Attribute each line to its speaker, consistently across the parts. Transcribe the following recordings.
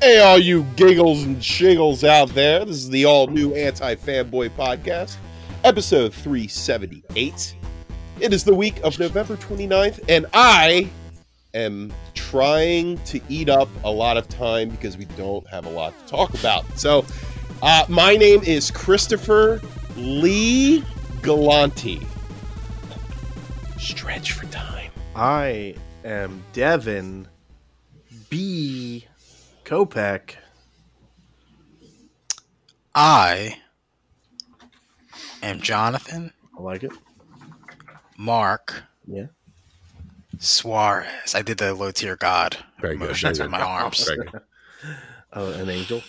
Speaker 1: Hey, all you giggles and shiggles out there. This is the all new Anti Fanboy Podcast, episode 378. It is the week of November 29th, and I am trying to eat up a lot of time because we don't have a lot to talk about. So, uh, my name is Christopher Lee Galanti. Stretch for time.
Speaker 2: I am Um, Devin B. Kopeck.
Speaker 3: I am Jonathan
Speaker 2: I like it.
Speaker 3: Mark
Speaker 2: Yeah.
Speaker 3: Suarez. I did the low tier god
Speaker 1: Very good,
Speaker 3: motions
Speaker 1: very
Speaker 3: with my arms.
Speaker 2: Oh, an angel.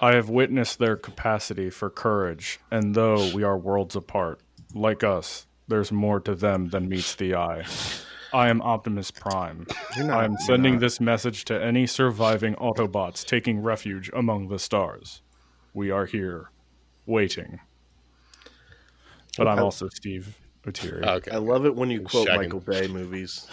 Speaker 4: I have witnessed their capacity for courage, and though we are worlds apart, like us, there's more to them than meets the eye. I am Optimus Prime. I am sending this message to any surviving Autobots taking refuge among the stars. We are here, waiting. But I'm also Steve O'Teary.
Speaker 2: I
Speaker 1: Okay.
Speaker 2: love it when you quote
Speaker 1: Shagging.
Speaker 2: Michael Bay movies.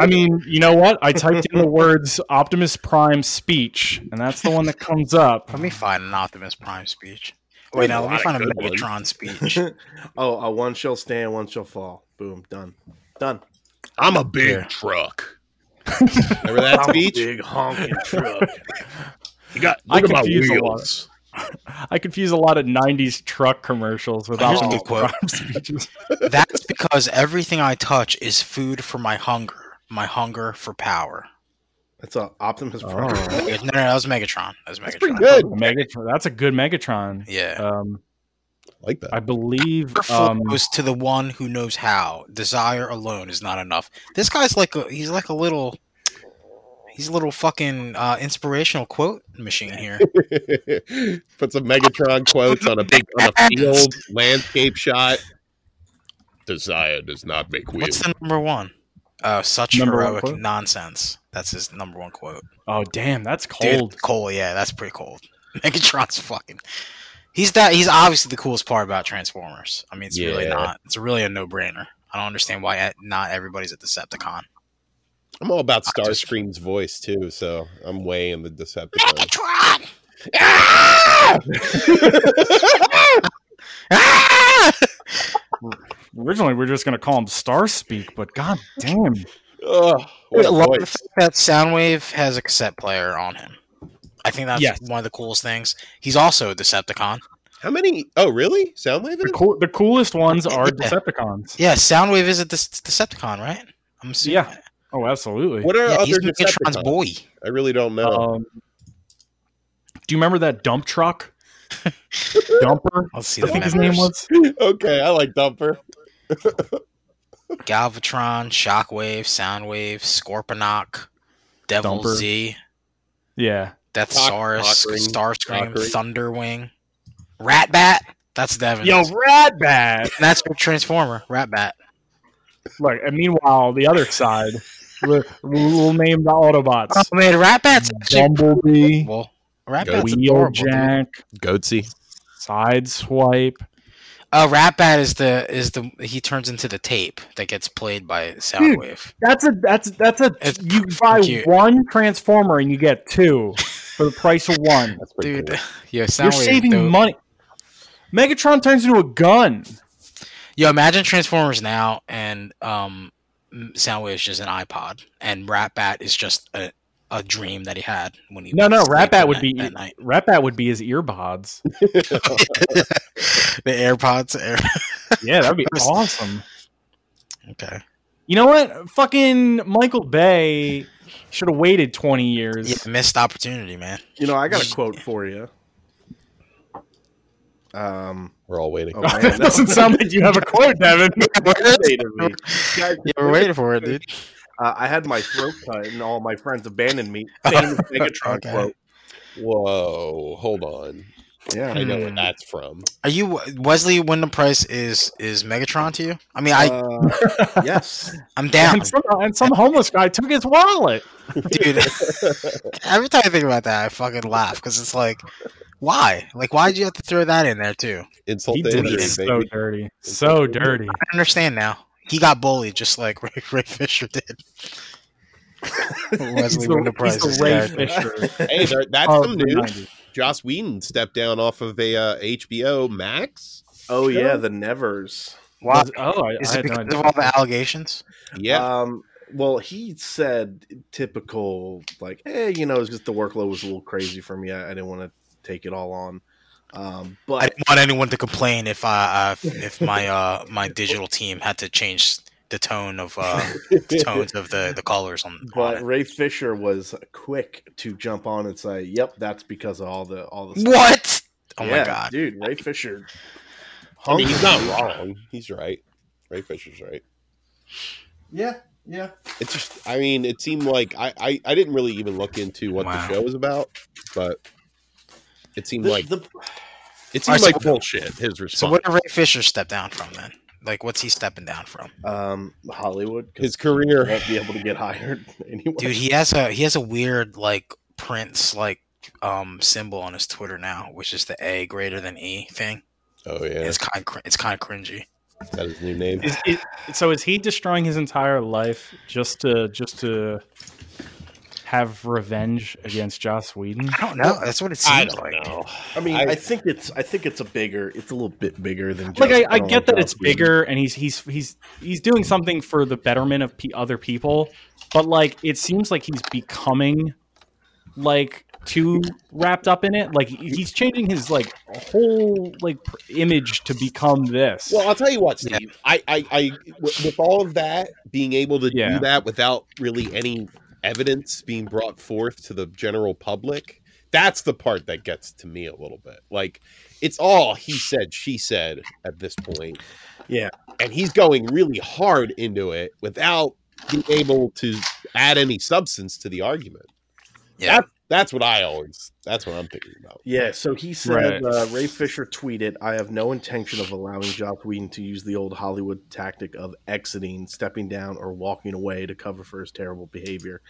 Speaker 4: I mean, you know what? I typed in the words Optimus Prime speech, and that's the one that comes up.
Speaker 3: Let me find an Optimus Prime speech. Wait, now let me
Speaker 1: lot
Speaker 3: find a
Speaker 1: of good ones.
Speaker 3: Megatron speech.
Speaker 2: Oh, a one shall stand, one shall fall. Boom, done. Done.
Speaker 1: I'm a big
Speaker 3: Yeah.
Speaker 1: truck. Remember that
Speaker 2: I'm a
Speaker 1: speech?
Speaker 2: Big honking truck.
Speaker 1: You got
Speaker 4: I confuse a lot. I confuse a lot of '90s truck commercials with
Speaker 3: Here's a
Speaker 4: Optimus
Speaker 3: good quote.
Speaker 4: Prime speeches.
Speaker 3: That's because everything I touch is food for my hunger. My hunger for power.
Speaker 2: That's an Optimus
Speaker 4: Oh.
Speaker 2: Prime.
Speaker 3: No, no, no, that was Megatron. That was Megatron.
Speaker 1: That's pretty good.
Speaker 4: Megatron. That's a good Megatron.
Speaker 3: Yeah.
Speaker 4: Um,
Speaker 1: like that.
Speaker 4: I believe.
Speaker 3: Hunger
Speaker 4: Um,
Speaker 3: flows to the one who knows how. Desire alone is not enough. This guy's like a he's like a little he's a little fucking uh, inspirational quote machine here.
Speaker 1: Put some Megatron quotes on a big on a field landscape shot. Desire does not make
Speaker 3: What's the number one? Oh, such
Speaker 4: Number one
Speaker 3: heroic
Speaker 4: quote?
Speaker 3: nonsense. That's his number one quote.
Speaker 4: oh damn, that's
Speaker 3: Dude,
Speaker 4: cold.
Speaker 3: cold. Yeah, that's pretty cold. Megatron's fucking. He's that. He's obviously the coolest part about Transformers. I mean, it's really
Speaker 1: Yeah.
Speaker 3: not. It's really a no-brainer. I don't understand why e- not everybody's a Decepticon.
Speaker 1: I'm all about Starscream's voice too, so I'm way in the Decepticon.
Speaker 3: Megatron. Ah! Ah!
Speaker 4: Originally, we were just gonna call him Star Speak, but god damn,
Speaker 1: Ugh, what
Speaker 3: I
Speaker 1: a
Speaker 3: love
Speaker 1: voice.
Speaker 3: the fact that Soundwave has a cassette player on him. I think that's
Speaker 4: Yes.
Speaker 3: one of the coolest things. He's also a Decepticon.
Speaker 1: How many? Oh, really? Soundwave?
Speaker 4: the
Speaker 1: is?
Speaker 4: cool, the coolest ones are
Speaker 3: Yeah.
Speaker 4: Decepticons.
Speaker 3: Yeah, Soundwave is a De- Decepticon, right? I'm assuming.
Speaker 4: Yeah. Oh, absolutely.
Speaker 1: What are
Speaker 3: Yeah,
Speaker 1: other
Speaker 3: he's Megatron's
Speaker 1: Decepticons?
Speaker 3: boy.
Speaker 1: I really don't know.
Speaker 4: Um, do you remember that dump truck? Dumper.
Speaker 3: Let's see
Speaker 4: I
Speaker 3: the
Speaker 4: think
Speaker 3: members.
Speaker 4: his name was.
Speaker 1: Oh. okay, I like Dumper.
Speaker 3: Galvatron, Shockwave, Soundwave, Scorponok, Devil
Speaker 4: Thumper.
Speaker 3: Z,
Speaker 4: Yeah.
Speaker 3: Deathsaurus,
Speaker 1: Cockring,
Speaker 3: Starscream,
Speaker 1: Cockring.
Speaker 3: Thunderwing, Ratbat. That's Devin.
Speaker 4: Ratbat.
Speaker 3: that's your Transformer, Ratbat.
Speaker 4: Look, and meanwhile, the other side, we'll, we'll name the
Speaker 3: Oh
Speaker 4: Autobots.
Speaker 3: man, Ratbat's actually
Speaker 4: Bumblebee,
Speaker 3: cool. Ratbat's adorable. dude.
Speaker 4: Wheeljack,
Speaker 1: Goatsy.
Speaker 4: Sideswipe.
Speaker 3: Uh, Ratbat is the is the he turns into the tape that gets played by Soundwave.
Speaker 4: That's a that's that's a
Speaker 3: It's
Speaker 4: you buy
Speaker 3: cute.
Speaker 4: one transformer and you get two for the price of one.
Speaker 1: That's
Speaker 3: Dude,
Speaker 1: pretty cool.
Speaker 3: yo, Soundwave.
Speaker 4: You're
Speaker 3: is
Speaker 4: saving
Speaker 3: dope.
Speaker 4: money. Megatron turns into a gun.
Speaker 3: Yo, imagine Transformers now and um, m- Soundwave is just an iPod, and Ratbat is just a, a dream that he had when he
Speaker 4: No,
Speaker 3: went
Speaker 4: no,
Speaker 3: to sleep
Speaker 4: Ratbat
Speaker 3: at
Speaker 4: would
Speaker 3: night-
Speaker 4: be
Speaker 3: that night.
Speaker 4: Ratbat would be his earbuds.
Speaker 3: the AirPods. Air-
Speaker 4: Yeah, that'd be awesome.
Speaker 3: okay,
Speaker 4: You know what? Fucking Michael Bay should have waited twenty years.
Speaker 3: yeah, missed opportunity, man.
Speaker 2: You know, I got a quote for you. Um,
Speaker 1: We're all waiting.
Speaker 2: oh,
Speaker 4: Oh,
Speaker 2: man,
Speaker 4: that doesn't sound like you have a quote, Devin.
Speaker 2: intimidated me.
Speaker 3: Yeah, we're waiting for it, dude.
Speaker 2: Uh, I had my throat cut, and all my friends abandoned me. Famous Megatron
Speaker 3: Okay.
Speaker 2: quote.
Speaker 1: Whoa, hold on.
Speaker 2: Yeah.
Speaker 1: I know where
Speaker 3: Hmm.
Speaker 1: that's from.
Speaker 3: Are you Wesley Wyndham Price? Is is Megatron to you? I mean, I
Speaker 2: Uh, yes.
Speaker 3: I'm down,
Speaker 4: And some, and some homeless guy took his wallet.
Speaker 3: dude. Every time I think about that, I fucking laugh because it's like, why? Like, why did you have to throw that in there too?
Speaker 1: Insult
Speaker 4: He
Speaker 1: to
Speaker 4: did
Speaker 1: injury,
Speaker 4: it
Speaker 3: deleted
Speaker 4: so
Speaker 1: baby.
Speaker 4: dirty, so dirty.
Speaker 3: I understand now. He got bullied just like Ray, Ray Fisher did. Wesley
Speaker 4: the-
Speaker 3: Winter Price.
Speaker 4: he's the Ray Fisher.
Speaker 1: Hey, there, that's
Speaker 4: of
Speaker 1: some
Speaker 4: the
Speaker 1: news.
Speaker 4: 90s.
Speaker 1: Joss Whedon stepped down off of a uh, HBO Max.
Speaker 2: Oh yeah, the Nevers.
Speaker 3: Wow.
Speaker 4: Oh, I,
Speaker 3: Is
Speaker 4: I
Speaker 3: it
Speaker 4: had no
Speaker 3: because
Speaker 4: idea.
Speaker 3: of all the allegations?
Speaker 1: Yeah,
Speaker 4: Uh,
Speaker 2: Um, well, he said typical, like, eh, you know, it's just the workload was a little crazy for me. I, I didn't want to take it all on. Um,
Speaker 3: I
Speaker 2: but
Speaker 3: didn't want anyone to complain if I uh, if my uh, my digital team had to change the tone of uh, the tones of the the callers on, on
Speaker 2: but
Speaker 3: it.
Speaker 2: Ray Fisher was quick to jump on and say, "Yep, that's because of all the all the."
Speaker 3: What? Oh my
Speaker 2: Yeah,
Speaker 3: god!
Speaker 2: dude, Ray Fisher.
Speaker 1: I mean he's not wrong. He's right. Ray Fisher's right.
Speaker 2: Yeah, yeah.
Speaker 1: It's just, I mean, it seemed like I I, I didn't really even look into what
Speaker 3: Wow.
Speaker 1: the show was about, but it seemed
Speaker 2: The-
Speaker 1: like
Speaker 2: the-
Speaker 1: it seemed
Speaker 3: so
Speaker 1: like
Speaker 3: what-
Speaker 1: bullshit. His response,
Speaker 3: So where did Ray Fisher step down from then? Like, what's he stepping down from?
Speaker 2: um, Hollywood 'cause
Speaker 1: his career.
Speaker 2: won't be able to get hired anyway.
Speaker 3: Dude, he has a he has a weird like Prince like um symbol on his Twitter now, which is the A greater than E thing.
Speaker 1: Oh yeah,
Speaker 3: It's kind of it's kind of cringy.
Speaker 1: is that his new name?
Speaker 4: Is it, so is he destroying his entire life just to just to have revenge against Joss Whedon?
Speaker 3: I don't know. That's what it seems
Speaker 1: I don't
Speaker 3: like.
Speaker 1: know.
Speaker 2: I mean, I,
Speaker 1: I-
Speaker 2: think it's I think it's a bigger, it's a little bit bigger than.
Speaker 4: Like I,
Speaker 2: just
Speaker 4: I get that
Speaker 2: Donald
Speaker 4: it's
Speaker 2: Trump being-
Speaker 4: bigger and he's he's he's he's doing something for the betterment of pe other people, but like it seems like he's becoming like too wrapped up in it. Like he- he's changing his like whole like pr- image to become this.
Speaker 1: Well, I'll tell you what,
Speaker 3: Yeah.
Speaker 1: Steve. I, I, I, with with all of that, being able to
Speaker 4: Yeah.
Speaker 1: do that without really any evidence being brought forth to the general public, that's the part that gets to me a little bit. Like, it's all he said, she said at this point.
Speaker 2: Yeah.
Speaker 1: And he's going really hard into it without being able to add any substance to the argument.
Speaker 3: Yeah.
Speaker 1: That- that's what I always, that's what I'm thinking about.
Speaker 2: Yeah, so he said
Speaker 4: Right.
Speaker 2: uh, Ray Fisher tweeted, "I have no intention of allowing Joss Whedon to use the old Hollywood tactic of exiting, stepping down, or walking away to cover for his terrible behavior."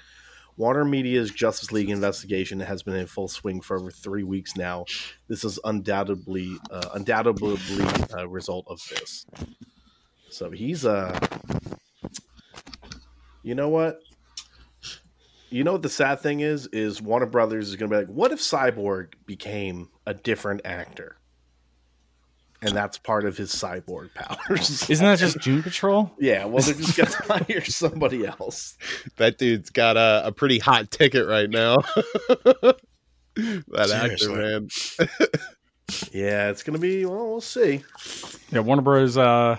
Speaker 2: Warner Media's Justice League investigation has been in full swing for over three weeks now. This is undoubtedly, uh, undoubtedly a result of this. So he's uh, you know what? You know what the sad thing is? Is Warner Brothers is going to be like, what if Cyborg became a different actor? And that's part of his cyborg powers.
Speaker 4: Isn't that just Doom Patrol?
Speaker 2: yeah, well, they're just going to hire somebody else.
Speaker 1: That dude's got a, a pretty hot ticket right now. that actor,
Speaker 3: Seriously.
Speaker 1: man.
Speaker 2: Yeah, it's going to be, well, we'll see.
Speaker 4: Yeah, Warner Bros. Uh,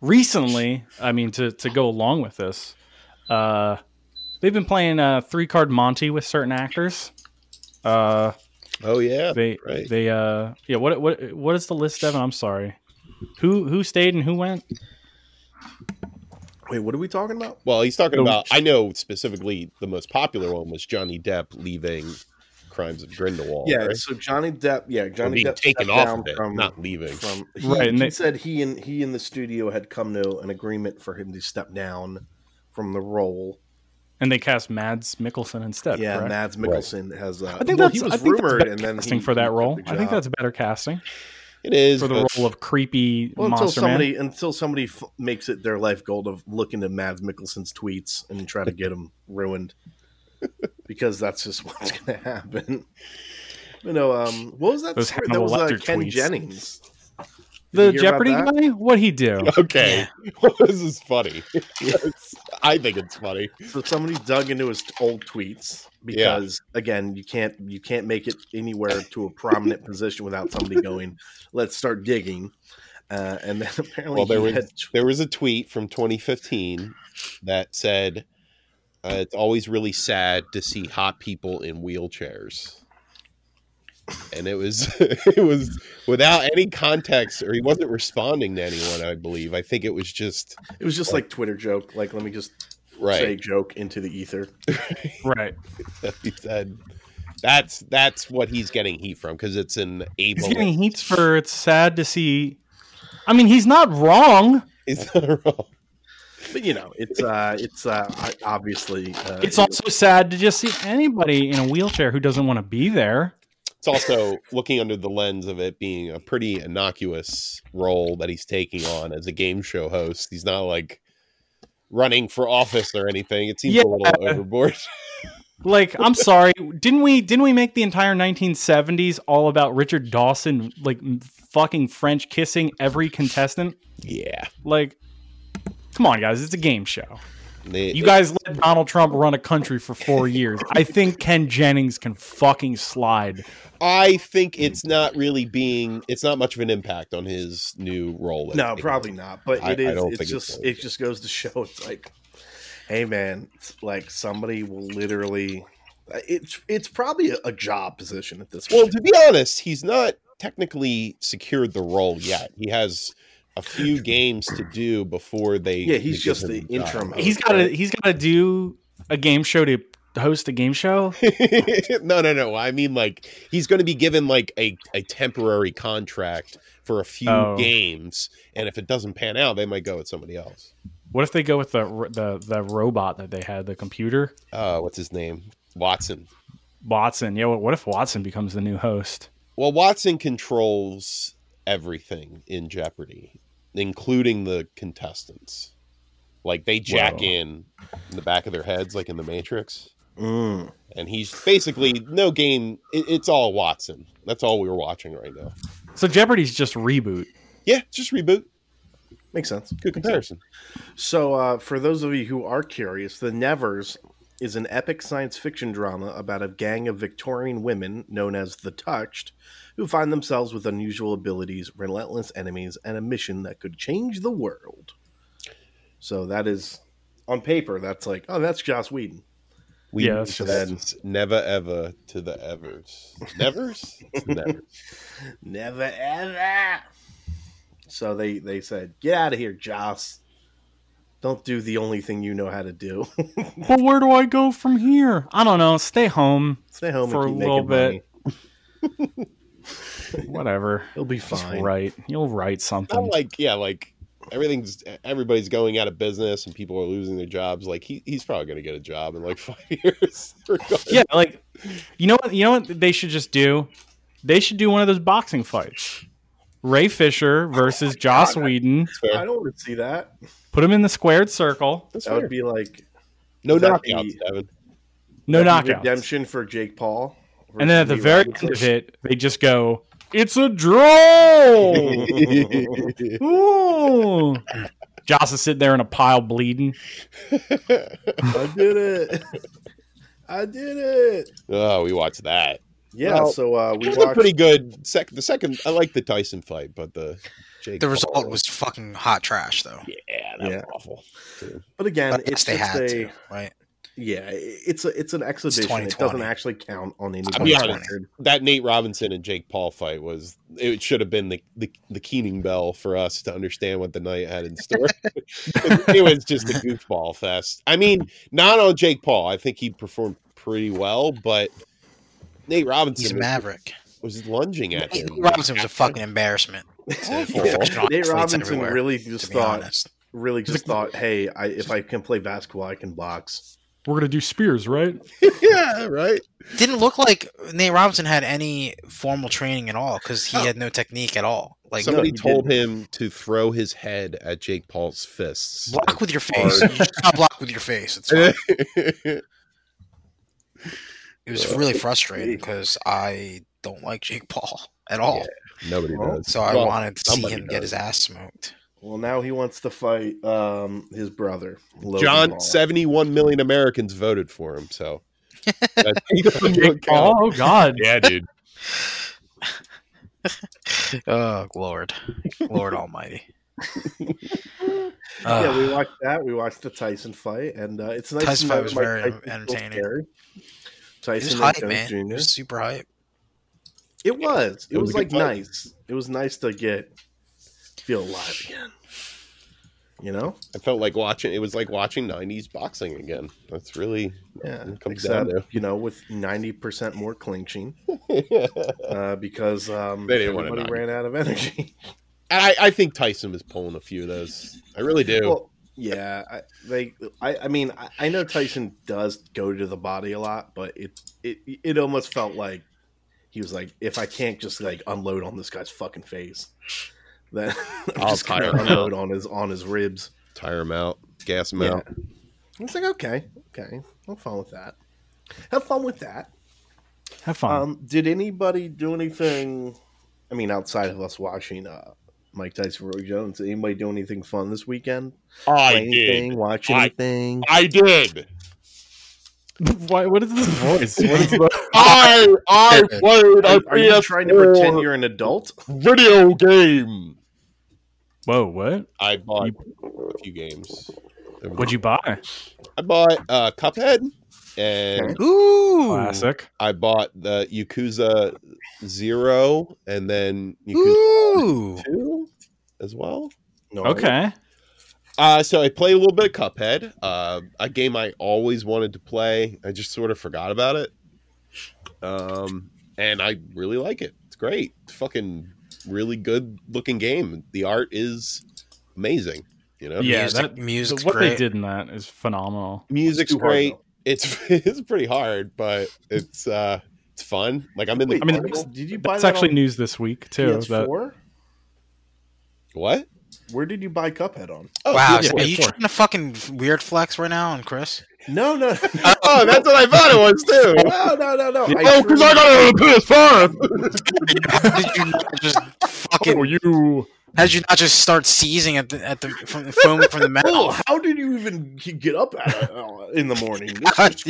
Speaker 4: recently, I mean, to to go along with this, uh, they've been playing uh, three card Monty with certain actors. Uh,
Speaker 1: Oh yeah,
Speaker 4: they
Speaker 1: right.
Speaker 4: they uh, yeah. What what what is the list, Devin? I'm sorry. Who who stayed and who went?
Speaker 2: Wait, what are we talking about?
Speaker 1: Well, he's talking
Speaker 4: So-
Speaker 1: about. I know specifically the most popular one was Johnny Depp leaving Crimes of Grindelwald.
Speaker 2: Yeah,
Speaker 1: right?
Speaker 2: so Johnny Depp, yeah,
Speaker 1: Or
Speaker 2: Johnny
Speaker 1: being
Speaker 2: Depp
Speaker 1: taken
Speaker 2: stepped
Speaker 1: off
Speaker 2: down
Speaker 1: of it,
Speaker 2: from-
Speaker 1: not leaving.
Speaker 2: from he,
Speaker 4: Right, and
Speaker 2: he
Speaker 4: they-
Speaker 2: said he and he and the studio had come to an agreement for him to step down from the role.
Speaker 4: And they cast Mads Mikkelsen instead.
Speaker 2: yeah,
Speaker 4: correct?
Speaker 2: Mads Mikkelsen has. Uh,
Speaker 4: I think
Speaker 2: well,
Speaker 4: that's
Speaker 2: he was
Speaker 4: I think that's
Speaker 2: rumored,
Speaker 4: better
Speaker 2: and then
Speaker 4: casting
Speaker 2: he,
Speaker 4: for
Speaker 2: he
Speaker 4: that
Speaker 2: took
Speaker 4: role.
Speaker 2: the
Speaker 4: I think
Speaker 2: job.
Speaker 4: that's better casting
Speaker 1: it is
Speaker 4: for the
Speaker 1: but-
Speaker 4: role of creepy
Speaker 2: well, until
Speaker 4: monster
Speaker 2: somebody
Speaker 4: man.
Speaker 2: until somebody f- makes it their life goal of looking at Mads Mikkelsen's tweets and try to get him ruined, because that's just what's going to happen. You know, um, what was that?
Speaker 4: Those
Speaker 2: story? that
Speaker 4: Hannibal
Speaker 2: was uh,
Speaker 4: Lecter
Speaker 2: Ken
Speaker 4: tweets.
Speaker 2: Jennings. Did you hear
Speaker 4: The
Speaker 2: about
Speaker 4: Jeopardy
Speaker 2: that?
Speaker 4: guy? What he do?
Speaker 1: Okay, this is funny. Yes. I think it's funny.
Speaker 2: So somebody dug into his old tweets because again, you can't you can't make it anywhere to a prominent position without somebody going, "Let's start digging." Uh, and then apparently,
Speaker 1: Well, there
Speaker 2: he
Speaker 1: was-
Speaker 2: had-
Speaker 1: There was a tweet from 2015 that said, uh, "It's always really sad to see hot people in wheelchairs." And it was it was without any context, or he wasn't responding to anyone. I believe. I think it was just
Speaker 2: it was just like Twitter joke. Like, let me just say
Speaker 1: right.
Speaker 2: joke into the ether.
Speaker 4: Right.
Speaker 1: he said that's that's what he's getting heat from because it's an
Speaker 4: He's
Speaker 1: able
Speaker 4: getting heats for it's sad to see. I mean, he's not wrong.
Speaker 1: He's not wrong.
Speaker 2: But you know, it's uh, it's uh, I- obviously uh,
Speaker 4: It's also sad to just see anybody in a wheelchair who doesn't want to be there.
Speaker 1: it's also looking under the lens of it being a pretty innocuous role that he's taking on as a game show host he's not like running for office or anything. It seems
Speaker 4: Yeah.
Speaker 1: a little overboard.
Speaker 4: Like, I'm sorry, didn't we? Didn't we make the entire 1970s all about Richard Dawson, like m- fucking French kissing every contestant?
Speaker 1: yeah.
Speaker 4: Like, come on, guys, it's a game show.
Speaker 1: They-
Speaker 4: You guys let Donald Trump run a country for four years. I think Ken Jennings can fucking slide.
Speaker 1: I think it's not really being it's not much of an impact on his new role. as
Speaker 2: No,
Speaker 1: mayor.
Speaker 2: probably not. But
Speaker 1: I-
Speaker 2: it
Speaker 1: I
Speaker 2: is.
Speaker 1: don't
Speaker 2: it's
Speaker 1: think it's
Speaker 2: just.
Speaker 1: worth
Speaker 2: it just goes to show. It's like, hey man, it's like somebody will literally. uh, It's it's probably a, a job position at this
Speaker 1: Well,
Speaker 2: point.
Speaker 1: to be honest, he's not technically secured the role yet. He has a few games to do before they
Speaker 2: yeah, he's
Speaker 1: they give
Speaker 2: just
Speaker 1: him
Speaker 2: the
Speaker 1: job.
Speaker 2: interim.
Speaker 4: He's got to. He's got to do a game show to host a game show.
Speaker 1: no, no, no. I mean, like he's going to be given like a, a temporary contract for a few
Speaker 4: Oh.
Speaker 1: games, and if it doesn't pan out, they might go with somebody else.
Speaker 4: What if they go with the the the robot that they had, the computer
Speaker 1: Uh, what's his name? Watson.
Speaker 4: Watson? Yeah, what if Watson becomes the new host?
Speaker 1: Well, Watson controls everything in Jeopardy, including the contestants. Like they jack
Speaker 4: Whoa.
Speaker 1: in in the back of their heads, like in the Matrix.
Speaker 2: Mm.
Speaker 1: And he's basically no game. It, it's all Watson. That's all we were watching right now.
Speaker 4: So Jeopardy's just reboot.
Speaker 1: Yeah, just reboot.
Speaker 2: Makes sense.
Speaker 1: Good comparison.
Speaker 2: So, uh, for those of you who are curious, The Nevers is an epic science fiction drama about a gang of Victorian women known as the Touched who find themselves with unusual abilities, relentless enemies, and a mission that could change the world. So, that is on paper, that's like, oh, that's Joss Whedon.
Speaker 1: We
Speaker 4: Yeah, that's
Speaker 1: should
Speaker 4: just-
Speaker 1: add never ever to the evers. Nevers? It's Nevers.
Speaker 2: Never ever. So, they, they said, get out of here, Joss. Don't do the only thing you know how to do.
Speaker 4: But where do I go from here? I don't know. Stay home.
Speaker 2: Stay home
Speaker 4: For
Speaker 2: and keep
Speaker 4: a little
Speaker 2: making money.
Speaker 4: bit. Whatever.
Speaker 2: It'll be
Speaker 4: Just
Speaker 2: fine.
Speaker 4: write. You'll write
Speaker 1: Not
Speaker 4: something.
Speaker 1: like yeah, like everything's everybody's going out of business and people are losing their jobs. Like he, he's probably gonna get a job in like five years. regardless.
Speaker 4: yeah, like you know what you know what they should just do? They should do one of those boxing fights. Ray Fisher
Speaker 2: Oh
Speaker 4: versus Joss Whedon.
Speaker 1: fair.
Speaker 2: I don't want to see that.
Speaker 4: Put him in the squared circle.
Speaker 1: That's
Speaker 2: That
Speaker 1: fair.
Speaker 2: would be like
Speaker 1: no
Speaker 2: that'd
Speaker 1: knockouts,
Speaker 2: be-
Speaker 1: Devin.
Speaker 4: No
Speaker 2: that'd be
Speaker 4: knockout.
Speaker 2: redemption for Jake Paul.
Speaker 4: And then at the
Speaker 2: versus
Speaker 4: very
Speaker 2: Lee
Speaker 4: end of
Speaker 2: Roberts.
Speaker 4: it, they just go, "It's a draw." Ooh. Joss is sitting there in a pile bleeding.
Speaker 2: I did it. I did it.
Speaker 1: oh, we watched that.
Speaker 2: Yeah.
Speaker 1: Well,
Speaker 2: so uh,
Speaker 1: It
Speaker 2: we
Speaker 1: was
Speaker 2: watched.
Speaker 1: a pretty good sec. The second, I like the Tyson fight, but the Jake
Speaker 3: The
Speaker 1: Paul-
Speaker 3: result was fucking hot trash, though.
Speaker 1: yeah, that was
Speaker 2: Yeah.
Speaker 1: awful. too.
Speaker 2: but again,
Speaker 3: But
Speaker 2: it's
Speaker 3: they
Speaker 2: just
Speaker 3: had
Speaker 2: a
Speaker 3: to, right?
Speaker 2: yeah. It's a it's an exhibition. it
Speaker 3: 2020.
Speaker 2: doesn't actually count on any
Speaker 1: I'll be
Speaker 2: kind of
Speaker 1: honest.
Speaker 2: record.
Speaker 1: That Nate Robinson and Jake Paul fight was it should have been the the, the keening bell for us to understand what the night had in store. it was just a goofball fest. I mean, not on Jake Paul. I think he performed pretty well, but Nate
Speaker 3: He's a
Speaker 1: Robinson was,
Speaker 3: maverick.
Speaker 1: was lunging at
Speaker 3: Nate
Speaker 1: him.
Speaker 3: Robinson was a fucking embarrassment.
Speaker 1: Awful.
Speaker 2: Nate
Speaker 3: athletes
Speaker 2: Robinson
Speaker 3: everywhere,
Speaker 2: really
Speaker 3: To
Speaker 2: just
Speaker 3: be
Speaker 2: thought,
Speaker 3: honest,
Speaker 2: really just thought, hey, I, if I can play basketball, I can box.
Speaker 4: We're gonna do spears, right?
Speaker 1: yeah, right.
Speaker 3: didn't look like Nate Robinson had any formal training at all because he had no technique at all. Like
Speaker 1: Somebody
Speaker 2: he
Speaker 1: told him to throw his head at Jake Paul's fists.
Speaker 3: block with your face. You just gotta block with your face. It's fine. It was really frustrating because I don't like Jake Paul at all.
Speaker 1: Nobody
Speaker 2: Well,
Speaker 1: does.
Speaker 3: So I
Speaker 1: Well,
Speaker 3: wanted to see
Speaker 1: somebody
Speaker 3: him get
Speaker 1: does.
Speaker 3: his ass smoked.
Speaker 2: Well, now he wants to fight um, his brother, Logan
Speaker 1: John,
Speaker 2: Paul.
Speaker 1: seventy-one million Americans voted for him. So That- he doesn't
Speaker 4: Jake Paul?
Speaker 1: count.
Speaker 4: Oh God.
Speaker 1: Yeah, dude.
Speaker 3: Oh Lord, Lord Almighty.
Speaker 2: yeah, we
Speaker 3: Ah.
Speaker 2: watched that. We watched the Tyson fight, and uh, it's nice.
Speaker 3: Tyson
Speaker 2: to know
Speaker 3: fight was
Speaker 2: that Mike
Speaker 3: very
Speaker 2: Tyson's still
Speaker 3: entertaining.
Speaker 2: scary.
Speaker 3: It was
Speaker 2: Tyson and
Speaker 3: hype,
Speaker 2: Jones
Speaker 3: man.
Speaker 2: Jr.
Speaker 3: It was super hype.
Speaker 2: It was. It
Speaker 1: It was
Speaker 2: was
Speaker 1: a
Speaker 2: like
Speaker 1: good fight.
Speaker 2: nice. It was nice to get feel alive again. You know?
Speaker 1: I felt like watching. It was like watching nineties boxing again. That's really.
Speaker 2: Yeah.
Speaker 1: It comes down
Speaker 2: Except
Speaker 1: to-
Speaker 2: you know, with ninety percent more clinching
Speaker 1: and
Speaker 2: uh, because um,
Speaker 1: They didn't want to
Speaker 2: everybody
Speaker 1: knock
Speaker 2: ran out of energy.
Speaker 1: I, I think Tyson is pulling a few of those. I really do.
Speaker 2: well, yeah. I, they. I, I mean, I, I know Tyson does go to the body a lot, but it it it almost felt like he was like, if I can't just like unload on this guy's fucking face, then I'm
Speaker 1: I'll
Speaker 2: just gonna
Speaker 1: tire him
Speaker 2: unload on his on his ribs.
Speaker 1: Tire him out. gas him out.
Speaker 2: It's like okay, okay, have fun with that. Have fun with that.
Speaker 4: Have fun.
Speaker 2: Um, did anybody do anything? I mean, outside of us watching uh, Mike Tyson, Roy Jones, did anybody do anything fun this weekend?
Speaker 1: I
Speaker 2: Play anything? Watch
Speaker 1: I-
Speaker 2: anything?
Speaker 1: I did.
Speaker 4: Um, Why, what is this voice? What is the,
Speaker 1: I I played
Speaker 2: are, are you trying to pretend you're an adult?
Speaker 1: video game?
Speaker 4: whoa, what?
Speaker 1: I bought a few games.
Speaker 4: What'd you buy?
Speaker 1: I bought uh, Cuphead, and
Speaker 3: Ooh,
Speaker 4: Classic.
Speaker 1: I bought the Yakuza Zero, and then Yakuza
Speaker 3: Ooh,
Speaker 1: Two as well.
Speaker 2: No.
Speaker 4: Okay.
Speaker 1: Uh, so I played a little bit of Cuphead, uh, a game I always wanted to play. I just sort of forgot about it, um, and I really like it. It's great, it's fucking really good looking game. The art is amazing. You know,
Speaker 4: Yeah,
Speaker 3: music,
Speaker 4: that-
Speaker 3: music's
Speaker 4: what they
Speaker 3: great.
Speaker 4: did in that is phenomenal.
Speaker 1: music's
Speaker 2: Too hard,
Speaker 1: great.
Speaker 2: though.
Speaker 1: it's it's pretty hard, but it's uh, it's fun. Like I'm in the
Speaker 2: Wait,
Speaker 4: I mean,
Speaker 2: Article? did you buy
Speaker 4: That's
Speaker 2: that
Speaker 4: actually
Speaker 2: on
Speaker 4: news this week too. That,
Speaker 2: PS4?
Speaker 1: what?
Speaker 2: Where did you buy Cuphead on?
Speaker 1: Oh,
Speaker 3: Wow,
Speaker 1: yeah,
Speaker 3: so are you
Speaker 1: PS4.
Speaker 3: trying to fucking weird flex right now on Chris?
Speaker 2: No, no,
Speaker 1: oh, that's what I thought it was too.
Speaker 2: no, no, no, no.
Speaker 1: Oh, because I got it on the PS5.
Speaker 3: How did you not just
Speaker 5: Oh,
Speaker 3: fucking?
Speaker 5: you.
Speaker 3: How did you not just start seizing at the at the from the foam from the
Speaker 2: Oh,
Speaker 3: mouth?
Speaker 2: how did you even get up at, uh, in the morning?
Speaker 3: Yeah.
Speaker 2: This is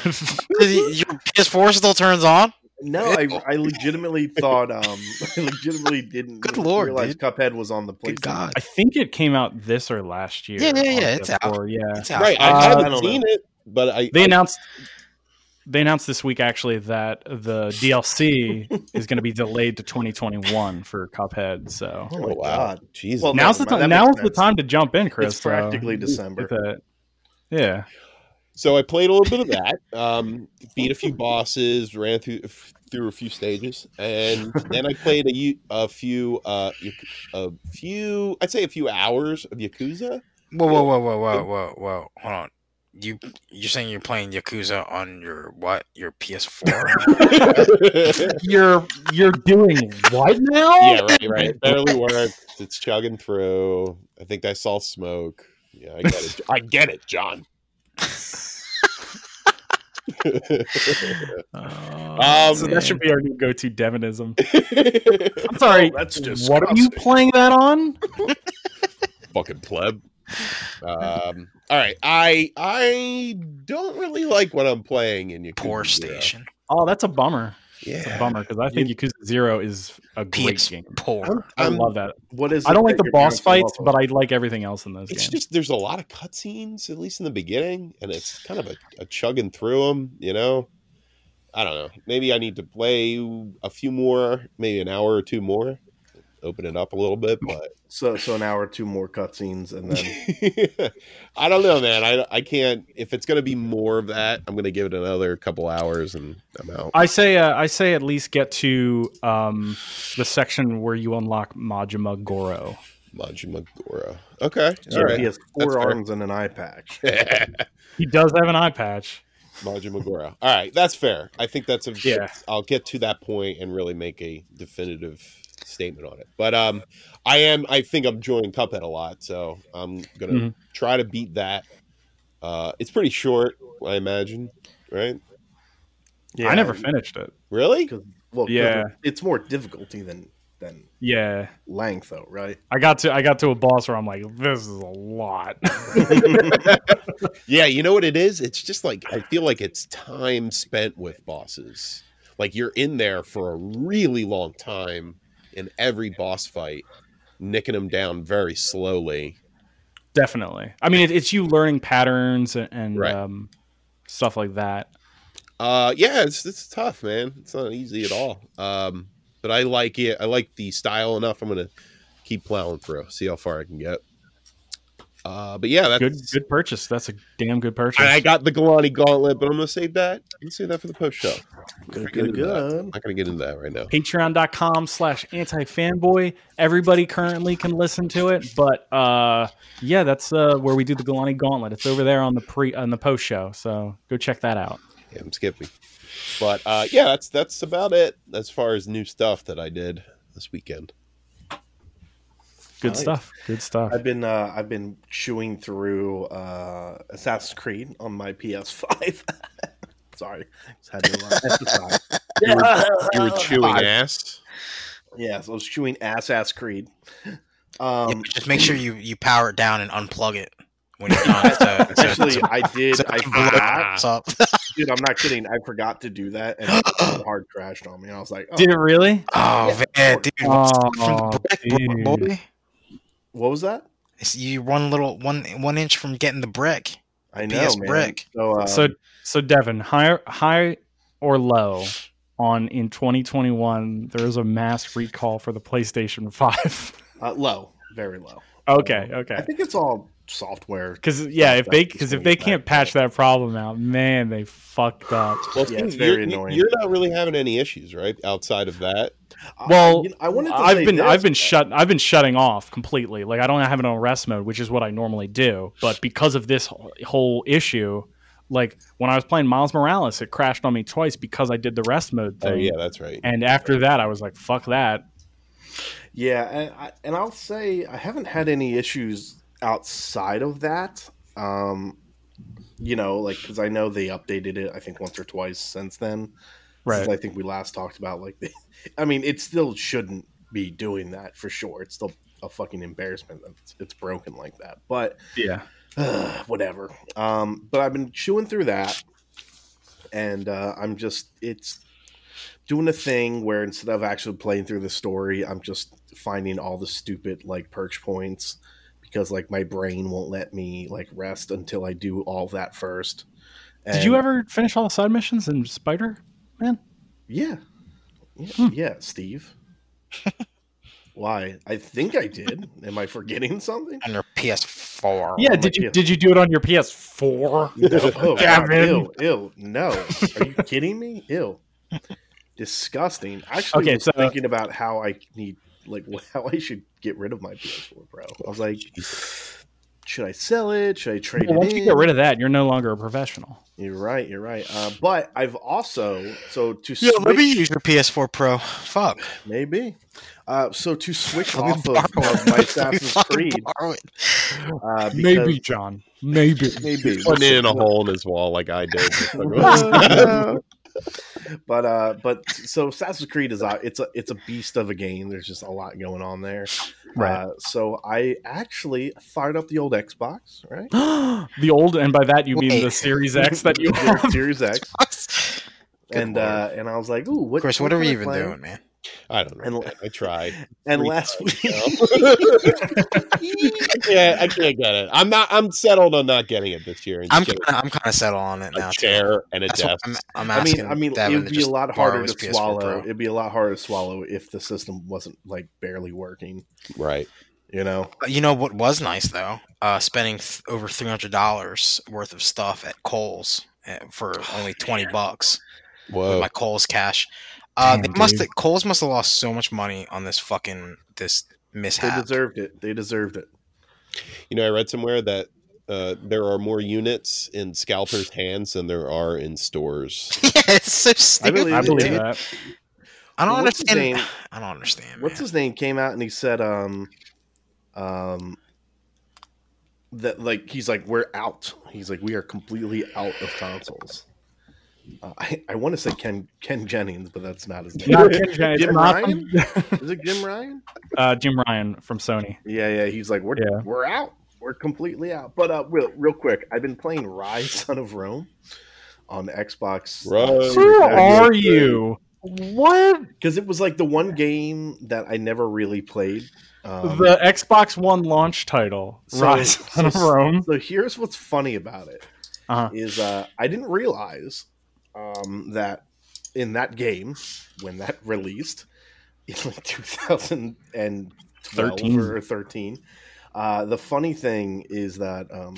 Speaker 2: disgusting.
Speaker 3: Your PS4 still turns on.
Speaker 2: No, I, I legitimately thought um I legitimately didn't
Speaker 3: Good lord,
Speaker 2: realize
Speaker 3: dude.
Speaker 2: Cuphead was on the PlayStation.
Speaker 3: Good God,
Speaker 4: I think it came out this or last year.
Speaker 3: Yeah, yeah, yeah,
Speaker 4: on
Speaker 3: it's out.
Speaker 4: PS4, Yeah.
Speaker 3: it's out.
Speaker 1: right,
Speaker 4: Uh,
Speaker 1: I
Speaker 2: I
Speaker 1: haven't
Speaker 2: don't
Speaker 1: seen it, but I
Speaker 4: They
Speaker 1: I-
Speaker 4: announced they announced this week actually that the DLC is going to be delayed to 2021 for Cuphead. So
Speaker 2: Oh
Speaker 1: Oh,
Speaker 2: my
Speaker 1: wow.
Speaker 2: god.
Speaker 1: Jesus.
Speaker 2: Well,
Speaker 4: now's the
Speaker 2: never mind, that
Speaker 4: time. Now's
Speaker 2: makes
Speaker 4: the
Speaker 2: sense.
Speaker 4: time to jump in, Chris. uh,
Speaker 2: it's
Speaker 4: so-
Speaker 2: practically
Speaker 4: With
Speaker 2: December.
Speaker 4: that. Yeah.
Speaker 1: So I played a little bit of that, um, beat a few bosses, ran through f- through a few stages, and then I played a, u- a few, uh, Yaku- a few, I'd say a few hours of Yakuza.
Speaker 3: Whoa, whoa, whoa, whoa, whoa, whoa, whoa! Hold on. You you're saying you're playing Yakuza on your what? Your PS4?
Speaker 4: You're you're doing what now?
Speaker 1: yeah, right, right. Barely worked. It's chugging through. I think I saw smoke. Yeah, I get it. I get it, John. Um,
Speaker 4: Oh, so that should be our new go-to Devonism. I'm
Speaker 2: Oh,
Speaker 4: sorry.
Speaker 2: that's disgusting.
Speaker 4: what are you playing that on?
Speaker 1: fucking pleb. Um, all right, I I don't really like what I'm playing in Yakuza.
Speaker 3: Poor
Speaker 1: Zero.
Speaker 3: station.
Speaker 4: Oh, that's a bummer.
Speaker 1: Yeah,
Speaker 4: It's a bummer because I think Yakuza Zero is a great
Speaker 3: PS
Speaker 4: game.
Speaker 3: poor.
Speaker 4: I
Speaker 1: I'm-
Speaker 4: love that.
Speaker 2: What is
Speaker 4: I
Speaker 2: it
Speaker 4: don't like
Speaker 2: that
Speaker 4: the
Speaker 2: you're
Speaker 4: boss
Speaker 2: bouncing
Speaker 4: fights,
Speaker 2: off of?
Speaker 4: but I like everything else in those
Speaker 1: It's
Speaker 4: games.
Speaker 1: just there's a lot of cutscenes, at least in the beginning, and it's kind of a, a chugging through them. You know, I don't know. Maybe I need to play a few more, maybe an hour or two more, open it up a little bit. But
Speaker 2: so so an hour or two more cutscenes and then
Speaker 1: I don't know, man. I I can't. If it's gonna be more of that, I'm gonna give it another couple hours, and I'm out.
Speaker 4: I say, uh, I say, at least get to um, the section where you unlock Majima Goro.
Speaker 1: Majimagora. Okay, all
Speaker 2: so he
Speaker 1: right.
Speaker 2: has
Speaker 1: That's
Speaker 2: four
Speaker 1: fair.
Speaker 2: arms and an eye patch.
Speaker 4: He does have an eye patch.
Speaker 1: Majimagora. All right, that's fair. I think that's a
Speaker 4: Yeah.
Speaker 1: I'll get to that point and really make a definitive statement on it. But um I am I think I'm enjoying Cuphead a lot, so I'm gonna
Speaker 4: Mhm.
Speaker 1: try to beat that. Uh it's pretty short, I imagine, right?
Speaker 2: Yeah.
Speaker 4: I never finished it.
Speaker 1: Really?
Speaker 2: because well 'cause
Speaker 4: Yeah.
Speaker 2: it's more difficulty than than
Speaker 4: Yeah,
Speaker 2: length though, right?
Speaker 4: I got to, I got to a boss where I'm like, this is a lot.
Speaker 1: Yeah, you know what it is? It's just like I feel like it's time spent with bosses. Like you're in there for a really long time in every boss fight, nicking them down very slowly.
Speaker 4: Definitely. I mean, it, it's you learning patterns and, and
Speaker 1: Right.
Speaker 4: um, stuff like that.
Speaker 1: Uh, yeah, it's it's tough, man. It's not easy at all. Um, but I like it. I like the style enough. I'm gonna keep plowing through, see how far I can get. Uh, but yeah, that's
Speaker 4: Good, good purchase. That's a damn good purchase.
Speaker 1: I, I got the Galani Gauntlet, but I'm gonna save that. I'm gonna save that for the post show.
Speaker 2: Good,
Speaker 1: Get
Speaker 2: good,
Speaker 1: into that.
Speaker 2: good.
Speaker 1: I'm not gonna get into that right now.
Speaker 4: patreon.com slash anti-fanboy everybody currently can listen to it but uh yeah that's uh where we do the galani gauntlet it's over there on the pre on the post show so go check that out
Speaker 1: Yeah, I'm skipping. But uh, yeah, that's that's about it as far as new stuff that I did this weekend.
Speaker 4: Good
Speaker 2: Nice.
Speaker 4: stuff. Good stuff.
Speaker 2: I've been uh, I've been chewing through uh, Assassin's Creed on my PS5. Sorry, just had to uh, emphasize.
Speaker 1: You were chewing ass.
Speaker 2: Yeah, so I was chewing ass ass Creed. Um,
Speaker 3: Yeah, but just make sure you you power it down and unplug it when you're done. so, so-
Speaker 2: actually,
Speaker 3: so-
Speaker 2: I did.
Speaker 3: so
Speaker 2: I
Speaker 3: it doesn't blow
Speaker 2: forgot,
Speaker 3: us up.
Speaker 2: dude. I'm not kidding. I forgot to do that, and it hard crashed on me. And I was like, oh,
Speaker 4: Did it really?
Speaker 3: Oh man, dude!
Speaker 4: Oh,
Speaker 3: from the brick,
Speaker 4: dude.
Speaker 3: bro, boy.
Speaker 2: what was that?
Speaker 3: It's- you one little one one inch from getting the brick.
Speaker 2: I know,
Speaker 3: PS
Speaker 2: man.
Speaker 3: brick.
Speaker 2: So, um,
Speaker 4: so so Devin, high high or low on in 2021 there is a mass recall for the PlayStation 5.
Speaker 2: uh, low, very low.
Speaker 4: okay,
Speaker 2: Um, I
Speaker 4: okay.
Speaker 2: think it's all software.
Speaker 4: Cuz yeah, if they
Speaker 2: That's
Speaker 4: cuz
Speaker 2: gonna
Speaker 4: if they
Speaker 2: get
Speaker 4: can't
Speaker 2: back to
Speaker 4: patch that problem out, man, they fucked up.
Speaker 1: Well,
Speaker 2: Yeah, it's
Speaker 1: you're-
Speaker 2: very
Speaker 1: you're,
Speaker 2: annoying.
Speaker 1: You're not really having any issues, right? Outside of that,
Speaker 4: Well,
Speaker 2: I, you know, I wanted. To
Speaker 4: I've
Speaker 2: say
Speaker 4: been
Speaker 2: this,
Speaker 4: I've been
Speaker 2: though.
Speaker 4: shut I've been shutting off completely. Like I don't have it on rest mode, which is what I normally do. But because of this wh- whole issue, like when I was playing Miles Morales, it crashed on me twice because I did the rest mode
Speaker 2: Um,
Speaker 4: thing.
Speaker 1: oh yeah, that's right.
Speaker 4: And after that, I was like, "Fuck that!"
Speaker 2: Yeah, and, I, and I'll say I haven't had any issues outside of that. Um, you know, like because I know they updated it, I think once or twice since then. Since I think we last talked about like, the, I mean, it still shouldn't be doing that for sure. It's still a fucking embarrassment that it's, it's broken like that. But
Speaker 4: Yeah.
Speaker 2: whatever. Um, but I've been chewing through that, and uh, I'm just it's doing a thing where instead of actually playing through the story, I'm just finding all the stupid like perch points because like my brain won't let me like rest until I do all of that first.
Speaker 4: Did
Speaker 2: And-
Speaker 4: you ever finish all the side missions in Spider?
Speaker 2: Yeah, yeah,
Speaker 3: Hmm.
Speaker 2: yeah Steve. Why? I think I did. Am I forgetting something?
Speaker 3: On your PS4.
Speaker 4: Yeah.
Speaker 2: Oh, my
Speaker 4: Did you
Speaker 2: God.
Speaker 4: Did you do it on your PS4?
Speaker 2: No. Oh, God,
Speaker 4: Gavin.
Speaker 2: ew, ew, no. Are you kidding me? Ew. Disgusting. Actually,
Speaker 4: Okay,
Speaker 2: I was
Speaker 4: so-
Speaker 2: thinking about how I need, like, how I should get rid of my PS4 Pro. I was like, should I sell it? Should I trade
Speaker 4: Well,
Speaker 2: it
Speaker 4: once
Speaker 2: in?
Speaker 4: you get rid of that, you're no longer a professional.
Speaker 2: you're right. You're right. Uh, but I've also so to
Speaker 3: Yeah,
Speaker 2: switch,
Speaker 3: let me use your PS4 Pro. Fuck.
Speaker 2: maybe. Uh, so to switch
Speaker 3: Let me
Speaker 2: off of,
Speaker 3: borrow it.
Speaker 2: of my
Speaker 3: Let me
Speaker 2: Assassin's
Speaker 3: fucking
Speaker 2: Creed,
Speaker 3: borrow it.
Speaker 2: uh, because,
Speaker 4: John. Maybe.
Speaker 2: maybe
Speaker 1: Putting it in a hole in his wall like I did.
Speaker 3: Oh,
Speaker 2: but uh, but so Assassin's Creed is a, it's a it's a beast of a game. There's just a lot going on there.
Speaker 4: Right.
Speaker 2: Uh, so I actually fired up the old Xbox, right?
Speaker 4: the old, and by that you mean
Speaker 3: Wait.
Speaker 4: the Series X that you
Speaker 2: Yeah,
Speaker 4: have.
Speaker 2: Series X,
Speaker 3: Good
Speaker 2: and
Speaker 3: lord.
Speaker 2: uh, and I was like, ooh, what?
Speaker 3: Chris, what are
Speaker 2: can
Speaker 3: we
Speaker 2: I
Speaker 3: even
Speaker 2: play?"
Speaker 3: doing, man?
Speaker 1: I don't know.
Speaker 2: And-
Speaker 1: man. I tried.
Speaker 2: And
Speaker 1: Three
Speaker 2: last week,
Speaker 1: I can't. I can't get it. I'm not. I'm settled on not getting it this year. And
Speaker 3: I'm
Speaker 1: just
Speaker 3: kinda,
Speaker 1: getting
Speaker 3: I'm kind of settled on it now.
Speaker 1: a
Speaker 3: too.
Speaker 1: chair and a
Speaker 3: That's what
Speaker 1: desk.
Speaker 3: I'm, I'm
Speaker 2: I
Speaker 3: asking.
Speaker 2: mean, I mean,
Speaker 3: Devin
Speaker 2: it'd
Speaker 3: to
Speaker 2: be a
Speaker 3: just
Speaker 2: lot
Speaker 3: borrow
Speaker 2: harder
Speaker 3: his
Speaker 2: to
Speaker 3: PS4
Speaker 2: swallow.
Speaker 3: Pro.
Speaker 2: It'd be a lot harder to swallow if the system wasn't like barely working.
Speaker 1: Right.
Speaker 2: You know,
Speaker 3: But you know what was nice though? Uh, spending th- over three hundred dollars worth of stuff at Kohl's uh, for
Speaker 2: Oh,
Speaker 3: only twenty bucks with
Speaker 1: Whoa.
Speaker 3: my Kohl's cash. Uh,
Speaker 4: Damn,
Speaker 3: they must
Speaker 4: dude.
Speaker 3: have, Kohl's must have lost so much money on this fucking this
Speaker 2: they
Speaker 3: mishap.
Speaker 2: deserved it. They deserved it.
Speaker 1: You know, I read somewhere that uh, there are more units in scalpers' hands than there are in stores.
Speaker 3: yeah, it's so stupid.
Speaker 2: believe
Speaker 4: I believe
Speaker 3: dude.
Speaker 4: that.
Speaker 3: I don't
Speaker 2: What's his
Speaker 3: understand.
Speaker 2: name?
Speaker 3: I don't understand.
Speaker 2: what's
Speaker 3: man.
Speaker 2: his name came out and he said um um that like he's like we're out he's like we are completely out of consoles uh, i, I want to say ken ken jennings but that's not his name
Speaker 4: Not Jim, Ryan.
Speaker 2: Jim
Speaker 4: not from-
Speaker 2: is it jim ryan
Speaker 4: uh, Jim Ryan from Sony.
Speaker 2: yeah yeah he's like we're
Speaker 4: Yeah.
Speaker 2: we're out we're completely out but uh real, real quick i've been playing rise son of rome on xbox
Speaker 1: Rise.
Speaker 4: Who
Speaker 1: Where
Speaker 4: are you? What
Speaker 2: because it was like the one game that i never really played um,
Speaker 4: the Xbox One launch title?
Speaker 2: So-
Speaker 4: Rise of Rome.
Speaker 2: So here's what's funny about it
Speaker 4: Uh-huh.
Speaker 2: is uh, I didn't realize um, that in that game when that released in like 2012
Speaker 4: 13.
Speaker 2: or 13. Uh, the funny thing is that um,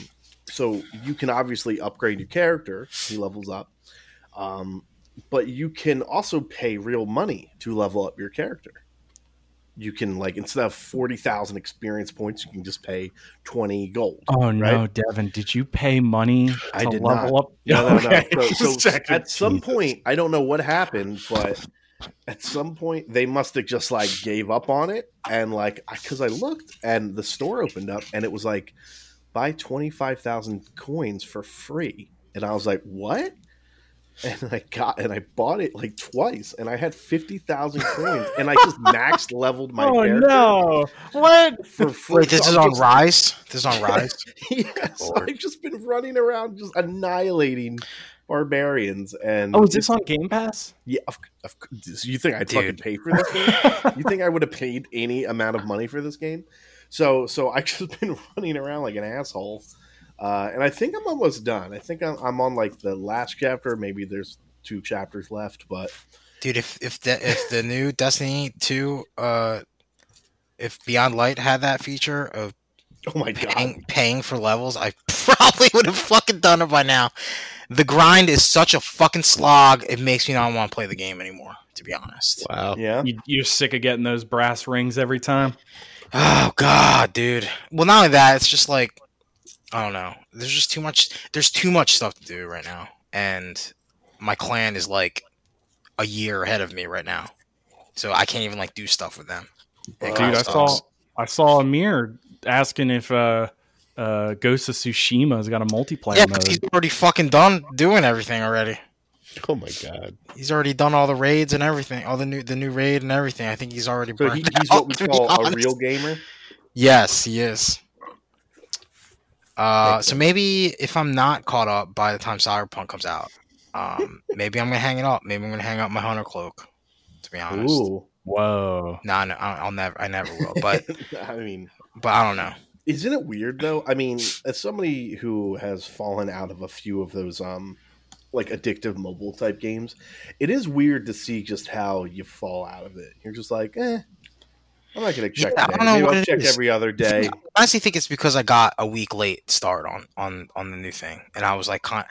Speaker 2: so you can obviously upgrade your character; he levels up. Um, but you can also pay real money to level up your character. You can like instead of forty thousand experience points, you can just pay twenty gold.
Speaker 4: Oh no,
Speaker 2: Right?
Speaker 4: Devin! Did you pay money
Speaker 2: I
Speaker 4: to
Speaker 2: did
Speaker 4: level up?
Speaker 2: No, no, no. So-
Speaker 4: Just
Speaker 2: So,
Speaker 4: checking.
Speaker 2: at some
Speaker 1: Jesus.
Speaker 2: point, I don't know what happened, but at some point they must have just like gave up on it and like because I looked and the store opened up and it was like buy twenty five thousand coins for free and I was like what and I got and I bought it like twice and I had fifty thousand coins and I just max leveled my
Speaker 4: oh
Speaker 2: hair
Speaker 4: no! What?
Speaker 2: for free.
Speaker 3: Wait, this
Speaker 2: So
Speaker 3: is
Speaker 2: I'm
Speaker 3: on
Speaker 2: just-
Speaker 3: Rise. This is on Rise.
Speaker 2: Yes,
Speaker 3: Lord.
Speaker 2: I've just been running around just annihilating barbarians and
Speaker 4: Oh, is this on Game Pass?
Speaker 2: Yeah, of, of, so you think I'd fucking
Speaker 3: Dude.
Speaker 2: pay for this game? you think I would have paid any amount of money for this game? So, so I've just been running around like an asshole, uh, and I think I'm almost done. I think I'm, I'm on like the last chapter. Maybe there's two chapters left, but
Speaker 3: Dude, if if the if the new Destiny two, uh, if Beyond Light had that feature of
Speaker 2: oh my god,
Speaker 3: paying, paying for levels, I probably would have fucking done it by now. The grind is such a fucking slog; it makes me not want to play the game anymore. To be honest.
Speaker 1: Wow.
Speaker 2: yeah,
Speaker 4: You, you're sick of getting those brass rings every time.
Speaker 3: Oh god, dude. Well, not only that, it's just like I don't know. There's just too much. There's too much stuff to do right now, and my clan is like a year ahead of me right now, so I can't even like do stuff with them.
Speaker 2: Oh,
Speaker 3: It
Speaker 4: Dude,
Speaker 3: kinda
Speaker 4: I
Speaker 3: sucks.
Speaker 4: saw I saw Amir asking if uh, uh, Ghost of Tsushima's got a multiplayer
Speaker 3: Yeah, 'cause
Speaker 4: mode.
Speaker 3: he's already fucking done doing everything already.
Speaker 1: Oh my god.
Speaker 3: He's already done all the raids and everything, all the new the new raid and everything. I think he's already.
Speaker 2: so he,
Speaker 3: burned
Speaker 2: he's what
Speaker 3: out,
Speaker 2: we
Speaker 3: to be
Speaker 2: call a
Speaker 3: honest.
Speaker 2: real gamer.
Speaker 3: Yes, he is. Uh,
Speaker 1: Makes
Speaker 3: so maybe if I'm not caught up by the time Cyberpunk comes out, um, maybe I'm gonna hang it up. Maybe I'm gonna hang up my hunter cloak. To be honest,
Speaker 2: Ooh,
Speaker 4: Whoa.
Speaker 3: no, no, I- I'll never, I never will. But
Speaker 2: I mean,
Speaker 3: but I don't know.
Speaker 2: Isn't it weird though? I mean, as somebody who has fallen out of a few of those um like addictive mobile type games, it is weird to see just how you fall out of it. You're just like, eh, I'm not gonna check
Speaker 3: Yeah, I
Speaker 2: today.
Speaker 3: don't know
Speaker 2: Maybe
Speaker 3: what
Speaker 2: I'll
Speaker 3: it
Speaker 2: check
Speaker 3: is.
Speaker 2: every other day.
Speaker 3: I honestly think it's because I got a week late start on on on the new thing, and I was like, kind,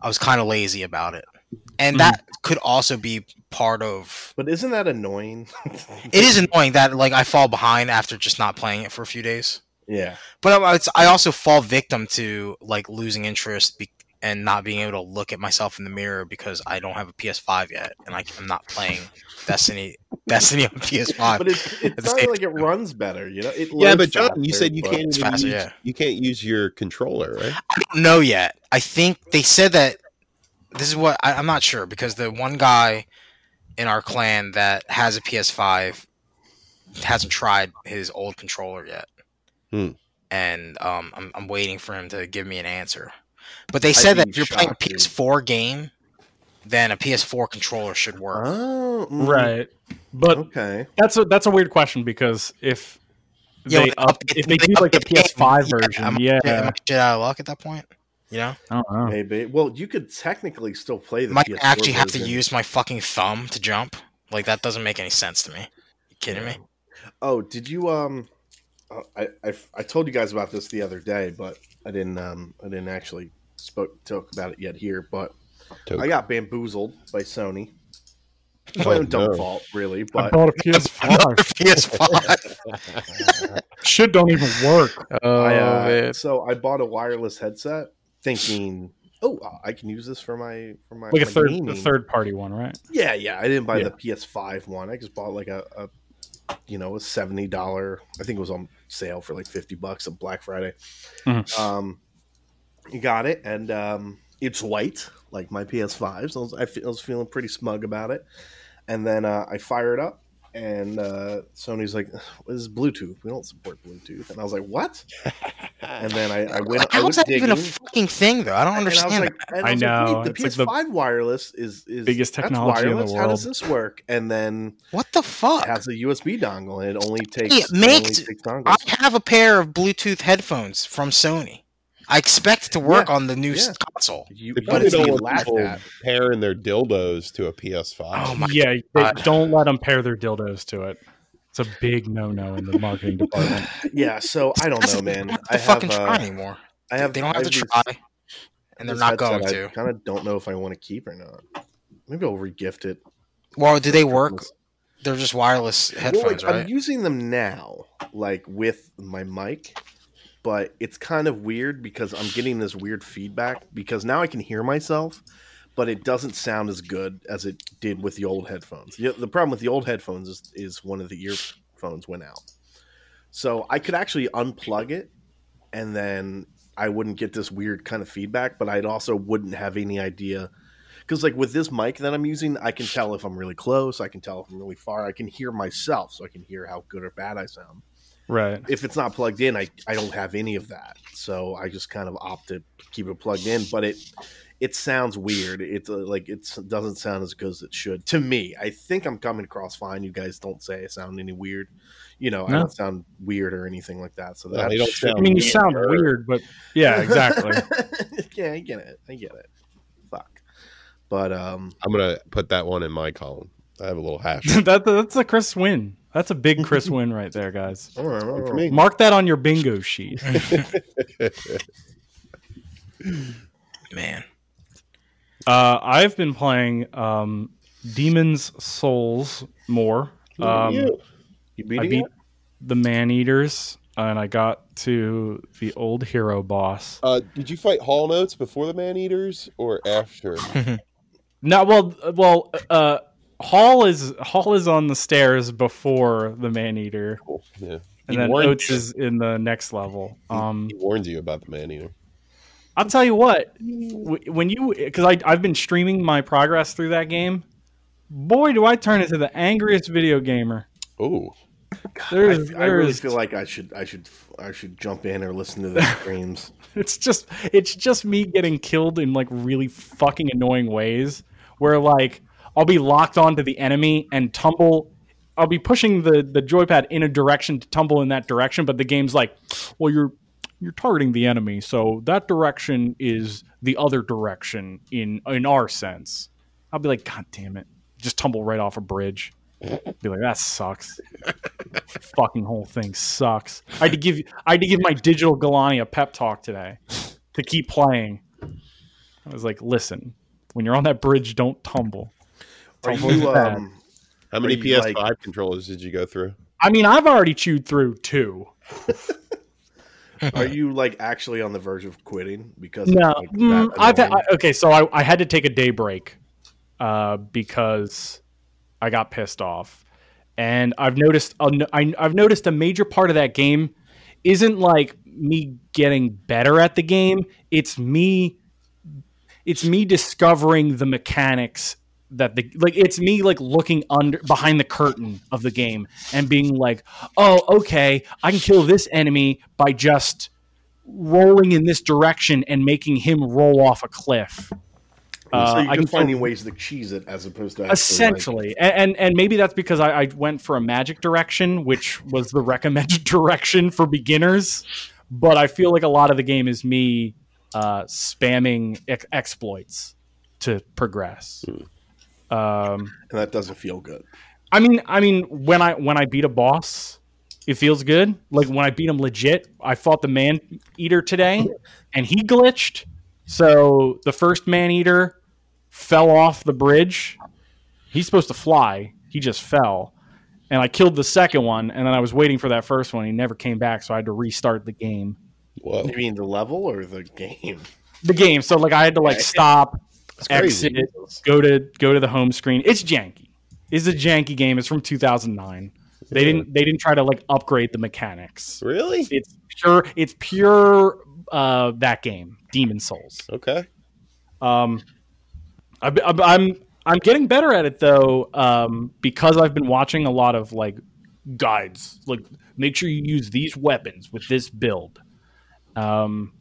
Speaker 3: I was kind of lazy about it, and
Speaker 4: Mhm.
Speaker 3: that could also be part of
Speaker 2: But isn't that annoying?
Speaker 3: it is annoying that like I fall behind after just not playing it for a few days.
Speaker 2: yeah.
Speaker 3: But I, it's, I also fall victim to like losing interest be- and not being able to look at myself in the mirror because I don't have a PS5 yet and I, I'm not playing Destiny Destiny on PS5.
Speaker 2: But it's
Speaker 3: the
Speaker 2: it's not
Speaker 3: same
Speaker 2: like it runs better, you know. It
Speaker 1: Yeah,
Speaker 2: loads
Speaker 1: but John, you
Speaker 2: faster,
Speaker 1: said you
Speaker 2: but-
Speaker 1: can't
Speaker 3: It's
Speaker 1: even
Speaker 3: faster,
Speaker 1: use,
Speaker 3: yeah.
Speaker 1: you can't use your controller, right?
Speaker 3: I don't know yet. I think they said that this is what I, I'm not sure because the one guy in our clan that has a PS5 hasn't tried his old controller yet,
Speaker 1: Hmm.
Speaker 3: and um, I'm, I'm waiting for him to give me an answer. But they said that
Speaker 2: be
Speaker 3: if you're playing a
Speaker 2: shocked, dude.
Speaker 3: PS4 game, then a PS4 controller should work.
Speaker 2: Oh mm,
Speaker 4: Right. But
Speaker 2: Okay.
Speaker 4: that's a that's a weird question because if
Speaker 3: Yeah,
Speaker 4: they
Speaker 3: when
Speaker 4: up,
Speaker 3: update-
Speaker 4: if they
Speaker 3: when
Speaker 4: do like the
Speaker 3: update the game,
Speaker 4: PS5
Speaker 3: yeah,
Speaker 4: version,
Speaker 3: I'm-
Speaker 4: yeah,
Speaker 3: Am I shit out of luck at that point? You know,
Speaker 4: I don't know.
Speaker 2: Maybe. Well, you could technically still play the
Speaker 3: might
Speaker 2: PS4
Speaker 3: actually have to
Speaker 2: version.
Speaker 3: use my fucking thumb to jump. Like that doesn't make any sense to me. You kidding me?
Speaker 2: Oh, did you um? uh, I, I I told you guys about this the other day, but I didn't um I didn't actually spoke talk about it yet here. But I got bamboozled by Sony.
Speaker 1: Oh,
Speaker 2: My own dumb
Speaker 1: no.
Speaker 2: fault, really.
Speaker 4: I
Speaker 2: But
Speaker 4: bought a PS5.
Speaker 3: PS5.
Speaker 4: Shit don't even work.
Speaker 6: Oh
Speaker 2: I, uh,
Speaker 6: man.
Speaker 2: so I bought a wireless headset, thinking, oh, I can use this for my for my
Speaker 4: Like a
Speaker 2: my
Speaker 4: third a
Speaker 2: gaming.
Speaker 4: third party one, right?
Speaker 2: Yeah, yeah. I didn't buy
Speaker 4: Yeah.
Speaker 2: the PS5 one. I just bought like a, a you know, a seventy dollar. I think it was on sale for like fifty bucks on Black Friday.
Speaker 4: Mhm.
Speaker 2: Um, you got it, and um, it's white like my PS5. So I was, I, fe- I was feeling pretty smug about it. And then uh, I fire it up, and uh, Sony's like, "This is Bluetooth. We don't support Bluetooth." And I was like, "what? And then I, I went.
Speaker 3: Like,
Speaker 2: I
Speaker 3: how
Speaker 2: was
Speaker 3: is that even a
Speaker 2: digging.
Speaker 3: fucking thing, though? I don't
Speaker 2: And
Speaker 3: understand.
Speaker 2: I was
Speaker 3: that.
Speaker 2: like, and I,
Speaker 4: I
Speaker 2: was like,
Speaker 4: know,
Speaker 2: wait,
Speaker 4: it's like
Speaker 2: the
Speaker 4: the
Speaker 2: PS5 wireless is is
Speaker 4: biggest
Speaker 2: that's
Speaker 4: technology in the
Speaker 2: wireless? How does
Speaker 4: world.
Speaker 2: this work? And then
Speaker 3: What the fuck?
Speaker 2: it has a USB dongle, and it only takes
Speaker 3: Hey,
Speaker 2: it only
Speaker 3: makes-
Speaker 2: takes dongles.
Speaker 3: I have a pair of Bluetooth headphones from Sony. I expect it to work
Speaker 2: Yeah,
Speaker 3: on the new
Speaker 2: yeah.
Speaker 3: console.
Speaker 2: You,
Speaker 1: They
Speaker 2: you
Speaker 1: probably
Speaker 3: it's
Speaker 1: don't
Speaker 2: would
Speaker 1: want
Speaker 2: be laughed
Speaker 1: people
Speaker 2: at.
Speaker 1: pairing their dildos to a PS5.
Speaker 3: Oh my!
Speaker 4: yeah, they
Speaker 3: God.
Speaker 4: don't let them pair their dildos to it. It's a big no no in the marketing department.
Speaker 2: Yeah, so I don't
Speaker 3: That's-
Speaker 2: know,
Speaker 3: they
Speaker 2: man.
Speaker 3: Don't have to
Speaker 2: I have,
Speaker 3: fucking try
Speaker 2: uh,
Speaker 3: anymore.
Speaker 2: I have.
Speaker 3: they don't
Speaker 2: I
Speaker 3: have to
Speaker 2: these-
Speaker 3: try, and they're
Speaker 2: this
Speaker 3: not going
Speaker 2: headset I
Speaker 3: to.
Speaker 2: kind of don't know if I want to keep or not. Maybe I'll regift it.
Speaker 3: Well, do they work?
Speaker 2: Well,
Speaker 3: They're just wireless
Speaker 2: like,
Speaker 3: headphones,
Speaker 2: I'm
Speaker 3: right?
Speaker 2: using them now, like with my mic, but it's kind of weird because I'm getting this weird feedback because now I can hear myself, but it doesn't sound as good as it did with the old headphones. Yeah, The problem with the old headphones is, is one of the earphones went out. So I could actually unplug it and then I wouldn't get this weird kind of feedback, but I'd also wouldn't have any idea. Because, like, with this mic that I'm using, I can tell if I'm really close, I can tell if I'm really far, I can hear myself, so I can hear how good or bad I sound
Speaker 5: Right.
Speaker 2: if it's not plugged in, I, I don't have any of that. So I just kind of opt to keep it plugged in, but it it sounds weird. It's uh, like it doesn't sound as good as it should to me. I think I'm coming across fine. You guys don't say I sound any weird. You know, I
Speaker 4: No.
Speaker 2: don't sound weird or anything like that. So
Speaker 1: No,
Speaker 2: that
Speaker 1: they don't
Speaker 2: should-
Speaker 1: sound
Speaker 4: I mean, you
Speaker 3: Oh,
Speaker 1: Yeah.
Speaker 4: sound weird, but yeah, exactly.
Speaker 2: yeah, I get it. I get it. Fuck. But um,
Speaker 1: I'm gonna put that one in my column. I have a little hash.
Speaker 4: that, that's a Chris win. That's a big Chris win right there, guys.
Speaker 1: for me.
Speaker 4: Mark that on your bingo sheet.
Speaker 3: Man.
Speaker 4: Uh, I've been playing um, Demon's Souls more. Um,
Speaker 1: You.
Speaker 2: you
Speaker 4: I
Speaker 2: beating
Speaker 4: beat
Speaker 2: it?
Speaker 4: the Man Eaters, and I got to the old hero boss.
Speaker 1: Uh, did you fight Hall Notes before the Man Eaters or after?
Speaker 4: No, well, uh, well, uh, Hall is Hall is on the stairs before the Man Eater,
Speaker 1: Cool. Yeah,
Speaker 4: and
Speaker 3: He
Speaker 4: then
Speaker 3: warned
Speaker 4: Oates
Speaker 3: you.
Speaker 4: is in the next level. Um,
Speaker 1: he warns you about the Man Eater.
Speaker 4: I'll tell you what, wh- when you because I I've been streaming my progress through that game. Boy, do I turn into the angriest video gamer.
Speaker 1: Oh,
Speaker 2: I,
Speaker 4: There's,
Speaker 2: I really
Speaker 4: there's-
Speaker 2: feel like I should I should I should jump in or listen to the streams.
Speaker 4: it's just it's just me getting killed in like really fucking annoying ways where like I'll be locked onto the enemy and tumble I'll be pushing the the joypad in a direction to tumble in that direction but the game's like well you're you're targeting the enemy so that direction is the other direction in in our sense I'll be like god damn it just tumble right off a bridge be like that sucks fucking whole thing sucks. I had to give I had to give my digital Galani a pep talk today to keep playing. I was like, listen, when you're on that bridge, don't tumble.
Speaker 2: Are
Speaker 4: Tumble is
Speaker 2: you
Speaker 4: bad.
Speaker 2: um?
Speaker 1: how many
Speaker 2: you,
Speaker 1: PS5 controllers did you go through?
Speaker 4: I mean, I've already chewed through two.
Speaker 2: Are you like actually on the verge of quitting because it's,
Speaker 4: No,
Speaker 2: like, that
Speaker 4: mm, I've had,
Speaker 2: annoying?
Speaker 4: I- okay. So I, I had to take a day break uh, because I got pissed off, and I've noticed a n- I, I've noticed a major part of that game isn't like me getting better at the game. It's me, it's me discovering the mechanics that the like it's me like looking under behind the curtain of the game and being like oh okay i can kill this enemy by just rolling in this direction and making him roll off a cliff.
Speaker 2: so
Speaker 4: Uh,
Speaker 2: you're
Speaker 4: I can
Speaker 2: finding ways to cheese it as opposed to actually, like-
Speaker 4: essentially, and, and and maybe that's because I, I went for a magic direction, which was the recommended direction for beginners. But I feel like a lot of the game is me uh, spamming ex- exploits to progress. Um,
Speaker 2: and that doesn't feel good.
Speaker 4: I mean, I mean, when I when I beat a boss, it feels good. Like when I beat him legit, I fought the man eater today, and he glitched. So the first man eater fell off the bridge. He's supposed to fly. He just fell, and I killed the second one. And then I was waiting for that first one. He never came back, so I had to restart the game.
Speaker 1: Whoa,
Speaker 2: You mean the level or the game?
Speaker 4: The game. So like I had to like stop,
Speaker 1: crazy.
Speaker 4: exit, go to go to the home screen. It's janky. It's a janky game. It's from 2009. They didn't they didn't try to like upgrade the mechanics.
Speaker 1: really?
Speaker 4: It's pure it's pure uh that game, Demon Souls.
Speaker 1: Okay.
Speaker 4: Um I, I, I'm I'm getting better at it though um because I've been watching a lot of like guides. Like make sure you use these weapons with this build. Um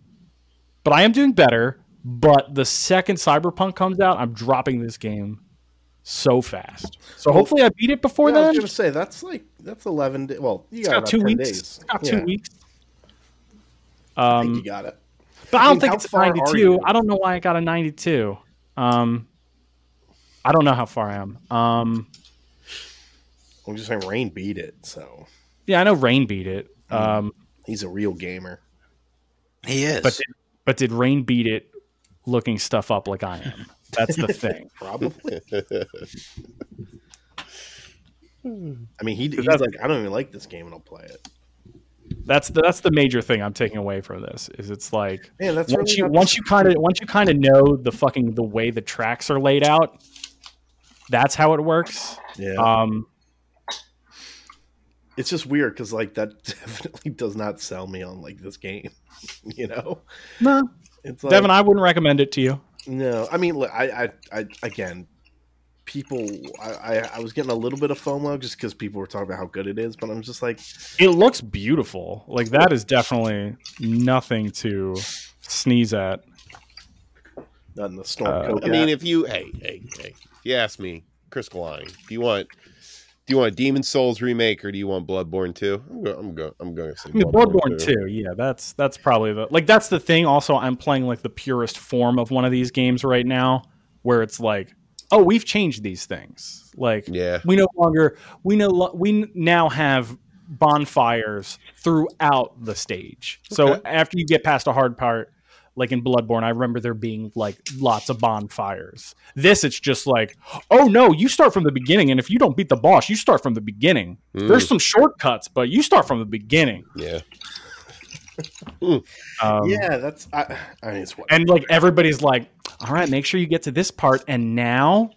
Speaker 4: but I am doing better, but the second Cyberpunk comes out, I'm dropping this game so fast. So hopefully I beat it before
Speaker 2: Yeah, I was
Speaker 4: then.
Speaker 2: gonna say that's like that's eleven. Day, well, you
Speaker 4: It's
Speaker 2: got,
Speaker 4: got
Speaker 2: about
Speaker 4: two
Speaker 2: 10
Speaker 4: weeks.
Speaker 2: Days.
Speaker 4: It's got
Speaker 2: Yeah,
Speaker 4: two weeks.
Speaker 2: I think
Speaker 4: Um,
Speaker 2: you got it.
Speaker 4: but I
Speaker 2: I
Speaker 4: don't
Speaker 2: mean,
Speaker 4: think
Speaker 2: how
Speaker 4: it's a
Speaker 2: far are
Speaker 4: 92.
Speaker 2: you?
Speaker 4: I don't know why I got a 92. Um, I don't know how far I am. Um,
Speaker 2: I'm just saying, Rain beat it, so
Speaker 4: yeah, I know Rain beat it.
Speaker 2: Mm.
Speaker 4: Um,
Speaker 2: he's a real gamer.
Speaker 3: He is.
Speaker 4: But but did Rain beat it looking stuff up like I am? That's the thing.
Speaker 2: Probably. I mean, he, he's
Speaker 4: that's-
Speaker 2: like, I don't even like this game, and I'll play it.
Speaker 4: That's the, that's the major thing I'm taking away from this. Is it's like
Speaker 2: Man, that's
Speaker 4: once
Speaker 2: really
Speaker 4: you
Speaker 2: not-
Speaker 4: once you kind of once you kind of know the fucking the way the tracks are laid out. That's how it works.
Speaker 2: yeah.
Speaker 4: Um,
Speaker 2: it's just weird because like that definitely does not sell me on like this game. You know,
Speaker 4: no,
Speaker 2: it's like,
Speaker 4: Devin, I wouldn't recommend it to you.
Speaker 2: No, I mean, look, I, I, I again, people, I, I, I was getting a little bit of FOMO just because people were talking about how good it is, but I'm just like,
Speaker 4: It looks beautiful. Like that is definitely nothing to sneeze at.
Speaker 2: not in the storm.
Speaker 4: Uh,
Speaker 2: coat
Speaker 1: I mean,
Speaker 2: yet.
Speaker 1: if you hey hey hey, if you ask me, Chris Klein, do you want do you want Demon Souls remake or do you want Bloodborne two? I'm going. I'm going. I'm going to say
Speaker 4: I mean, Bloodborne too. Yeah, that's that's probably the like that's the thing. Also, I'm playing like the purest form of one of these games right now, where it's like, oh, we've changed these things. Like,
Speaker 1: Yeah.
Speaker 4: we no longer we no lo- we now have bonfires throughout the stage. So
Speaker 1: Okay.
Speaker 4: after you get past a hard part, like in Bloodborne, I remember there being like lots of bonfires. This it's just like, oh no, you start from the beginning, and if you don't beat the boss, you start from the beginning.
Speaker 1: Mm.
Speaker 4: There's some shortcuts, but you start from the beginning.
Speaker 1: Yeah.
Speaker 4: Um,
Speaker 2: yeah, that's, I, I mean, it's what.
Speaker 4: and like everybody's like all right make sure you get to this part and now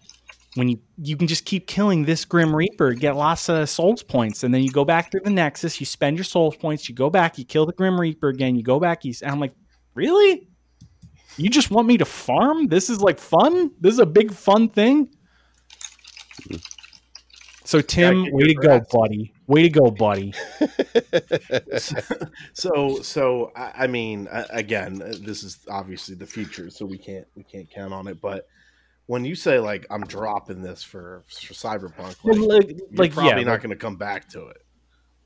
Speaker 4: when you you can just keep killing this grim reaper get lots of souls points and then you go back through the nexus you spend your souls points you go back you kill the grim reaper again you go back you s- and i'm like really you just want me to farm this is like fun this is a big fun thing so tim
Speaker 2: get
Speaker 4: way
Speaker 2: your
Speaker 4: to go
Speaker 2: ass.
Speaker 4: buddy way to go buddy
Speaker 2: So, so I, I mean, I, again, uh, this is obviously the future, so we can't, we can't count on it. But when you say like, I'm dropping this for, for Cyberpunk, like,
Speaker 4: Well, like,
Speaker 2: you're
Speaker 4: like,
Speaker 2: probably
Speaker 4: yeah,
Speaker 2: not
Speaker 4: like-
Speaker 2: going to come back to it.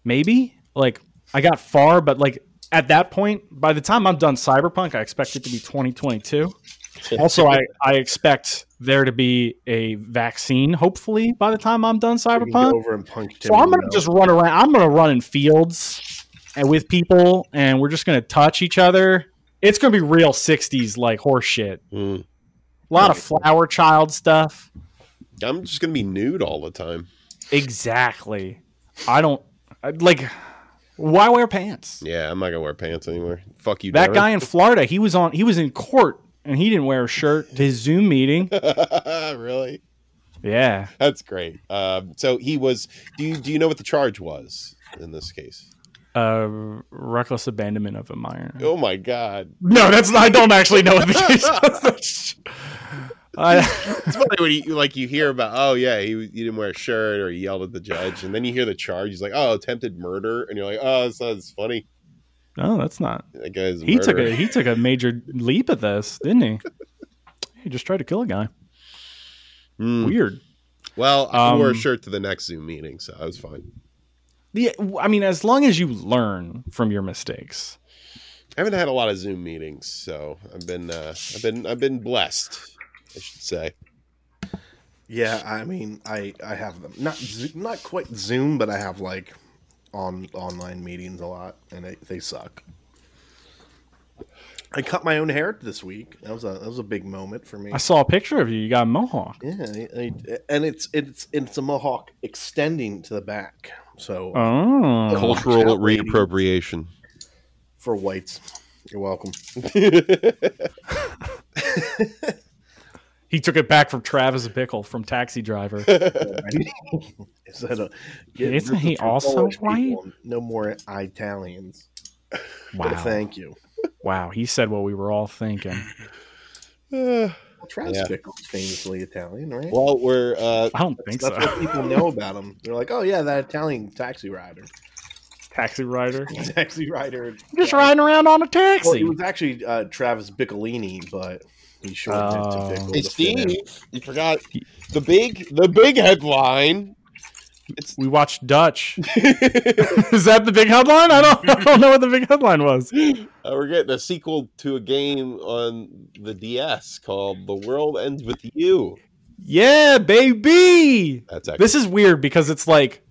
Speaker 4: maybe like i got far but like at that point by the time i'm done cyberpunk i expect it to be 2022 also i i expect there to be a vaccine hopefully by the time i'm done
Speaker 2: You can go
Speaker 4: cyberpunk
Speaker 2: over and punch Tim
Speaker 4: so i'm
Speaker 2: in the
Speaker 4: gonna
Speaker 2: nose.
Speaker 4: just run around i'm gonna run in fields and with people and we're just gonna touch each other it's gonna be real 60s like horse shit
Speaker 1: Mm.
Speaker 4: a lot of flower child stuff
Speaker 1: I'm just gonna be nude all the time.
Speaker 4: exactly i don't I- like why wear pants
Speaker 1: Yeah, I'm not gonna wear pants anymore. Fuck you,
Speaker 4: That
Speaker 1: Darren.
Speaker 4: guy in Florida, he was on he was in court and he didn't wear a shirt to his Zoom meeting.
Speaker 1: really?
Speaker 4: Yeah.
Speaker 1: That's great. Um, so he was. Do you do you know what the charge was in this case?
Speaker 4: Uh, reckless abandonment of a minor.
Speaker 1: Oh my god!
Speaker 4: No, that's I don't actually know what the I,
Speaker 1: It's funny when you like you hear about oh yeah he, he didn't wear a shirt or he yelled at the judge and then you hear the charge he's like oh attempted murder and you're like oh that's, that's funny
Speaker 4: no, that's not.
Speaker 1: that guy's a
Speaker 4: He took a
Speaker 1: murderer.
Speaker 4: he took a major leap at this, didn't he? He just tried to kill a guy.
Speaker 1: Mm.
Speaker 4: Weird.
Speaker 1: Well, I wore a
Speaker 4: Um,
Speaker 1: shirt to the next Zoom meeting, so I was fine.
Speaker 4: Yeah, I mean, as long as you learn from your mistakes,
Speaker 1: I haven't had a lot of Zoom meetings, so I've been uh, I've been I've been blessed, I should say.
Speaker 2: Yeah, I mean, I I have them not Zo- not quite Zoom, but I have like on online meetings a lot, and they, they suck. I cut my own hair this week. That was a that was a big moment for me.
Speaker 4: I saw a picture of you. You got a mohawk.
Speaker 2: Yeah, I, I, and it's it's it's a mohawk extending to the back, so
Speaker 1: Uh,
Speaker 4: Oh,
Speaker 2: Cultural Watch out, lady.
Speaker 1: reappropriation.
Speaker 2: for whites, you're welcome.
Speaker 4: he took it back from Travis Bickle from Taxi Driver.
Speaker 2: Is that a,
Speaker 4: Isn't
Speaker 2: rid of
Speaker 4: he
Speaker 2: your
Speaker 4: also
Speaker 2: Polish people
Speaker 4: white?
Speaker 2: and No more Italians. But
Speaker 4: Wow.
Speaker 2: thank you.
Speaker 4: Wow, he said what we were all thinking.
Speaker 2: Well, Travis
Speaker 1: Yeah.
Speaker 2: Bickle's famously Italian, right?
Speaker 1: well, we're uh,
Speaker 4: I don't think
Speaker 2: That's
Speaker 4: so.
Speaker 2: what people know about him. They're like, oh yeah, that Italian taxi rider,
Speaker 4: Taxi rider,
Speaker 2: taxi rider.
Speaker 4: just riding around on
Speaker 2: Well,
Speaker 4: a
Speaker 2: it
Speaker 4: taxi.
Speaker 2: was actually uh, Travis Biccolini, but he shortened
Speaker 4: Oh.
Speaker 2: it to Bickle.
Speaker 1: hey,
Speaker 2: to fit
Speaker 1: Steve.
Speaker 2: in.
Speaker 1: You forgot the big the big headline.
Speaker 4: We watched Dutch. Is that the big headline? I don't, I don't know what the big headline was.
Speaker 1: Uh, we're getting a sequel to a game on the DS called "The World Ends with You."
Speaker 4: Yeah, baby.
Speaker 1: That's actually
Speaker 4: This is weird because it's like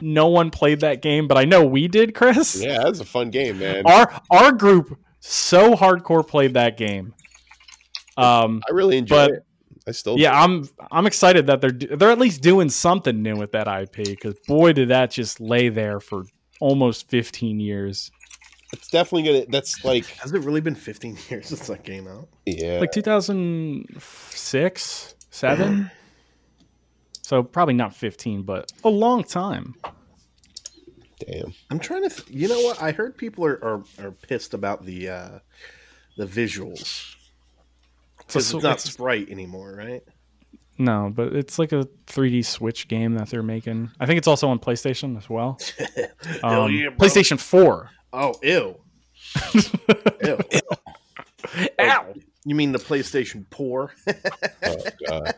Speaker 4: no one played that game, but I know we did, Chris.
Speaker 1: yeah, that's a fun game, man.
Speaker 4: Our our group so hardcore played that game. Um,
Speaker 1: I really enjoyed
Speaker 4: but-
Speaker 1: it. I still
Speaker 4: yeah, I'm I'm excited that they're do- they're at least doing something new with that IP because boy did that just lay there for almost 15 years.
Speaker 1: It's definitely gonna. That's like
Speaker 2: Has it really been 15 years since that came out?
Speaker 1: yeah.
Speaker 4: Like 2006, 7. so probably not 15, but a long time.
Speaker 1: damn.
Speaker 2: I'm trying to. Th- you know what? I heard people are are, are pissed about the uh, the visuals
Speaker 4: a
Speaker 2: because
Speaker 4: sw-
Speaker 2: it's not
Speaker 4: it's-
Speaker 2: sprite anymore, right?
Speaker 4: No, but it's like a 3D Switch game that they're making. I think it's also on PlayStation as well.
Speaker 2: Hell
Speaker 4: Um,
Speaker 2: yeah, bro.
Speaker 4: PlayStation 4.
Speaker 2: Oh, ew. ew. Oh,
Speaker 4: Ow.
Speaker 2: You mean the PlayStation Poor?
Speaker 1: Oh god.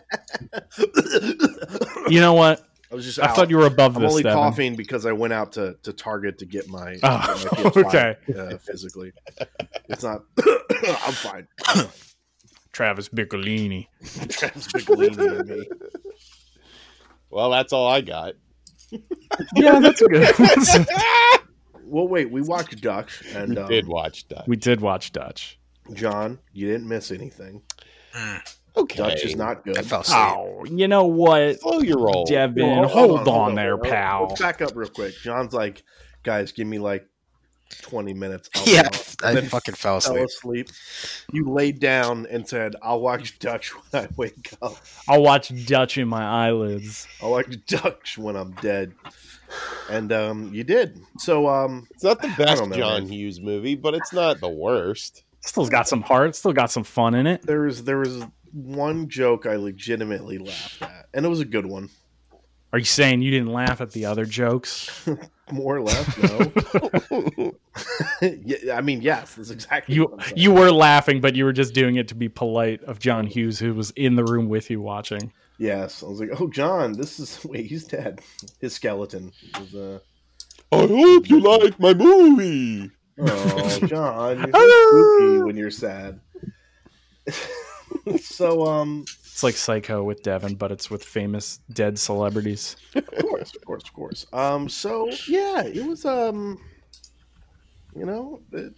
Speaker 2: I
Speaker 4: You know what?
Speaker 2: was just.
Speaker 4: I thought you were above
Speaker 2: I'm
Speaker 4: this.
Speaker 2: only
Speaker 4: Devin.
Speaker 2: coughing because I went out to, to Target to get my,
Speaker 4: Oh,
Speaker 2: get my PS5,
Speaker 4: okay.
Speaker 2: uh, physically. It's not. I'm fine.
Speaker 4: Travis Bicolini.
Speaker 2: Travis Bicolini and me.
Speaker 1: Well, that's all I got.
Speaker 4: Yeah, that's good.
Speaker 2: Well, wait. We watched Ducks, and
Speaker 1: We
Speaker 2: um,
Speaker 1: did watch Dutch.
Speaker 4: we did watch Dutch.
Speaker 2: John, you didn't miss anything.
Speaker 1: okay.
Speaker 2: Dutch is not good.
Speaker 3: I fell asleep.
Speaker 4: Oh, you know what,
Speaker 1: Slow your roll.
Speaker 4: Devin?
Speaker 2: Well,
Speaker 4: hold, on, there,
Speaker 2: hold
Speaker 4: pal.
Speaker 2: Let's back up real quick. John's like, guys, give me like 20 minutes. I'll
Speaker 3: Yeah,
Speaker 2: be off."
Speaker 3: I
Speaker 2: Then
Speaker 3: fucking fell
Speaker 2: fell
Speaker 3: asleep.
Speaker 2: asleep. You laid down and said, I'll watch Dutch when I wake up.
Speaker 4: I'll watch Dutch in my eyelids.
Speaker 2: I'll watch Dutch when I'm dead. And um, you did. So um,
Speaker 1: It's not the best
Speaker 2: don't know,
Speaker 1: John
Speaker 2: man.
Speaker 1: Hughes movie, but it's not the worst.
Speaker 4: Still's got some heart. Still got some fun in it.
Speaker 2: there was there was one joke I legitimately laughed at, and it was a good one,
Speaker 4: Are you saying you didn't laugh at the other jokes?
Speaker 2: more or less. No, yeah, I mean, yes, that's exactly
Speaker 4: You
Speaker 2: what I'm saying.
Speaker 4: you were laughing, but you were just doing it to be polite of John Hughes, who was in the room with you watching.
Speaker 2: Yes, I was like, oh, John, this is wait, he's dead. His skeleton was uh,
Speaker 1: I hope you like my movie.
Speaker 2: oh, John, you're so spooky when you're sad. so um,
Speaker 4: It's like Psycho with Devin, but it's with famous dead celebrities.
Speaker 2: of course, of course, of course. Um, so yeah, it was um, you know, it,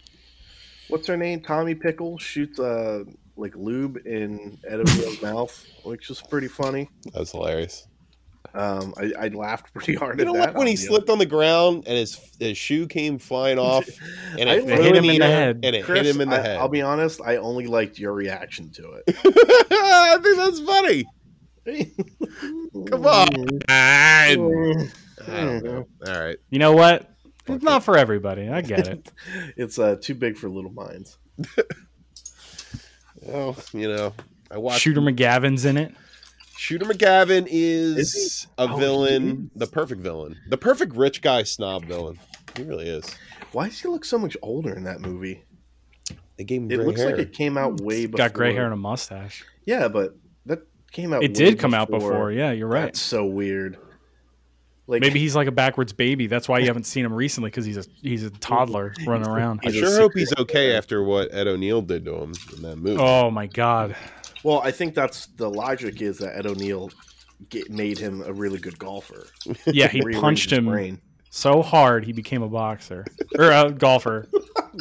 Speaker 2: what's her name? Tommy Pickle shoots uh like lube in Edward's mouth, which was pretty funny.
Speaker 1: That was hilarious.
Speaker 2: Um, I, I laughed pretty hard.
Speaker 1: You
Speaker 2: at
Speaker 1: know
Speaker 2: that
Speaker 1: what? When he
Speaker 2: idea.
Speaker 1: slipped on the ground and his his shoe came flying off, and
Speaker 2: I
Speaker 1: it
Speaker 2: hit
Speaker 1: flew
Speaker 4: him in the
Speaker 1: air,
Speaker 4: head.
Speaker 1: and it
Speaker 2: Chris,
Speaker 1: hit him in the
Speaker 2: I,
Speaker 1: head.
Speaker 2: I'll be honest. I only liked your reaction to it.
Speaker 1: I think that's funny. Come on. I don't know. All right.
Speaker 4: You know what?
Speaker 1: Fuck
Speaker 4: It's not for everybody. I get it.
Speaker 2: It's uh, too big for little minds.
Speaker 1: Well, you know, I watched
Speaker 4: Shooter McGavin's in it.
Speaker 1: Shooter McGavin is,
Speaker 2: Is
Speaker 1: a
Speaker 2: Oh,
Speaker 1: villain,
Speaker 2: he
Speaker 1: the perfect villain, the perfect rich guy snob villain. He really is.
Speaker 2: Why does he look so much older in that movie?
Speaker 1: They gave him
Speaker 2: It
Speaker 1: gray
Speaker 2: looks
Speaker 1: hair.
Speaker 2: like it came out way before.
Speaker 4: Got gray hair and a mustache.
Speaker 2: Yeah, but that came out.
Speaker 4: It
Speaker 2: way
Speaker 4: did come out before. Yeah, you're right.
Speaker 2: That's so weird. Like
Speaker 4: Maybe he's like a backwards baby. That's why you haven't seen him recently because he's a he's a toddler running around.
Speaker 1: I
Speaker 2: he's a
Speaker 1: sure hope he's
Speaker 2: secret-
Speaker 1: okay after what Ed O'Neill did to him in that movie.
Speaker 4: Oh my god!
Speaker 2: Well, I think that's the logic is that Ed O'Neill get, made him a really good golfer.
Speaker 4: Yeah, he
Speaker 2: Rearranged
Speaker 4: punched
Speaker 2: his
Speaker 4: him
Speaker 2: brain.
Speaker 4: so hard he became a boxer or a golfer.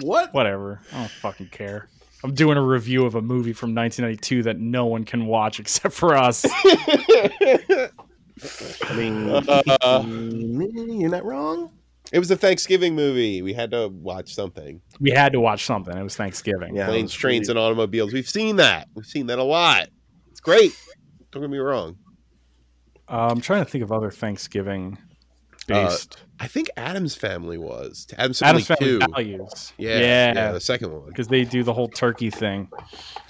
Speaker 2: What?
Speaker 4: Whatever. I don't fucking care. I'm doing a review of a movie from 1992 that no one can watch except for us.
Speaker 2: I mean, Oh.
Speaker 1: Uh,
Speaker 2: you're not wrong.
Speaker 1: it was a Thanksgiving movie. We had to watch something.
Speaker 4: We had to watch something. It was Thanksgiving.
Speaker 2: Yeah,
Speaker 1: Planes, trains, and automobiles. We've seen that. We've seen that a lot. It's great. Don't get me wrong.
Speaker 4: Uh, I'm trying to think of other Thanksgiving based.
Speaker 1: I think Adam's family was. Adam's family
Speaker 4: Adam's Family
Speaker 1: 2.
Speaker 4: Values.
Speaker 1: Yeah, yeah.
Speaker 4: Yeah.
Speaker 1: The second one.
Speaker 4: Because they do the whole turkey thing.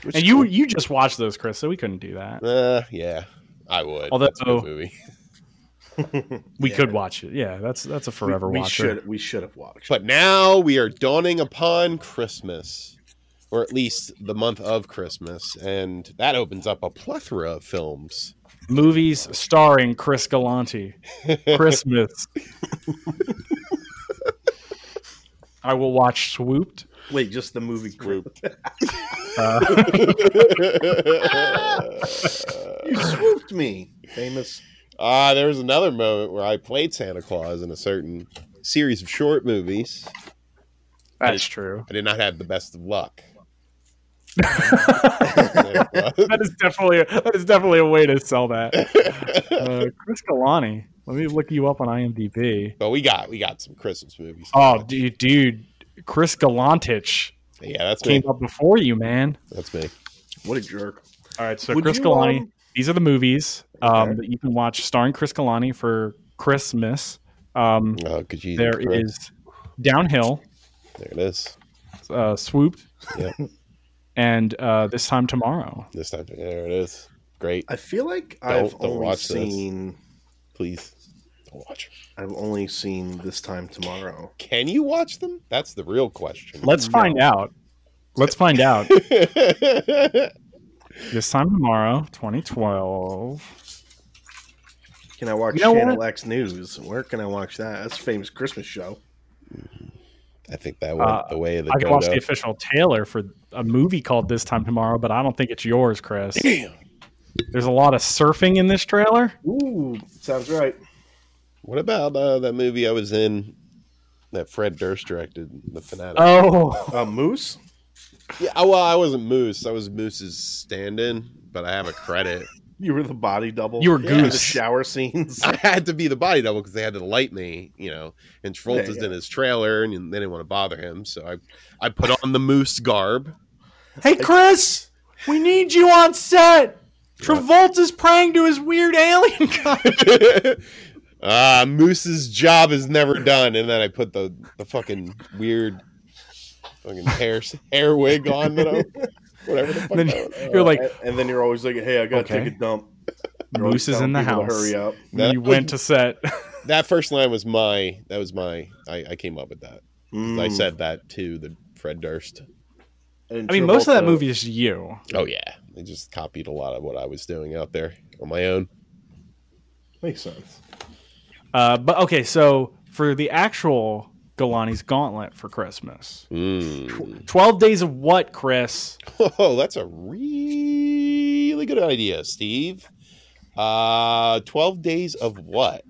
Speaker 1: Which
Speaker 4: and
Speaker 1: is
Speaker 4: you
Speaker 1: cool.
Speaker 4: you just watched those, Chris, so we couldn't do that.
Speaker 1: Uh, yeah, I would.
Speaker 4: Although-
Speaker 1: That's a good movie.
Speaker 4: We could watch it. Yeah, that's that's a forever
Speaker 2: we, we
Speaker 4: watcher.
Speaker 2: should we should have watched.
Speaker 1: But now we are dawning upon Christmas, or at least the month of Christmas, and that opens up a plethora of films.
Speaker 4: Movies starring Chris Galante. Christmas. I will watch Swooped.
Speaker 2: Wait, just the movie group. you swooped me. Famous.
Speaker 1: Ah, there was another moment where I played Santa Claus in a certain series of short movies.
Speaker 4: That is true.
Speaker 1: I did not have the best of luck.
Speaker 4: that is definitely that is definitely a way to sell that. Uh, Chris Galante. Let me look you up on IMDb.
Speaker 1: But we got we got some Christmas movies.
Speaker 4: Oh, dude, dude Chris Galantich
Speaker 1: yeah, that's me.
Speaker 4: came up before you, man.
Speaker 1: That's me.
Speaker 2: What a jerk.
Speaker 4: All right, so
Speaker 2: Would
Speaker 4: Chris
Speaker 2: you,
Speaker 4: Galani.
Speaker 2: um,
Speaker 4: these are the movies um,
Speaker 2: Okay.
Speaker 4: that you can watch starring Chris Galani for Christmas. Um,
Speaker 1: Oh, could you?
Speaker 4: there
Speaker 1: correct.
Speaker 4: is Downhill,
Speaker 1: There it is.
Speaker 4: uh, Swooped,
Speaker 1: Yep.
Speaker 4: and uh, This Time Tomorrow.
Speaker 1: This time, there it is. Great.
Speaker 2: I feel like I've
Speaker 1: don't
Speaker 2: only
Speaker 1: watch this.
Speaker 2: seen
Speaker 1: Please don't watch. them.
Speaker 2: I've only seen this time tomorrow.
Speaker 1: Can you watch them? That's the real question.
Speaker 4: Let's find out. Let's find out. this Time Tomorrow, 2012.
Speaker 2: Can I watch
Speaker 4: You know
Speaker 2: Channel X News? Where can I watch that? That's a famous Christmas show.
Speaker 1: I think that went
Speaker 4: Uh,
Speaker 1: the way of the
Speaker 4: I can watch
Speaker 1: dodo.
Speaker 4: the official trailer for a movie called This Time Tomorrow, but I don't think it's yours, Chris.
Speaker 1: Damn.
Speaker 4: There's a lot of surfing in this trailer.
Speaker 2: Ooh, sounds right.
Speaker 1: What about uh, that movie I was in that Fred Durst directed, The Fanatic?
Speaker 4: Oh,
Speaker 2: Uh, Moose?
Speaker 1: yeah, well, I wasn't Moose. I was Moose's stand-in, but I have a credit.
Speaker 2: You were the body double.
Speaker 4: You were
Speaker 2: Yeah, The
Speaker 4: Goose.
Speaker 2: shower scenes.
Speaker 1: I had to be the body double because they had to light me, you know. And Travolta's
Speaker 2: Yeah, yeah.
Speaker 1: in his trailer, and they didn't want to bother him, so I, I put on the Moose garb.
Speaker 4: hey, Chris, we need you on set. Travolta's praying to his weird alien guy.
Speaker 1: Ah, Moose's job is never done. And then I put the, the fucking weird fucking hair hair wig on that I, whatever the fuck.
Speaker 4: then
Speaker 1: that was.
Speaker 4: you're like,
Speaker 2: and, Oh, and then you're always like, hey, I got to
Speaker 4: Okay.
Speaker 2: take a dump. You're always
Speaker 4: Moose is
Speaker 2: telling
Speaker 4: in the
Speaker 2: people to
Speaker 4: house.
Speaker 2: Hurry up.
Speaker 4: And then you went to set.
Speaker 1: that first line was my that was my I, I came up with that. I
Speaker 2: Mm.
Speaker 1: said that to the Fred Durst.
Speaker 2: And
Speaker 4: I mean, most of that
Speaker 2: Travolta-
Speaker 4: movie is you.
Speaker 1: Oh yeah. They just copied a lot of what I was doing out there on my own.
Speaker 2: Makes sense.
Speaker 4: Uh, but okay, so for the actual Galani's Gauntlet for Christmas,
Speaker 1: Mm.
Speaker 4: 12 days of what, Chris?
Speaker 1: Oh, that's a really good idea, Steve. Uh, 12 days of what?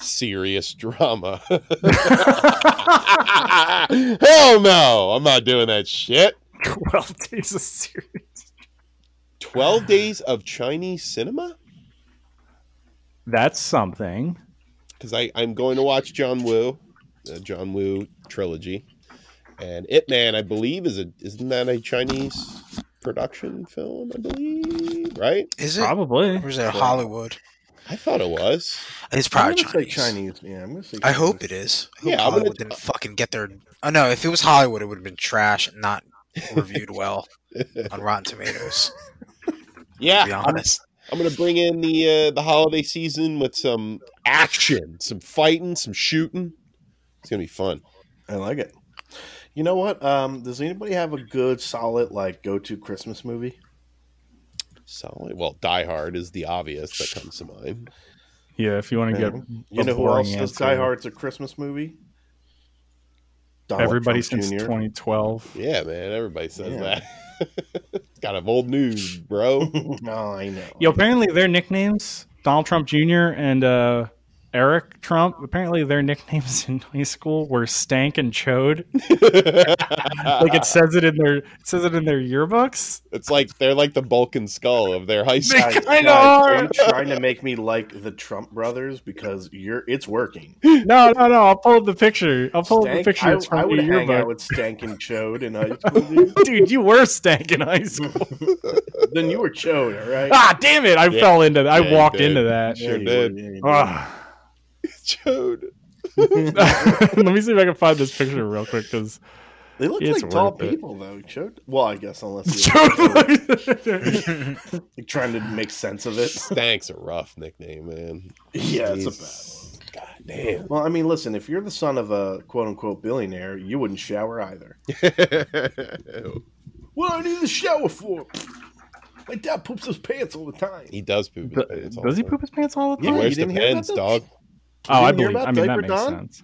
Speaker 1: Serious drama. Hell no, I'm not doing that shit.
Speaker 4: 12 days of series.
Speaker 1: 12 days of Chinese cinema?
Speaker 4: That's something.
Speaker 1: Because I'm going to watch John Woo, the John Woo trilogy. And It Man, I believe, is a isn't that a Chinese production film, I believe, right?
Speaker 3: Is it?
Speaker 4: Probably.
Speaker 3: Or is it Hollywood?
Speaker 1: I thought it was.
Speaker 3: It's
Speaker 2: I'm
Speaker 3: probably
Speaker 2: going to say
Speaker 3: Chinese.
Speaker 2: Chinese. Yeah, I'm going to say
Speaker 3: I
Speaker 2: Chinese.
Speaker 3: hope it is. I hope
Speaker 1: Yeah, I'm gonna-
Speaker 3: Hollywood didn't fucking get their. Oh no! If it was Hollywood, it would have been trash and not reviewed well on Rotten Tomatoes.
Speaker 1: Yeah,
Speaker 3: To be
Speaker 1: I'm,
Speaker 3: honest,
Speaker 1: I'm gonna bring in the uh, the holiday season with some action, some fighting, some shooting. It's gonna be fun.
Speaker 2: I like it. You know what? Um, does anybody have a good, solid, like, go to Christmas movie?
Speaker 1: Solid. Well, Die Hard is the obvious that comes to mind.
Speaker 4: Yeah, if you want to get.
Speaker 2: You
Speaker 4: a
Speaker 2: know who
Speaker 4: boring
Speaker 2: else says
Speaker 4: answer.
Speaker 2: Die Hard's a Christmas movie? Donald
Speaker 4: Everybody
Speaker 2: Trump
Speaker 4: since
Speaker 2: Jr..
Speaker 4: 2012.
Speaker 1: Yeah, man. Everybody says
Speaker 2: Yeah.
Speaker 1: that. Kind of old news, bro.
Speaker 2: no, I know.
Speaker 4: Yo, apparently their nicknames, Donald Trump Jr. and uh, Eric Trump, apparently their nicknames in high school were Stank and Chode. Like it says it in their it says it in their yearbooks.
Speaker 1: it's like they're like the bulk and skull of their high school.
Speaker 2: Guys,
Speaker 4: kinda
Speaker 2: guys,
Speaker 4: are.
Speaker 2: Are you trying to make me like the Trump brothers because you're it's working.
Speaker 4: No, no, no. I'll pull up the picture. I'll pull up the
Speaker 2: Stank,
Speaker 4: picture.
Speaker 2: I,
Speaker 4: It's from
Speaker 2: I would
Speaker 4: your
Speaker 2: hang out
Speaker 4: yearbook.
Speaker 2: with Stank and Chode in high school. Dude.
Speaker 4: Dude, you were Stank in high school.
Speaker 2: then you were Chode, all right?
Speaker 4: ah, damn it! I
Speaker 1: Yeah.
Speaker 4: fell into that. I
Speaker 1: Yeah, you
Speaker 4: walked
Speaker 1: did.
Speaker 4: into that.
Speaker 1: sure
Speaker 2: you
Speaker 1: did.
Speaker 2: were, yeah, you
Speaker 4: Ah.
Speaker 1: Chode.
Speaker 4: Let me see if I can find this picture real quick because
Speaker 2: did. They look
Speaker 4: It's
Speaker 2: like tall
Speaker 4: worth it.
Speaker 2: people though. Chode. Well, I guess unless you're
Speaker 4: Chode.
Speaker 2: like, trying to make sense of it.
Speaker 1: Stanks a rough nickname, man.
Speaker 2: yeah, it's a bad one.
Speaker 1: Jesus. God damn.
Speaker 2: Well, I mean, listen, if you're the son of a quote unquote billionaire, you wouldn't shower either. What do I need the shower for? My dad poops his pants all the time.
Speaker 1: he does poop his pants. all
Speaker 4: Does
Speaker 1: the
Speaker 4: he
Speaker 1: time.
Speaker 4: poop his pants all the
Speaker 1: He
Speaker 4: time?
Speaker 2: Yeah, you
Speaker 1: wears the
Speaker 2: didn't hear about
Speaker 1: pants,
Speaker 2: this?
Speaker 1: dog.
Speaker 4: Oh, I
Speaker 2: didn't hear
Speaker 4: believe.
Speaker 2: about
Speaker 4: I mean, that
Speaker 2: Diaper
Speaker 4: makes
Speaker 2: Don?
Speaker 4: sense.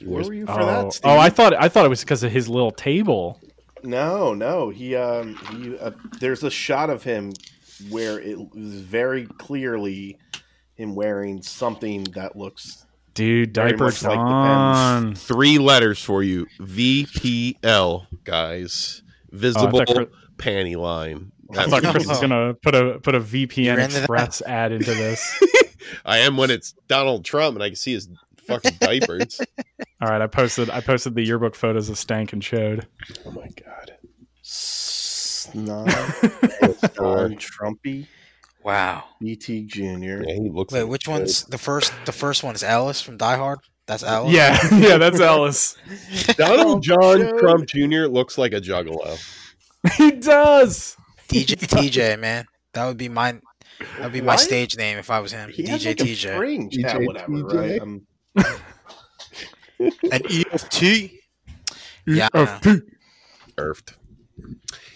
Speaker 1: He
Speaker 2: Where
Speaker 1: wears
Speaker 2: were you for
Speaker 4: Oh.
Speaker 2: that? Steve?
Speaker 4: oh, I thought I thought it was because of his little table.
Speaker 2: no, no. He, um, he. Uh, there's a shot of him where it is very clearly him wearing something that looks.
Speaker 4: Dude,
Speaker 2: Very
Speaker 4: diaper
Speaker 2: much like the
Speaker 4: Don.
Speaker 1: three letters for you VPL, guys. Visible
Speaker 2: Oh,
Speaker 4: Chris-
Speaker 1: panty line.
Speaker 4: I thought Chris was gonna put a put a
Speaker 3: You're
Speaker 4: VPN
Speaker 3: into that?
Speaker 4: Express ad into this.
Speaker 1: I am when it's Donald Trump and I can see his fucking diapers.
Speaker 4: All right, I posted I posted the yearbook photos of Stank and Chode.
Speaker 1: oh my god.
Speaker 2: Snog, Don
Speaker 1: Lord.
Speaker 2: Trumpy,
Speaker 3: Wow.
Speaker 2: BT Jr.
Speaker 1: Yeah, he looks
Speaker 3: Wait,
Speaker 1: like
Speaker 3: which
Speaker 1: a
Speaker 3: one's the first? The first one is Alice from Die Hard. That's Alice.
Speaker 4: Yeah, yeah, that's Ellis.
Speaker 1: kid. Donald John Trump Jr. looks like a juggalo.
Speaker 4: he does.
Speaker 3: DJ TJ, man. That would be my that would be my
Speaker 2: Right?
Speaker 3: stage name if I was him.
Speaker 2: He has,
Speaker 3: DJ
Speaker 2: like, a
Speaker 3: TJ.
Speaker 2: fringe.
Speaker 1: DJ,
Speaker 2: Yeah, whatever,
Speaker 1: TJ.
Speaker 2: right? Um,
Speaker 3: And EFT. Yeah.
Speaker 4: E
Speaker 3: I know.
Speaker 1: Earthed.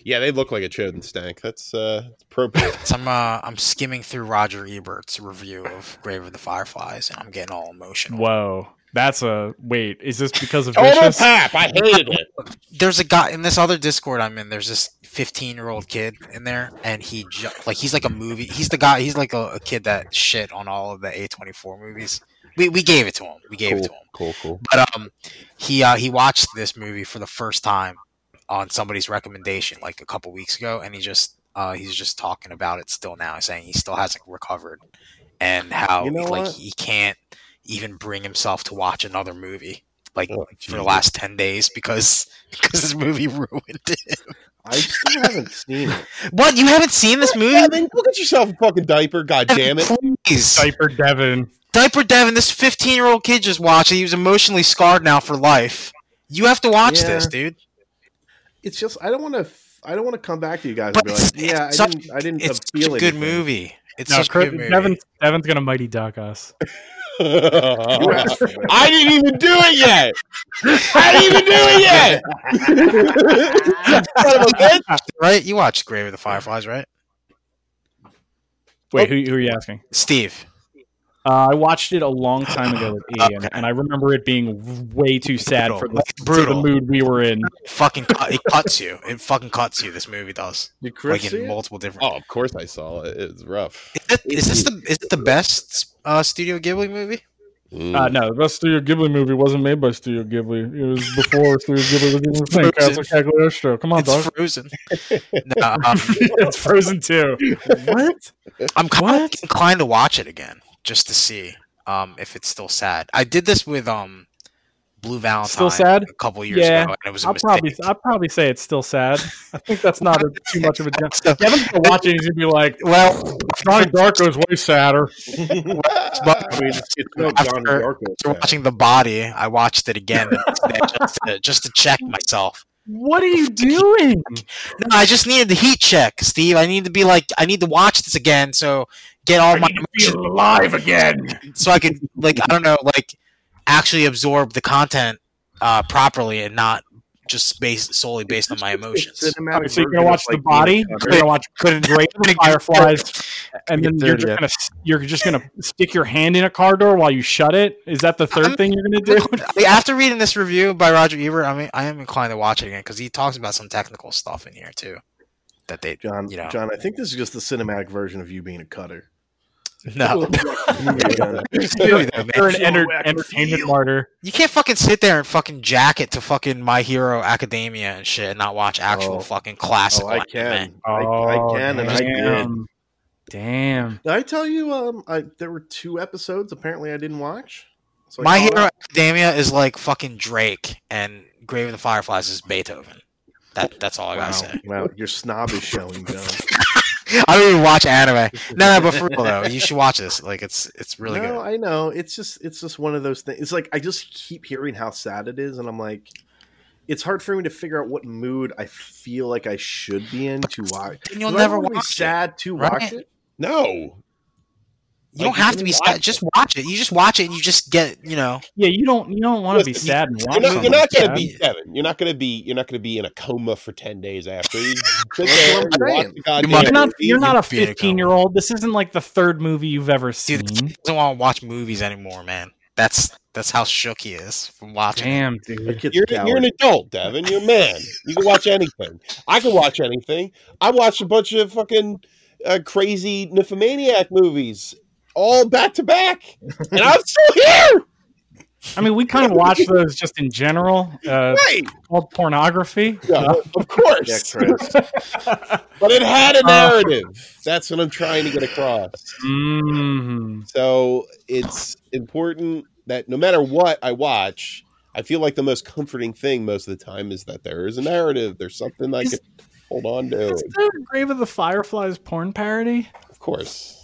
Speaker 1: Yeah, they look like a chode and stank. That's uh appropriate.
Speaker 3: So I'm uh, I'm skimming through Roger Ebert's review of Grave of the Fireflies, and I'm getting all emotional.
Speaker 4: Whoa, that's a wait. Is this because of
Speaker 1: Total
Speaker 4: vicious?
Speaker 1: pap. I hated it.
Speaker 3: there's a guy in this other Discord I'm in. There's this 15 year old kid in there, and he ju- like he's like a movie. He's the guy. He's like a, a kid that shit on all of the A24 movies. We we gave it to him. We gave
Speaker 1: Cool,
Speaker 3: it to him.
Speaker 1: cool, cool.
Speaker 3: But um, he uh, he watched this movie for the first time on somebody's recommendation like a couple weeks ago, and he just uh, he's just talking about it still now, saying he still hasn't recovered and how
Speaker 2: You know
Speaker 3: like
Speaker 2: what?
Speaker 3: he can't even bring himself to watch another movie like
Speaker 1: Oh,
Speaker 3: for the
Speaker 1: Jesus.
Speaker 3: last ten days because because this movie ruined it.
Speaker 2: I still haven't seen it.
Speaker 3: What you haven't seen this
Speaker 1: Yeah,
Speaker 3: movie?
Speaker 1: man, go get yourself a fucking diaper, god damn it.
Speaker 3: Please.
Speaker 4: Diaper Devin.
Speaker 3: Diaper Devin, this 15 year old kid just watched it. He was emotionally scarred now for life. You have to watch
Speaker 2: Yeah.
Speaker 3: this, dude.
Speaker 2: It's just I don't want to. I don't want to come back to you guys and
Speaker 3: But
Speaker 2: be like,
Speaker 3: it's-
Speaker 2: yeah,
Speaker 3: it's
Speaker 2: I
Speaker 3: such-
Speaker 2: didn't. I didn't
Speaker 3: It's such a
Speaker 2: appeal
Speaker 3: good
Speaker 2: anything.
Speaker 3: movie. It's
Speaker 4: No,
Speaker 3: such a
Speaker 4: Chris,
Speaker 3: good movie.
Speaker 4: Devin, Devin's gonna mighty duck us.
Speaker 2: You asked for it.
Speaker 1: I didn't even do it yet. I didn't even do it yet. Son of a bitch.
Speaker 3: right? You watched Grave of the Fireflies, right?
Speaker 4: Wait, who, who are you asking?
Speaker 3: Steve.
Speaker 4: Uh, I watched it a long time ago with Ian, and I remember it being way too sad for the,
Speaker 3: Brutal.
Speaker 4: for the
Speaker 3: Brutal.
Speaker 4: mood we were in.
Speaker 3: It fucking cut, it cuts you. It fucking cuts you. This movie does.
Speaker 2: Did Chris
Speaker 3: like
Speaker 2: see
Speaker 3: in
Speaker 2: it?
Speaker 3: multiple different.
Speaker 1: Oh, of course I saw it. It was rough.
Speaker 3: Is, that, is this the is it the best uh, Studio Ghibli movie?
Speaker 1: Mm.
Speaker 4: Uh, no, the best Studio Ghibli movie wasn't made by Studio Ghibli. It was before Studio Ghibli was even a thing. Castle Cagliostro. Come on,
Speaker 3: It's
Speaker 4: dog.
Speaker 3: Frozen. no, um,
Speaker 4: it's Frozen too. What?
Speaker 3: I'm kind
Speaker 4: What?
Speaker 3: of inclined to watch it again just to see um, if it's still sad. I did this with um, Blue Valentine
Speaker 4: Still sad?
Speaker 3: a couple years
Speaker 4: Yeah.
Speaker 3: ago, and it was a
Speaker 4: I'll
Speaker 3: mistake.
Speaker 4: probably, I'll probably say it's still sad. I think that's not a, too much of a.
Speaker 3: So-
Speaker 4: Devin's gonna watch it. and He's gonna be like,
Speaker 3: well,
Speaker 4: Donnie Darko's way sadder.
Speaker 2: I mean, it's, it's no
Speaker 3: After-
Speaker 2: Don Darko.
Speaker 3: after watching The Body, I watched it again the next day just, to, just to check myself.
Speaker 4: What are you doing?
Speaker 3: No, I just needed the heat check, Steve. I need to be like, I need to watch this again, so get all my emotions
Speaker 4: alive again.
Speaker 3: so I could like I don't know like actually absorb the content uh, properly and not just based solely based on my emotions.
Speaker 2: Cinematic
Speaker 4: so you're
Speaker 2: version
Speaker 4: gonna watch
Speaker 2: of,
Speaker 4: the
Speaker 2: like,
Speaker 4: body.
Speaker 2: Being
Speaker 4: You're
Speaker 2: Covered.
Speaker 4: gonna watch Great Fireflies, and then
Speaker 2: Get
Speaker 4: you're
Speaker 2: dirty,
Speaker 4: just
Speaker 2: yeah.
Speaker 4: gonna you're just gonna stick your hand in a car door while you shut it. Is that the third
Speaker 3: I'm-
Speaker 4: thing you're gonna do?
Speaker 3: Like, after reading this review by Roger Ebert, I mean I am inclined to watch it again because he talks about some technical stuff in here too. That they
Speaker 2: John,
Speaker 3: you know.
Speaker 2: John, I think this is just the cinematic version of you being a cutter.
Speaker 3: no,
Speaker 1: Mm.
Speaker 4: You're, you're an
Speaker 2: So
Speaker 4: enter-
Speaker 2: I can
Speaker 4: entertainment
Speaker 2: feel-
Speaker 4: martyr.
Speaker 3: you can't fucking sit there and fucking jack it to fucking My Hero Academia and shit and not watch actual
Speaker 2: Oh.
Speaker 3: fucking classic.
Speaker 2: Oh, I can. I,
Speaker 4: Oh,
Speaker 2: I can, and I did.
Speaker 4: damn. Oh, Damn.
Speaker 2: Did I tell you? Um, I there were two episodes. Apparently, I didn't watch. So I
Speaker 3: My
Speaker 2: caught
Speaker 3: Hero
Speaker 2: up.
Speaker 3: Academia is like fucking Drake and Grave of the Fireflies is Beethoven. That that's all I gotta say.
Speaker 2: Wow, your snob is showing, John.
Speaker 3: I don't even watch anime. No, no, but for real though, you should watch this. Like it's it's really
Speaker 2: no,
Speaker 3: good.
Speaker 2: I know. It's just it's just one of those things. It's like I just keep hearing how sad it is, and I'm like, it's hard for me to figure out what mood I feel like I should be in to watch.
Speaker 3: And you'll
Speaker 2: Do I
Speaker 3: never
Speaker 2: wanna be
Speaker 3: watch it.
Speaker 2: sad to
Speaker 3: right?
Speaker 2: watch it.
Speaker 1: no.
Speaker 3: You
Speaker 1: Like,
Speaker 3: don't have to
Speaker 1: you
Speaker 3: be
Speaker 1: can
Speaker 3: sad.
Speaker 1: watch
Speaker 3: Just watch it. You just watch it and you just get, you know.
Speaker 4: Yeah, you don't you don't want to be
Speaker 1: Listen,
Speaker 4: sad and
Speaker 1: You're
Speaker 4: watch
Speaker 1: not,
Speaker 4: something
Speaker 1: you're not
Speaker 4: like
Speaker 1: gonna
Speaker 4: that.
Speaker 1: be Kevin. You're not gonna be. You're not gonna be in a coma for ten days after. You sit there and
Speaker 2: That's what I'm
Speaker 1: watch
Speaker 2: saying.
Speaker 1: the goddamn
Speaker 3: might-
Speaker 4: You're not
Speaker 1: movie.
Speaker 4: you're not a
Speaker 3: Being a
Speaker 4: 15 year old. This isn't like the third movie you've ever seen.
Speaker 3: Dude, he doesn't want to watch movies anymore, man. That's that's how shook he is from watching. it.
Speaker 4: Damn,
Speaker 2: That
Speaker 4: dude.
Speaker 2: kid's a
Speaker 1: You're,
Speaker 2: coward.
Speaker 1: you're an adult, Devin. You're a man. You can watch anything. I can watch anything. I watched a bunch of fucking uh, crazy nymphomaniac movies all back to back, and I'm still here.
Speaker 4: I mean, we kind of watch those just in general. Uh,
Speaker 1: Right.
Speaker 4: Called pornography.
Speaker 1: Yeah, of
Speaker 2: Yeah,
Speaker 1: course.
Speaker 2: Chris.
Speaker 1: but it had a
Speaker 4: Uh.
Speaker 1: narrative. That's what I'm trying to get across.
Speaker 4: Mhm.
Speaker 1: So it's important that no matter what I watch, I feel like the most comforting thing most of the time is that there is a narrative. There's something I
Speaker 4: Is-
Speaker 1: can hold on to.
Speaker 4: Is there a Grave of the Fireflies porn parody?
Speaker 1: Of course,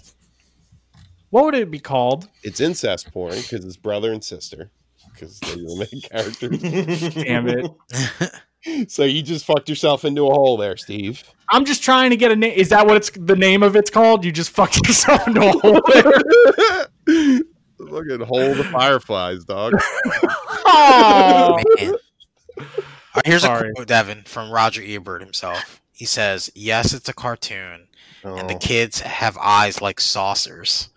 Speaker 4: What would it be called?
Speaker 1: it's incest porn because it's brother and sister because they're the main characters.
Speaker 4: Damn it.
Speaker 1: So you just fucked yourself into a hole there, Steve.
Speaker 4: I'm just trying to get a name. Is that what it's the name of it's called? You just fucked yourself into a hole there.
Speaker 1: Fucking hole the fireflies, dog.
Speaker 4: Aw.
Speaker 2: Oh.
Speaker 3: Man. All right, here's
Speaker 4: Sorry.
Speaker 3: a quote, Devin, from Roger Ebert himself. He says, "Yes, it's a cartoon, and the
Speaker 2: Oh.
Speaker 3: kids have eyes like saucers,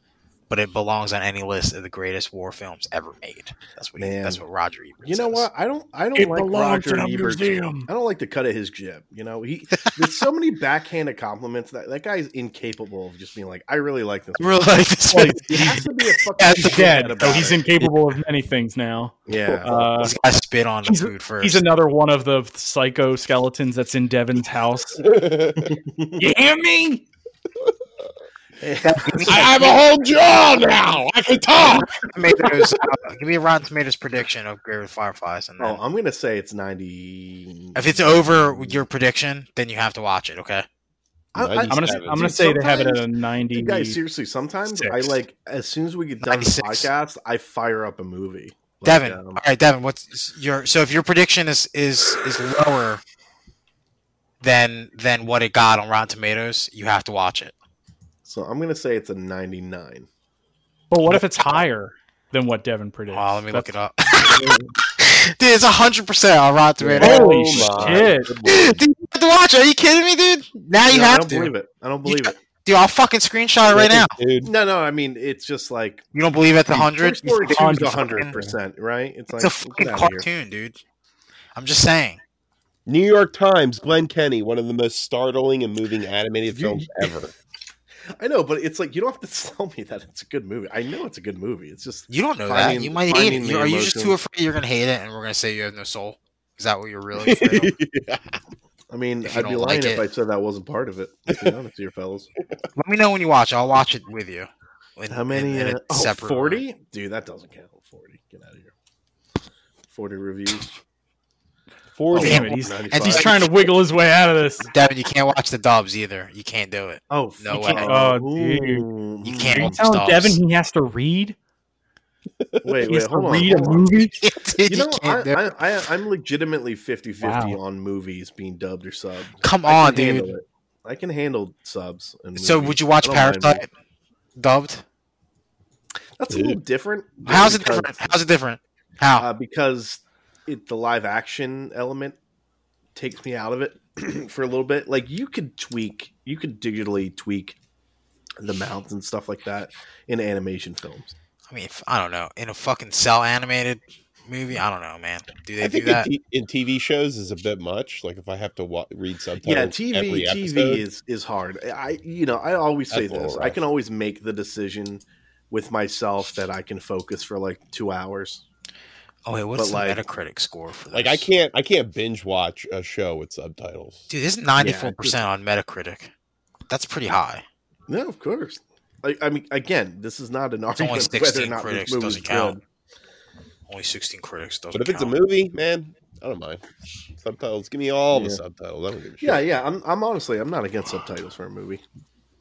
Speaker 3: but it belongs on any list of the greatest war films ever made." That's what he,
Speaker 2: Man.
Speaker 3: that's what Roger Ebert.
Speaker 2: You know
Speaker 3: says.
Speaker 2: what? I don't. I don't
Speaker 4: It
Speaker 2: like
Speaker 4: belongs
Speaker 2: Roger
Speaker 4: in a
Speaker 2: Ebert's.
Speaker 4: museum.
Speaker 2: I don't like the cut of his jib. You know, he there's so many backhanded compliments that that guy's incapable of just being like, I really like this.
Speaker 3: I really like this.
Speaker 4: Well,
Speaker 3: one.
Speaker 2: He has to be a
Speaker 3: Yeah,
Speaker 2: fucking
Speaker 3: it's
Speaker 2: shithead
Speaker 4: Dead.
Speaker 2: about
Speaker 4: So he's
Speaker 2: it.
Speaker 4: incapable of many things now.
Speaker 2: Yeah,
Speaker 4: Uh,
Speaker 3: this guy spit on the
Speaker 4: he's-
Speaker 3: food first.
Speaker 4: he's another one of the psycho skeletons that's in Devin's house. You hear me?
Speaker 2: Oh,
Speaker 1: I have a whole jaw now. I can talk.
Speaker 3: tomatoes. uh, give me a Rotten Tomatoes prediction of Grave of the Fireflies, and
Speaker 2: oh,
Speaker 3: then
Speaker 2: I'm gonna say it's ninety.
Speaker 3: if it's over your prediction, then you have to watch it. Okay.
Speaker 2: I, I,
Speaker 4: I'm gonna
Speaker 1: Seven.
Speaker 4: I'm gonna
Speaker 2: Dude,
Speaker 4: say they have it at a
Speaker 2: sometimes-
Speaker 4: 90.
Speaker 2: dude, guys, seriously. Sometimes
Speaker 4: Six.
Speaker 2: I like as soon as we get done with the
Speaker 3: 96.
Speaker 2: podcast, I fire up a movie. Like,
Speaker 3: Devin,
Speaker 2: um,
Speaker 3: all right, Devin, what's your so if your prediction is is is lower than than what it got on Rotten Tomatoes, you have to watch it.
Speaker 2: so I'm gonna say it's a ninety-nine.
Speaker 4: But what if it's higher than what Devin predicted?
Speaker 3: Oh, let me look it up. dude, it's hundred percent on Rotten Tomatoes.
Speaker 4: Holy
Speaker 1: Oh my
Speaker 4: shit!
Speaker 1: Lord.
Speaker 3: Dude, you have to watch. it. Are you kidding me, dude? Now you
Speaker 2: No, I
Speaker 3: have
Speaker 2: don't
Speaker 3: to,
Speaker 2: believe it. I don't
Speaker 3: You
Speaker 2: believe it.
Speaker 3: dude. I'll fucking screenshot it right now.
Speaker 1: Dude,
Speaker 2: No, no. I mean, it's just like
Speaker 3: You don't believe it? The
Speaker 2: Toy
Speaker 3: hundred?
Speaker 2: Story
Speaker 4: It's
Speaker 2: 2 is
Speaker 4: a
Speaker 2: hundred percent, right? It's like
Speaker 3: It's a fucking
Speaker 2: get outta here.
Speaker 3: cartoon, dude. I'm just saying.
Speaker 1: New York Times, Glenn Kenny, one of the most startling and moving animated
Speaker 2: You-
Speaker 1: films ever.
Speaker 2: I know, but it's like you don't have to tell me that it's a good movie. I know it's a good movie. It's just
Speaker 3: You don't know
Speaker 2: Finding-
Speaker 3: that. You might hate
Speaker 2: finding
Speaker 3: it.
Speaker 2: the
Speaker 3: You- Are you just too
Speaker 2: emotions.
Speaker 3: afraid you're gonna hate it, and we're gonna say you have no soul? Is that what you're really afraid of?
Speaker 2: I mean,
Speaker 3: If you
Speaker 2: I'd be
Speaker 3: don't
Speaker 2: lying
Speaker 3: like
Speaker 2: if
Speaker 3: it.
Speaker 2: I said that wasn't part of it. To be honest with you, fellas.
Speaker 3: Let me know when you watch. it. I'll watch it with you. In-
Speaker 2: How
Speaker 3: in-
Speaker 2: many?
Speaker 3: in a
Speaker 2: Uh, oh,
Speaker 3: separate room.
Speaker 2: 40? Dude, that doesn't count. 40. Get out of here. 40 reviews.
Speaker 1: Four
Speaker 2: Oh,
Speaker 4: Damn it, he's-
Speaker 2: 95.
Speaker 3: and
Speaker 4: He's trying to wiggle his way out of this.
Speaker 3: Devin, you can't watch the dubs either. You can't do it.
Speaker 2: Oh,
Speaker 3: No
Speaker 2: fuck.
Speaker 3: way.
Speaker 4: Oh, dude.
Speaker 2: Ooh.
Speaker 3: You
Speaker 4: Are
Speaker 3: can't
Speaker 4: you
Speaker 3: watch
Speaker 4: telling
Speaker 3: dubs.
Speaker 4: Devin he has to read?
Speaker 2: Wait,
Speaker 4: He
Speaker 2: wait,
Speaker 4: has to
Speaker 2: hold on.
Speaker 4: read a
Speaker 2: hold on.
Speaker 4: movie?
Speaker 3: Dude,
Speaker 2: You know,
Speaker 3: can't do it.
Speaker 2: I, I, I, I'm legitimately 50 50
Speaker 4: Wow.
Speaker 2: on movies being dubbed or subbed.
Speaker 3: Come
Speaker 2: I
Speaker 3: on,
Speaker 2: can handle
Speaker 3: dude.
Speaker 2: it. I can handle subs. And
Speaker 3: So
Speaker 2: movies.
Speaker 3: would you watch
Speaker 2: I don't mind
Speaker 3: Parasite dubbed?
Speaker 2: movies. That's a little different.
Speaker 3: How's it
Speaker 2: because-
Speaker 3: different? How's it different? How?
Speaker 2: uh, because it the live action element takes me out of it for a little bit. Like you could tweak, you could digitally tweak the mouths and stuff like that in animation films.
Speaker 3: I mean, if, I don't know. In a fucking cell animated movie, I don't know, man. Do they
Speaker 1: I
Speaker 3: do
Speaker 1: think in,
Speaker 3: that?
Speaker 1: t- in TV shows is a bit much. Like if I have to wa- read subtitles,
Speaker 2: yeah, TV
Speaker 1: every
Speaker 2: TV
Speaker 1: episode,
Speaker 2: is is hard. I you know I always say
Speaker 1: That's a
Speaker 2: this.
Speaker 1: little
Speaker 2: I
Speaker 1: rough.
Speaker 2: can always make the decision with myself that I can focus for like two hours.
Speaker 3: Oh wait, what's the
Speaker 2: but, like-
Speaker 3: Metacritic score for this?
Speaker 1: like I can't, I can't binge watch a show with subtitles.
Speaker 3: Dude, this is ninety four percent on Metacritic. That's pretty high.
Speaker 2: No, of course. I, I mean, again, this is not an
Speaker 3: only
Speaker 2: argument whether or
Speaker 3: 16
Speaker 2: not this
Speaker 3: critics,
Speaker 2: movie
Speaker 3: doesn't count. Only sixteen critics doesn't.
Speaker 1: But if it's a
Speaker 3: count.
Speaker 1: movie, man, I don't mind. Subtitles, give me all the
Speaker 2: Yeah.
Speaker 1: subtitles. I don't give a shit.
Speaker 2: Yeah, yeah. I'm, I'm honestly, I'm not against subtitles for a movie.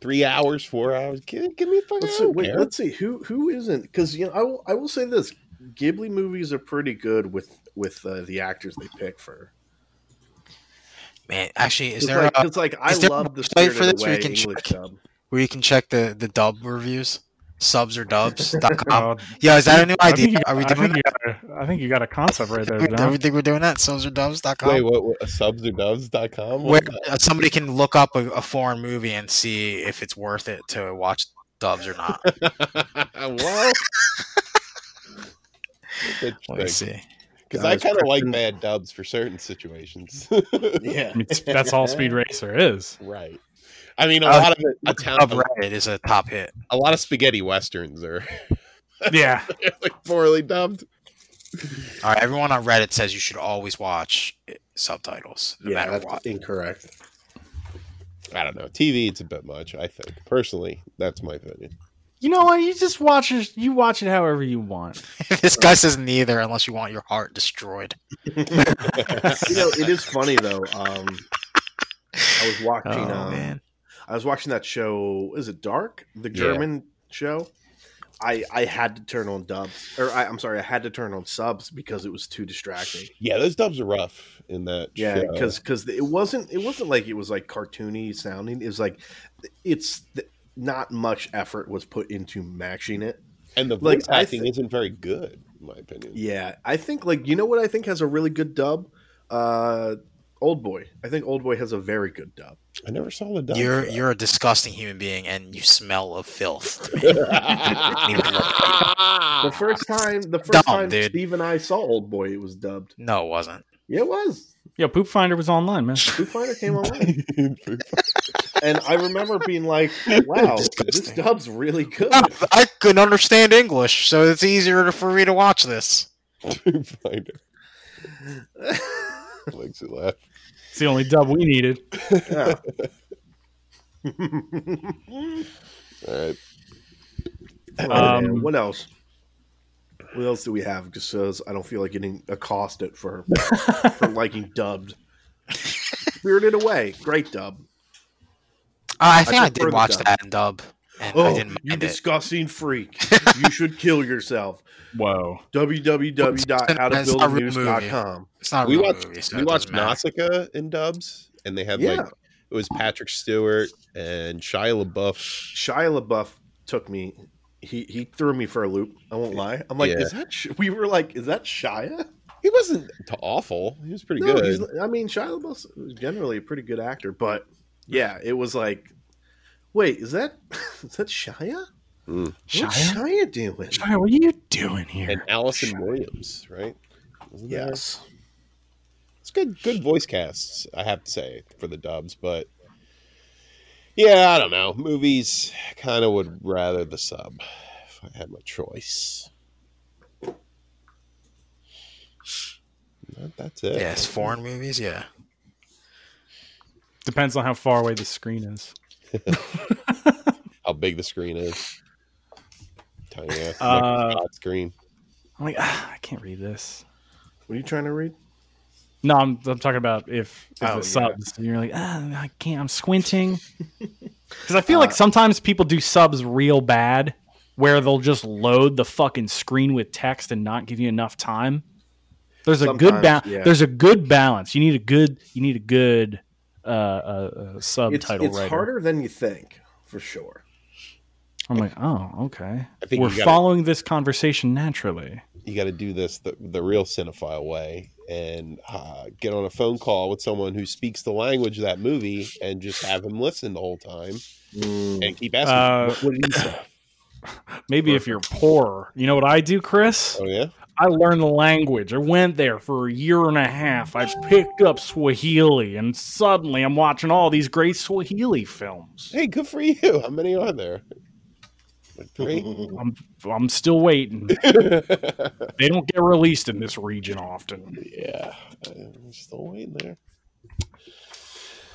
Speaker 1: Three hours, four hours. Give, give me a fucking.
Speaker 2: Let's
Speaker 1: I
Speaker 2: see,
Speaker 1: don't
Speaker 2: wait,
Speaker 1: care.
Speaker 2: let's see who who isn't because you know I will, I will say this: Ghibli movies are pretty good with with uh, the actors they pick for.
Speaker 3: man, actually, is
Speaker 2: It's
Speaker 3: there
Speaker 2: like,
Speaker 3: a,
Speaker 2: 'cause, like I
Speaker 3: is there a
Speaker 2: love the
Speaker 3: website
Speaker 2: spirit
Speaker 3: for
Speaker 2: of the
Speaker 3: this where you
Speaker 2: way
Speaker 3: can
Speaker 2: English
Speaker 3: check?
Speaker 2: dub.
Speaker 3: where you can check the the dub reviews, subs or dubs?
Speaker 4: Uh,
Speaker 3: com. Yeah, is that a new
Speaker 4: I think
Speaker 3: idea?
Speaker 4: you
Speaker 3: Are we
Speaker 4: got- I
Speaker 3: doing
Speaker 4: think
Speaker 3: that?
Speaker 4: you got a- I think you got a concept right there,
Speaker 3: Are we
Speaker 4: John.
Speaker 3: think we're doing that? Subs or dubs dot
Speaker 1: Wait,
Speaker 3: com.
Speaker 1: what? what subs or doves.com?
Speaker 3: Where uh, somebody can look up a, a foreign movie and see if it's worth it to watch dubs or not.
Speaker 1: well,
Speaker 3: Let me see.
Speaker 1: because I
Speaker 2: Guys,
Speaker 1: kind of like
Speaker 2: Christian-
Speaker 1: bad dubs for certain situations.
Speaker 2: Yeah,
Speaker 4: I mean, it's- that's all Speed Racer is.
Speaker 1: right. I mean, a
Speaker 3: Uh,
Speaker 1: lot of it,
Speaker 3: Dub
Speaker 1: Italian,
Speaker 3: Reddit is a top hit.
Speaker 1: a lot of spaghetti westerns are
Speaker 4: Yeah,
Speaker 1: like poorly dubbed.
Speaker 3: All right, everyone on Reddit says you should always watch eh, subtitles, no
Speaker 2: yeah,
Speaker 3: matter
Speaker 2: that's
Speaker 3: what.
Speaker 2: incorrect.
Speaker 1: I don't know. TV, it's a bit much. I think personally, that's my opinion.
Speaker 4: You know what? You just watch it. You watch it however you want.
Speaker 3: this guy says neither, unless you want your heart destroyed.
Speaker 2: You know, it is funny though. Um, I
Speaker 3: Oh,
Speaker 2: was watching. um, I was watching that show. Is it Dark? The
Speaker 1: Yeah.
Speaker 2: German show. I I had to turn on dubs, or I, I'm sorry, I had to turn on subs because it was too distracting.
Speaker 1: Yeah, those dubs are rough in that.
Speaker 2: Yeah,
Speaker 1: show.
Speaker 2: because it wasn't it wasn't like it was like cartoony sounding. It was like it's th- not much effort was put into matching it.
Speaker 1: and the
Speaker 2: like,
Speaker 1: voice
Speaker 2: I
Speaker 1: acting
Speaker 2: thi-
Speaker 1: isn't very good, in my opinion.
Speaker 2: Yeah, I think like you know what I think has a really good dub. Uh, Old Boy. I think Old Boy has a very good dub.
Speaker 1: I never saw the dub.
Speaker 3: You're
Speaker 1: for that.
Speaker 3: you're a disgusting human being, and you smell of filth. to me.
Speaker 1: Ah.
Speaker 2: The first time, the first
Speaker 3: Dumb,
Speaker 2: time
Speaker 3: dude.
Speaker 2: Steve and I saw Old Boy, it was dubbed.
Speaker 3: no, it wasn't.
Speaker 2: Yeah, it was.
Speaker 4: Yo, Poop Finder was online, man.
Speaker 2: Foo Fighter came online, and I remember being like, "Wow, this
Speaker 3: Disgusting.
Speaker 2: dub's really good."
Speaker 3: No, I couldn't understand English, so it's easier for me to watch this.
Speaker 1: Foo Fighter makes it laugh.
Speaker 4: It's the only dub we needed.
Speaker 2: Yeah.
Speaker 1: All right.
Speaker 2: Um,
Speaker 4: Um,
Speaker 2: what else? What else do we have? Just says I don't feel like getting accosted for for liking dubbed. Spirited Away, great dub.
Speaker 3: Uh, I think I,
Speaker 2: prefer
Speaker 3: did
Speaker 2: the
Speaker 3: watch
Speaker 2: dub.
Speaker 3: that in dub, and I
Speaker 2: Oh,
Speaker 3: didn't
Speaker 2: you
Speaker 3: mind it.
Speaker 2: disgusting freak! you should kill yourself.
Speaker 5: Whoa.
Speaker 2: www.howtobuildanews.com.
Speaker 3: It's not a
Speaker 1: We
Speaker 3: real
Speaker 1: watched
Speaker 3: movie, so
Speaker 1: we
Speaker 3: it
Speaker 1: watched
Speaker 3: doesn't matter.
Speaker 1: Nausicaa in dubs, and they had
Speaker 2: Yeah.
Speaker 1: like it was Patrick Stewart and Shia LaBeouf.
Speaker 2: Shia LaBeouf took me. He he threw me for a loop. I won't lie. I'm like,
Speaker 1: Yeah.
Speaker 2: is that? Sh-? We were like, is that Shia?
Speaker 1: He wasn't t- awful. He was pretty
Speaker 2: No,
Speaker 1: good.
Speaker 2: he's, I mean, Shia LaBeouf's generally a pretty good actor, but yeah, it was like, wait, is that is that Shia?
Speaker 1: Mm.
Speaker 2: What's Shia doing?
Speaker 4: Shia, what are you doing here?
Speaker 1: and Allison Williams, right? Wasn't there-
Speaker 2: Yes,
Speaker 1: it's good. Good voice casts, I have to say, for the dubs. But yeah, I don't know. Movies kind of would rather the sub if I had my choice. That- That's it.
Speaker 3: Yes, foreign movies. Yeah,
Speaker 4: Depends on how far away the screen is.
Speaker 1: How big the screen is. Tiny ass
Speaker 4: Uh,
Speaker 1: hot screen.
Speaker 4: I'm like, ah, I can't read this.
Speaker 2: what are you trying to read?
Speaker 4: No, I'm, I'm talking about if, if
Speaker 3: Oh,
Speaker 4: it
Speaker 3: yeah.
Speaker 4: subs. And you're like, ah, I can't. I'm squinting. Because I feel like sometimes people do subs real bad, where they'll just load the fucking screen with text and not give you enough time. There's a good
Speaker 2: Sometimes,
Speaker 4: balance.
Speaker 2: yeah.
Speaker 4: There's a good balance. You need a good. You need a good uh, uh, uh,
Speaker 2: It's,
Speaker 4: subtitle
Speaker 2: it's
Speaker 4: writer.
Speaker 2: harder than you think, for sure.
Speaker 4: I'm like, oh, okay.
Speaker 1: I think
Speaker 4: We're
Speaker 1: you gotta-
Speaker 4: following this conversation naturally.
Speaker 1: you got to do this the, the real cinephile way and uh, get on a phone call with someone who speaks the language of that movie and just have him listen the whole time and keep asking.
Speaker 4: Uh,
Speaker 1: what, what did he say?
Speaker 4: Maybe if you're poor, you know what I do, Chris?
Speaker 1: Oh yeah,
Speaker 4: I learned the language. I went there for a year and a half. I picked up Swahili, and suddenly I'm watching all these great Swahili films.
Speaker 1: hey, good for you. How many are there? Like three.
Speaker 4: I'm I'm still waiting. they don't get released in this region often.
Speaker 1: yeah, I'm Uh, still waiting there.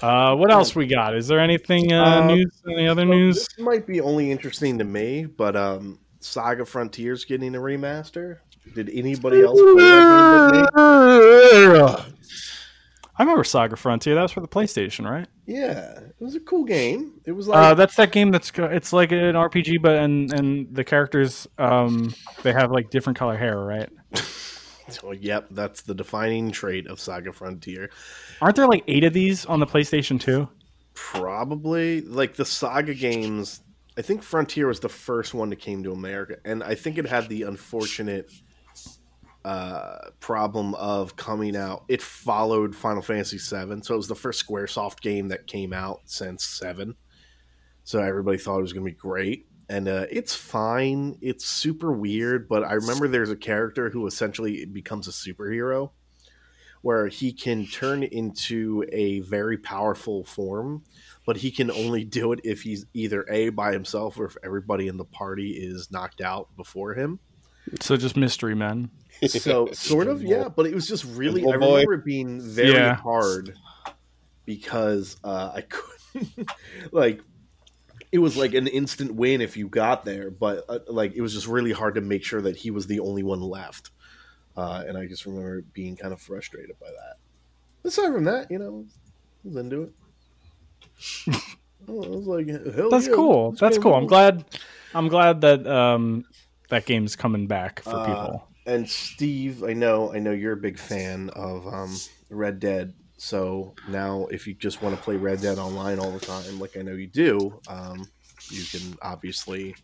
Speaker 4: Uh, what else we got? Is there anything uh,
Speaker 2: Um,
Speaker 4: news? Any other
Speaker 2: So
Speaker 4: news?
Speaker 2: this might be only interesting to me, but um, Saga Frontiers getting a remaster. Did anybody else play that game with me?
Speaker 4: I remember Saga Frontier. That was for the PlayStation, right?
Speaker 2: Yeah, it was a cool game. It was like
Speaker 4: Uh, that's that game. That's it's like an RPG, but and and the characters um they have like different color hair, right?
Speaker 2: So, oh, yep, that's the defining trait of Saga Frontier.
Speaker 4: Aren't there like eight of these on the PlayStation 2?
Speaker 2: Probably like the Saga games. I think Frontier was the first one that came to America, and I think it had the unfortunate uh, problem of coming out. It followed Final Fantasy VII, so it was the first SquareSoft game that came out since Seven. So everybody thought it was going to be great, and uh, it's fine. It's super weird, but I remember there's a character who essentially becomes a superhero, where he can turn into a very powerful form, but he can only do it if he's either a by himself or if everybody in the party is knocked out before him.
Speaker 4: So just mystery men.
Speaker 2: So sort of, yeah, but it was just really I
Speaker 1: Good boy.
Speaker 2: remember it being very
Speaker 4: Yeah.
Speaker 2: hard because uh, I couldn't like it was like an instant win if you got there, but uh, like it was just really hard to make sure that he was the only one left. Uh, and I just remember being kind of frustrated by that. Aside from that, you know, I was into it. I was like, hell
Speaker 4: That's
Speaker 2: Oh, yeah,
Speaker 4: cool.
Speaker 2: let's
Speaker 4: That's
Speaker 2: play
Speaker 4: cool.
Speaker 2: Marvel.
Speaker 4: I'm glad. I'm glad that um that game's coming back for
Speaker 2: Uh,
Speaker 4: people.
Speaker 2: and Steve, I know, I know you're a big fan of um, Red Dead. So now, if you just want to play Red Dead online all the time, like I know you do, um, you can obviously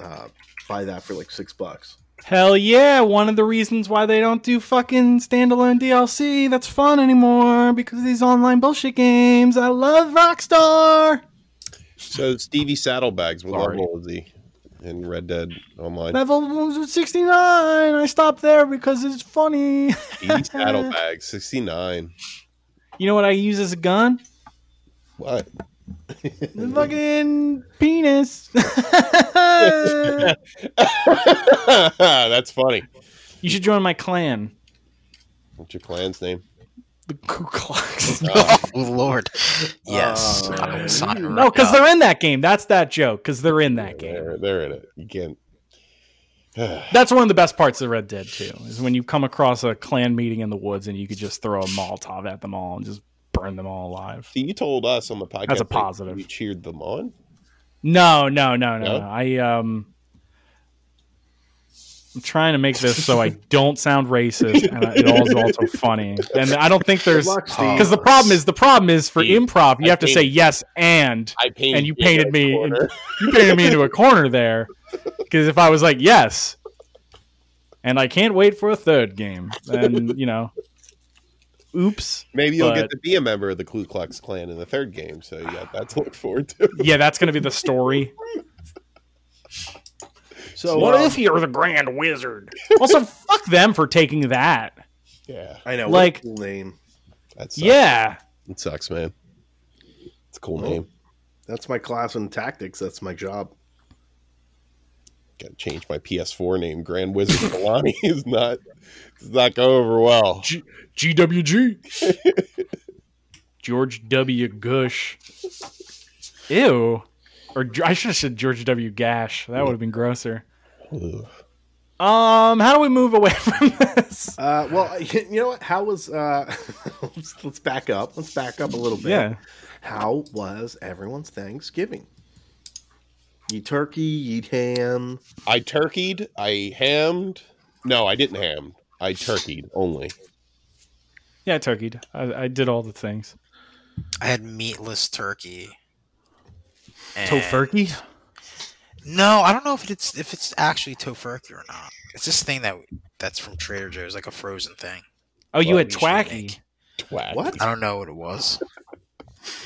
Speaker 2: uh, buy that for like six bucks.
Speaker 4: Hell yeah! One of the reasons why they don't do fucking standalone DLC that's fun anymore because of these online bullshit games. I love Rockstar.
Speaker 1: So Stevie Saddlebags, what
Speaker 4: Sorry.
Speaker 1: level is he in Red Dead Online?
Speaker 4: Level 69. I stopped there because it's funny.
Speaker 1: Stevie Saddlebags, sixty nine.
Speaker 4: You know what I use as a gun?
Speaker 1: What?
Speaker 4: The fucking penis.
Speaker 1: That's funny.
Speaker 4: you should join my clan,
Speaker 1: What's your clan's name?
Speaker 4: the Ku Klux.
Speaker 1: Uh,
Speaker 3: Oh Lord, Uh, yes,
Speaker 2: Oh,
Speaker 3: I
Speaker 2: man.
Speaker 3: would sign right
Speaker 4: No, because
Speaker 3: up.
Speaker 4: they're in that game. That's that joke. Because they're in that game.
Speaker 1: there, there it is. You can't.
Speaker 4: That's one of the best parts of Red Dead too. Is when you come across a clan meeting in the woods and you could just throw a Molotov at them all and just burn them all alive.
Speaker 1: See, you told us on the podcast
Speaker 4: That's a
Speaker 1: that
Speaker 4: positive.
Speaker 1: You cheered them on.
Speaker 4: No, no, no, no,
Speaker 1: No?
Speaker 4: no. I um, I'm trying to make this so I don't sound racist, and I- it all is also funny. And I don't think there's
Speaker 2: Good luck, Steve.
Speaker 4: because the problem is the problem is for
Speaker 1: Steve,
Speaker 4: improv you
Speaker 1: I
Speaker 4: have to
Speaker 1: think-
Speaker 4: say yes and
Speaker 1: I painted
Speaker 4: And you
Speaker 1: in a
Speaker 4: painted me
Speaker 1: corner.
Speaker 4: you painted me into a corner there because if I was like yes, and I can't wait for a third game, then you know, oops.
Speaker 1: Maybe you'll get
Speaker 4: but-
Speaker 1: to be a member of the Ku Klux Klan in the third game, so you got that to look forward to.
Speaker 4: Yeah, that's gonna be the story.
Speaker 2: So
Speaker 4: what
Speaker 2: um,
Speaker 4: if you're the Grand Wizard? Also, fuck them for taking that.
Speaker 1: Yeah,
Speaker 2: I know,
Speaker 4: like-
Speaker 2: what a cool name.
Speaker 1: that sucks.
Speaker 4: Yeah,
Speaker 1: it sucks, man. It's a cool
Speaker 2: Well-
Speaker 1: name.
Speaker 2: That's my class in tactics. That's my job.
Speaker 1: Got to change my PS4 name. Grand Wizard Kalani is not does not go over well.
Speaker 4: G- GWG. George W. Gush. Ew. Or G- I should have said George W. Gash. That would have been grosser.
Speaker 1: Ugh.
Speaker 4: Um, how do we move away from this?
Speaker 2: Uh, well, I- you know what? How was? Uh, let's, let's back up. Let's back up a little bit.
Speaker 4: Yeah.
Speaker 2: How was everyone's Thanksgiving? Eat turkey, eat ham.
Speaker 1: I turkeyed. I hammed. No, I didn't ham. I turkeyed only.
Speaker 4: Yeah, I turkeyed. I, I did all the things.
Speaker 3: I had meatless turkey. And-
Speaker 4: Tofurkey?
Speaker 3: No, I don't know if it's if it's actually tofurkey or not. It's this thing that that's from Trader Joe's, like a frozen thing.
Speaker 4: Oh, you
Speaker 3: Well,
Speaker 4: had
Speaker 3: we should
Speaker 4: twacky.
Speaker 3: make-
Speaker 1: Twack.
Speaker 2: What?
Speaker 3: I don't know what it was.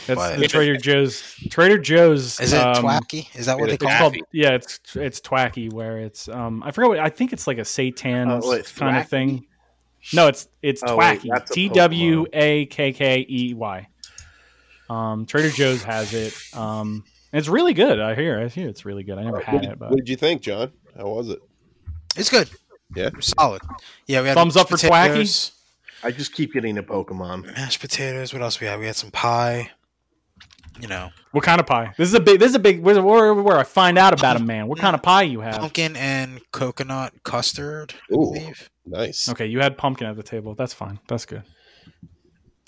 Speaker 4: That's
Speaker 3: But-
Speaker 4: the Trader Joe's. Trader Joe's.
Speaker 3: Is it
Speaker 4: um,
Speaker 3: twacky? Is that what
Speaker 1: it
Speaker 3: they
Speaker 1: is
Speaker 4: It's
Speaker 3: call
Speaker 4: called,
Speaker 3: it?
Speaker 4: yeah, it's it's twacky where it's um I forget what I think it's like a satan
Speaker 2: Oh, wait,
Speaker 4: kind
Speaker 2: thwacky?
Speaker 4: of thing. No, it's it's
Speaker 2: Oh, wait,
Speaker 4: twacky.
Speaker 2: that's a
Speaker 4: T W A K K E Y. Um, Trader Joe's has it. Um, and it's really good. I hear. I hear it's really good. I never
Speaker 1: What
Speaker 4: had
Speaker 1: did,
Speaker 4: it, but
Speaker 1: what did you think, John? How was it?
Speaker 3: It's good.
Speaker 1: Yeah?
Speaker 3: It was solid. Yeah, we had
Speaker 4: Thumbs up for twacky?
Speaker 3: potatoes,
Speaker 2: I just keep getting a Pokemon.
Speaker 3: Mashed potatoes. What else we had? We had some pie. You know,
Speaker 4: what kind of pie? This is a big. This is a big. Where where, where I find out about a man? What kind of pie you have?
Speaker 3: pumpkin and coconut custard. I
Speaker 1: Ooh.
Speaker 3: believe.
Speaker 1: Nice.
Speaker 4: Okay, you had pumpkin at the table. That's fine. That's good.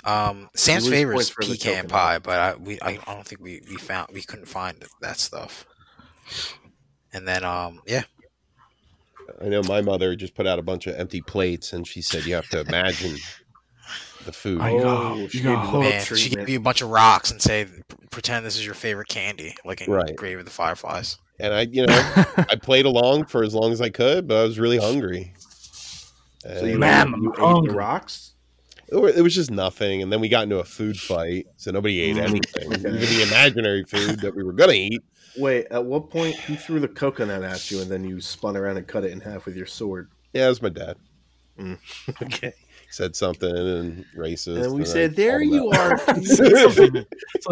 Speaker 3: Um, Sam's
Speaker 2: lose
Speaker 3: favorite
Speaker 2: points
Speaker 3: is
Speaker 2: for the
Speaker 3: pecan
Speaker 2: coconut.
Speaker 3: pie, but I we I don't think we we found we couldn't find that stuff. And then um yeah,
Speaker 1: I know my mother just put out a bunch of empty plates, and she said you have to imagine the food.
Speaker 4: I- got- Oh, you
Speaker 2: Oh, she gave
Speaker 4: got
Speaker 2: me the
Speaker 4: hooked.
Speaker 2: whole
Speaker 3: man, she
Speaker 2: treatment.
Speaker 3: gave you a bunch of rocks and say pretend this is your favorite candy, like in
Speaker 1: Right.
Speaker 3: Grave of the Fireflies.
Speaker 1: and I, you know, I played along for as long as I could, but I was really hungry.
Speaker 2: So
Speaker 1: And
Speaker 2: you,
Speaker 4: Ma'am,
Speaker 2: ate-
Speaker 4: I'm
Speaker 2: you ate
Speaker 4: hungry.
Speaker 2: the rocks.
Speaker 1: it wa- it was just nothing, and then we got into a food fight, so nobody ate
Speaker 2: Mm.
Speaker 1: anything, even the imaginary food that we were gonna eat.
Speaker 2: Wait, at what point he threw the coconut at you and then you spun around and cut it in half with your sword?
Speaker 1: Yeah, it was my dad
Speaker 2: Mm. Okay.
Speaker 1: said something and racist,
Speaker 2: And we
Speaker 1: I
Speaker 2: said, "There
Speaker 1: called him
Speaker 2: you
Speaker 1: out."
Speaker 2: are.
Speaker 4: so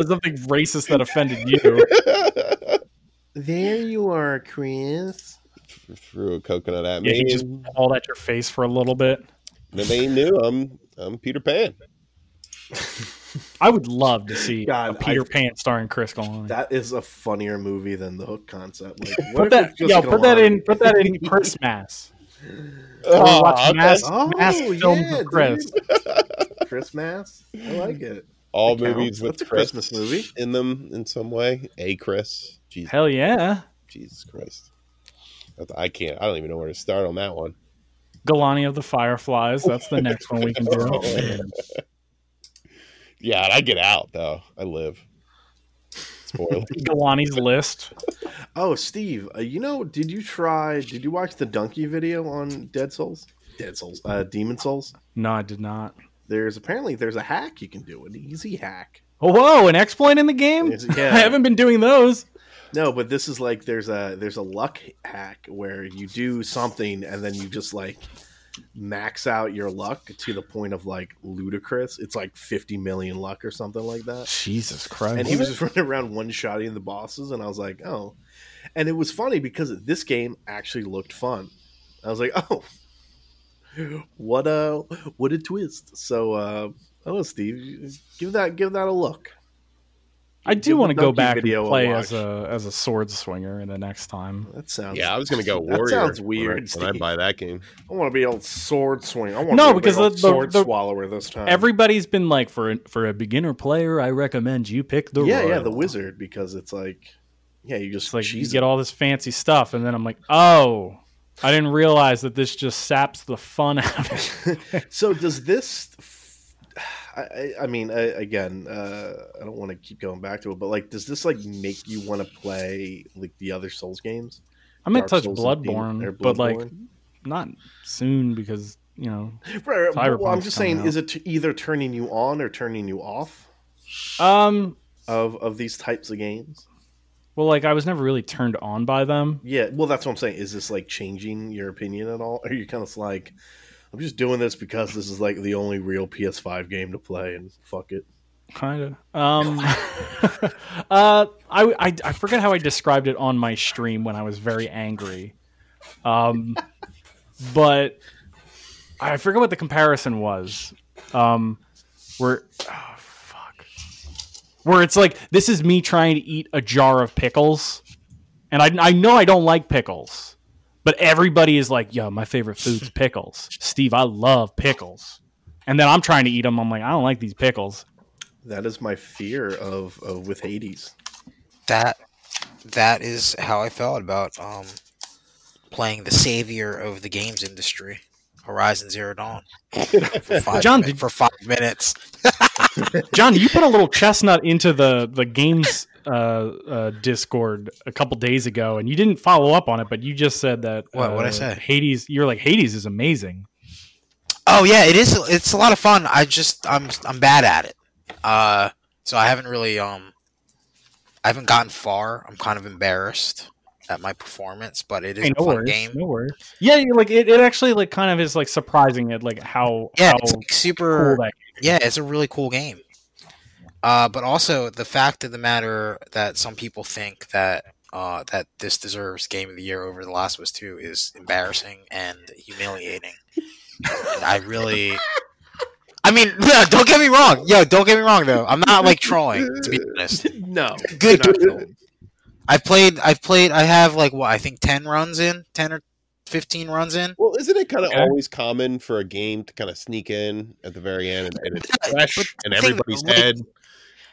Speaker 4: there's nothing racist that offended you.
Speaker 2: there you are, Chris."
Speaker 1: threw a coconut at
Speaker 4: Yeah,
Speaker 1: me.
Speaker 4: he just-
Speaker 1: and
Speaker 4: all at your face for a little bit.
Speaker 1: then they knew I'm I'm Peter Pan.
Speaker 4: I would love to see
Speaker 2: God,
Speaker 4: a Peter
Speaker 2: I-
Speaker 4: Pan starring Chris Galani.
Speaker 2: That is a funnier movie than the hook concept. Like, what
Speaker 4: put
Speaker 2: if
Speaker 4: that,
Speaker 2: it's just
Speaker 4: yo, put that
Speaker 2: Galani?
Speaker 4: in, put that in Christmas. Or
Speaker 1: Oh,
Speaker 4: watch
Speaker 1: okay.
Speaker 4: mass,
Speaker 2: Oh,
Speaker 4: mass
Speaker 2: yeah,
Speaker 4: films of
Speaker 2: dude.
Speaker 4: Chris.
Speaker 2: Christmas. I like it.
Speaker 1: All
Speaker 2: That
Speaker 1: movies
Speaker 2: counts.
Speaker 1: with
Speaker 2: That's a
Speaker 1: Chris
Speaker 2: Christmas movie.
Speaker 1: in them in some way. A Chris. Jesus,
Speaker 4: Hell yeah,
Speaker 1: Jesus Christ. That's- I can't. I don't even know where to start on that one.
Speaker 4: Galani of the Fireflies. That's the next one we can do.
Speaker 2: Oh,
Speaker 1: Yeah, and I get out though. I live. Spoiler.
Speaker 4: Galani's list.
Speaker 2: Oh, Steve, uh, you know, did you try? Did you watch the donkey video on Dead Souls? Dead Souls, uh, Demon Souls.
Speaker 4: No, I did not.
Speaker 2: There's apparently there's a hack you can do, an easy hack.
Speaker 4: Oh, whoa, an exploit in the game.
Speaker 2: There's- yeah.
Speaker 4: I haven't been doing those.
Speaker 2: No, but this is like there's a there's a luck hack where you do something and then you just like max out your luck to the point of like ludicrous. It's like 50 million luck or something like that.
Speaker 4: Jesus Christ.
Speaker 2: and he was just running around one shotting the bosses and i was like oh and it was funny because this game actually looked fun i was like oh what a what a twist so uh oh steve give that give that a look
Speaker 4: I
Speaker 2: Give
Speaker 4: do
Speaker 2: the
Speaker 4: want to go
Speaker 2: donkey
Speaker 4: back
Speaker 2: video
Speaker 4: and
Speaker 2: a
Speaker 4: play
Speaker 2: watch.
Speaker 4: as a as a sword swinger in the next time.
Speaker 2: that sounds
Speaker 1: yeah, I was gonna go
Speaker 2: That
Speaker 1: warrior.
Speaker 2: sounds
Speaker 1: when I-
Speaker 2: weird,
Speaker 1: When I
Speaker 2: Steve.
Speaker 1: buy that game,
Speaker 2: i want to be old sword swing i want
Speaker 4: No,
Speaker 2: to be
Speaker 4: because
Speaker 2: old
Speaker 4: the- the-
Speaker 2: sword
Speaker 4: the-
Speaker 2: swallower this time
Speaker 4: Everybody's been like for for a beginner player, I recommend you pick the
Speaker 2: yeah yeah
Speaker 4: royal.
Speaker 2: the wizard because it's like yeah you just
Speaker 4: It's like
Speaker 2: cheese it.
Speaker 4: you get all this fancy stuff, and then I'm like, oh, I didn't realize that this just saps the fun out of it.
Speaker 2: so does this f- I, I- I mean I, again uh, i don't want to keep going back to it but like does this like make you want to play like the other souls games
Speaker 4: I'm gonna
Speaker 2: Dark
Speaker 4: touch
Speaker 2: Souls and
Speaker 4: Bloodborne,
Speaker 2: Demon- or
Speaker 4: but like
Speaker 2: Bloodborne?
Speaker 4: not soon because you know.
Speaker 2: Right, right, well, i'm
Speaker 4: Cyberpunk's
Speaker 2: just saying
Speaker 4: coming
Speaker 2: is it t- either turning you on or turning you off
Speaker 4: Um,
Speaker 2: of of these types of games
Speaker 4: well, like I was never really turned on by them.
Speaker 2: yeah well that's what i'm saying is this like changing your opinion at all are you kind of like i'm just doing this because this is like the only real ps5 game to play and fuck it
Speaker 4: Kind of. Um, uh, I, I I forget how I described it on my stream when I was very angry. Um, but I forget what the comparison was. Um, where oh, fuck, where it's like this is me trying to eat a jar of pickles, and I I know I don't like pickles, but everybody is like, yo, my favorite food's pickles. Steve, I love pickles. And then I'm trying to eat them. I'm like, I don't like these pickles.
Speaker 2: that is my fear of, of with hades
Speaker 3: that that is how I felt about um playing the savior of the games industry, Horizon Zero Dawn. For five
Speaker 4: John,
Speaker 3: mi-
Speaker 4: did-
Speaker 3: for five minutes.
Speaker 4: John, you put a little chestnut into the the games uh, uh, Discord a couple days ago, and you didn't follow up on it, but you just said that
Speaker 3: What-
Speaker 4: uh,
Speaker 3: what'd I say?
Speaker 4: Hades. You're like Hades is amazing.
Speaker 3: Oh yeah, it is. It's a lot of fun. I just I'm I'm bad at it. Uh, so I haven't really um, I haven't gotten far. I'm kind of embarrassed at my performance, but it is
Speaker 4: Hey,
Speaker 3: a
Speaker 4: no
Speaker 3: fun
Speaker 4: worries,
Speaker 3: game.
Speaker 4: no worries. Yeah, you- like it, it actually like kind of is like surprising at like how
Speaker 3: Yeah,
Speaker 4: how
Speaker 3: it's like super.
Speaker 4: cool that
Speaker 3: yeah, it's a really cool game. Uh, but also the fact of the matter that some people think that uh, that this deserves Game of the Year over The Last of Us Two is embarrassing and humiliating. And I really, I mean, no, don't get me wrong, yo, don't get me wrong though. I'm not like trolling to be honest.
Speaker 2: no
Speaker 3: Good.
Speaker 2: you're not wrong.
Speaker 3: I've played, I've played, I have like what I think ten runs in, ten or fifteen runs in.
Speaker 1: well, isn't it kind of
Speaker 4: Okay.
Speaker 1: always common for a game to kind of sneak in at the very end and, and it's fresh
Speaker 3: But
Speaker 1: in
Speaker 3: the thing,
Speaker 1: everybody's
Speaker 3: like-
Speaker 1: head?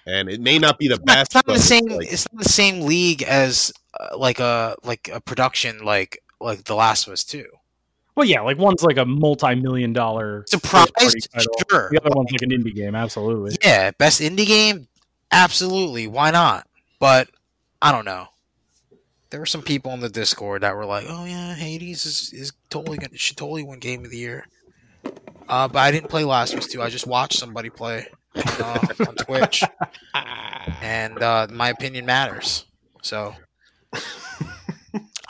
Speaker 1: And it may not be the
Speaker 3: not-
Speaker 1: best.
Speaker 3: It's not in the
Speaker 1: but,
Speaker 3: same.
Speaker 1: like,
Speaker 3: it's not in the same league as uh, like a like a production like like The Last of Us Two.
Speaker 4: Well, yeah, like one's like a multi million dollar
Speaker 3: Surprised,
Speaker 4: third-party title.
Speaker 3: sure.
Speaker 4: The other one's like an indie game, absolutely.
Speaker 3: Yeah, best indie game, absolutely. Why not? But I don't know. There were some people in the Discord that were like, "Oh yeah, Hades is, is totally gonna should totally win Game of the Year." Uh, but I didn't play Last of Us Two. I just watched somebody play on, uh, on Twitch,
Speaker 2: Ah.
Speaker 3: and uh, my opinion matters. So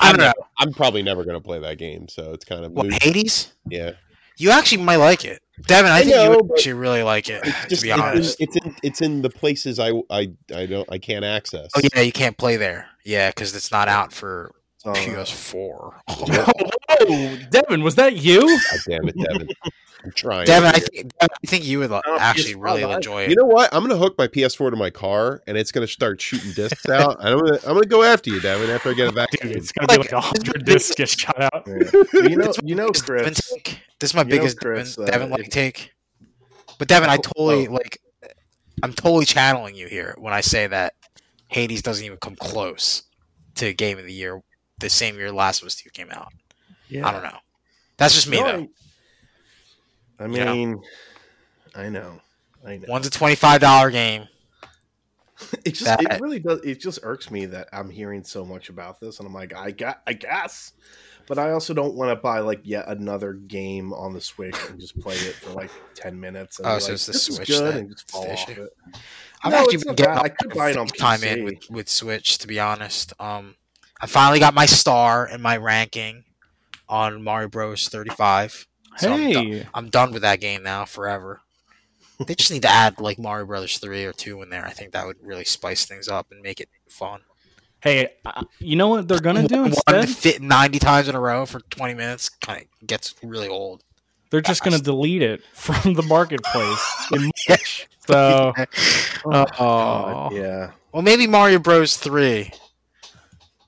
Speaker 3: I don't know.
Speaker 1: I'm probably never going to play that game, so it's kind of
Speaker 3: What,
Speaker 1: moot.
Speaker 3: Hades?
Speaker 1: yeah.
Speaker 3: You actually might like it, Devin. I
Speaker 1: I
Speaker 3: think you
Speaker 1: know,
Speaker 3: would
Speaker 1: but
Speaker 3: actually really like it.
Speaker 1: It's
Speaker 3: To
Speaker 1: just
Speaker 3: be
Speaker 1: it's,
Speaker 3: honest,
Speaker 1: in, it's in it's in the places I I I don't I can't access.
Speaker 3: oh yeah, you can't play there. Yeah, because it's not out for
Speaker 2: So, uh,
Speaker 3: PS4.
Speaker 4: Oh, Devin, was that you?
Speaker 1: God damn it, Devin. I'm trying.
Speaker 3: Devin,
Speaker 1: over
Speaker 3: I
Speaker 1: here.
Speaker 3: think, Devin, I think you would uh,
Speaker 2: Oh,
Speaker 3: actually
Speaker 2: PS5,
Speaker 3: really
Speaker 2: I-
Speaker 3: enjoy
Speaker 1: You
Speaker 3: it.
Speaker 1: know what? I'm gonna hook my PS4 to my car, and it's gonna start shooting discs out. And I'm gonna I'm gonna go after you, Devin, after I get a
Speaker 4: Dude,
Speaker 1: vaccine.
Speaker 4: it's gonna be like a hundred discs get shot out.
Speaker 2: you know, you know,
Speaker 3: Biggest Devin
Speaker 2: Chris.
Speaker 3: take. This is my
Speaker 2: you know,
Speaker 3: biggest
Speaker 2: Chris,
Speaker 3: Devin,
Speaker 2: uh,
Speaker 3: Devin like
Speaker 2: if-
Speaker 3: take. But Devin, I totally
Speaker 2: oh.
Speaker 3: like. I'm totally channeling you here when I say that Hades doesn't even come close to Game of the Year the same year Last of Us Two came out. I don't know. That's just me
Speaker 2: No,
Speaker 3: though.
Speaker 2: I, I
Speaker 3: You know.
Speaker 2: mean, I know, I know.
Speaker 3: One's a twenty five dollar game.
Speaker 2: It just,
Speaker 3: that-
Speaker 2: it really does. It just irks me that I'm hearing so much about this, and I'm like, I got, I guess, but I also don't want to buy like yet another game on the Switch and just play it for like ten minutes. And
Speaker 3: Oh,
Speaker 2: be
Speaker 3: so
Speaker 2: like,
Speaker 3: it's the
Speaker 2: this is
Speaker 3: Switch
Speaker 2: good,
Speaker 3: that-
Speaker 2: and just
Speaker 3: that's the
Speaker 2: fall off
Speaker 3: issue.
Speaker 2: it.
Speaker 3: I've
Speaker 2: No,
Speaker 3: actually
Speaker 2: it's
Speaker 3: been
Speaker 2: not
Speaker 3: getting
Speaker 2: bad.
Speaker 3: a
Speaker 2: I could buy it on
Speaker 3: time in
Speaker 2: PC.
Speaker 3: with, with Switch, to be honest. Um, I finally got my star and my ranking on Mario Bros. 35. So I'm, done,
Speaker 4: Hey,
Speaker 3: I'm done with that game now forever. They just need to add like Mario Brothers 3 or 2 in there. I think that would really spice things up and make it fun.
Speaker 4: hey, uh, you know what they're gonna do
Speaker 3: One to
Speaker 4: instead?
Speaker 3: fit 90 times in a row for 20 minutes kind of gets really old.
Speaker 4: They're just gonna delete it from the marketplace. in March. So,
Speaker 2: God,
Speaker 4: oh,
Speaker 2: yeah,
Speaker 3: Well, maybe Mario Bros. 3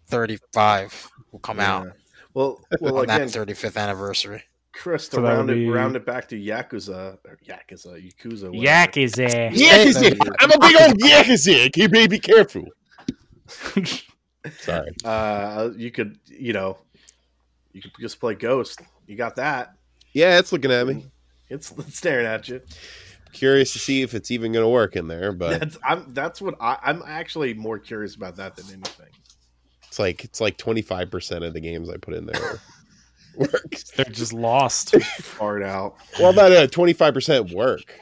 Speaker 3: 35 will come out
Speaker 2: yeah. Well, well,
Speaker 3: on that
Speaker 2: again,
Speaker 3: 35th anniversary.
Speaker 2: Chris, to
Speaker 4: So that would
Speaker 2: round it,
Speaker 4: be-
Speaker 2: round it back to Yakuza, or Yakuza, Yakuza, whatever.
Speaker 4: yak is there.
Speaker 1: Yakuza. I'm a big old Yakuza. Can you be, be careful? Sorry.
Speaker 2: Uh, you could, you know, you could just play Ghost. You got that.
Speaker 1: Yeah, it's looking at me.
Speaker 2: It's, it's staring at you.
Speaker 1: Curious to see if it's even gonna work in there, but
Speaker 2: That's I'm. That's what I, I'm actually more curious about that than anything.
Speaker 1: it's like it's like 25 percent of the games I put in there work.
Speaker 4: They're just lost.
Speaker 2: Fart out.
Speaker 1: Well, about uh, 25% work.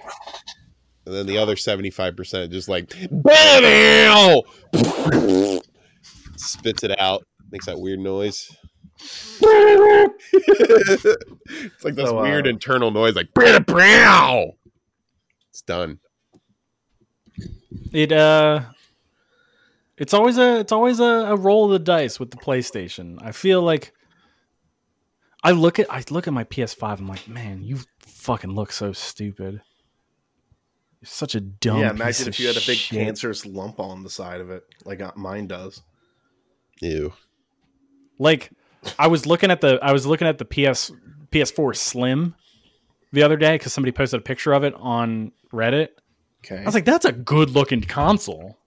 Speaker 1: And then the other 75% just like, BAM! Spits it out. Makes that weird noise. it's like this
Speaker 2: So, uh,
Speaker 1: weird internal noise, like, "Bow." it's done.
Speaker 4: It uh, it's always a it's always a, a roll of the dice with the PlayStation. I feel like I look at I look at my PS5. I'm like, man, you fucking look so stupid. You're such a dumb.
Speaker 2: yeah,
Speaker 4: piece
Speaker 2: imagine if
Speaker 4: of
Speaker 2: you had a big
Speaker 4: shit.
Speaker 2: cancerous lump on the side of it, like uh, mine does.
Speaker 1: Ew.
Speaker 4: Like I was looking at the I was looking at the PS PS4 Slim the other day because somebody posted a picture of it on Reddit.
Speaker 2: Okay.
Speaker 4: I was like, that's a good looking console.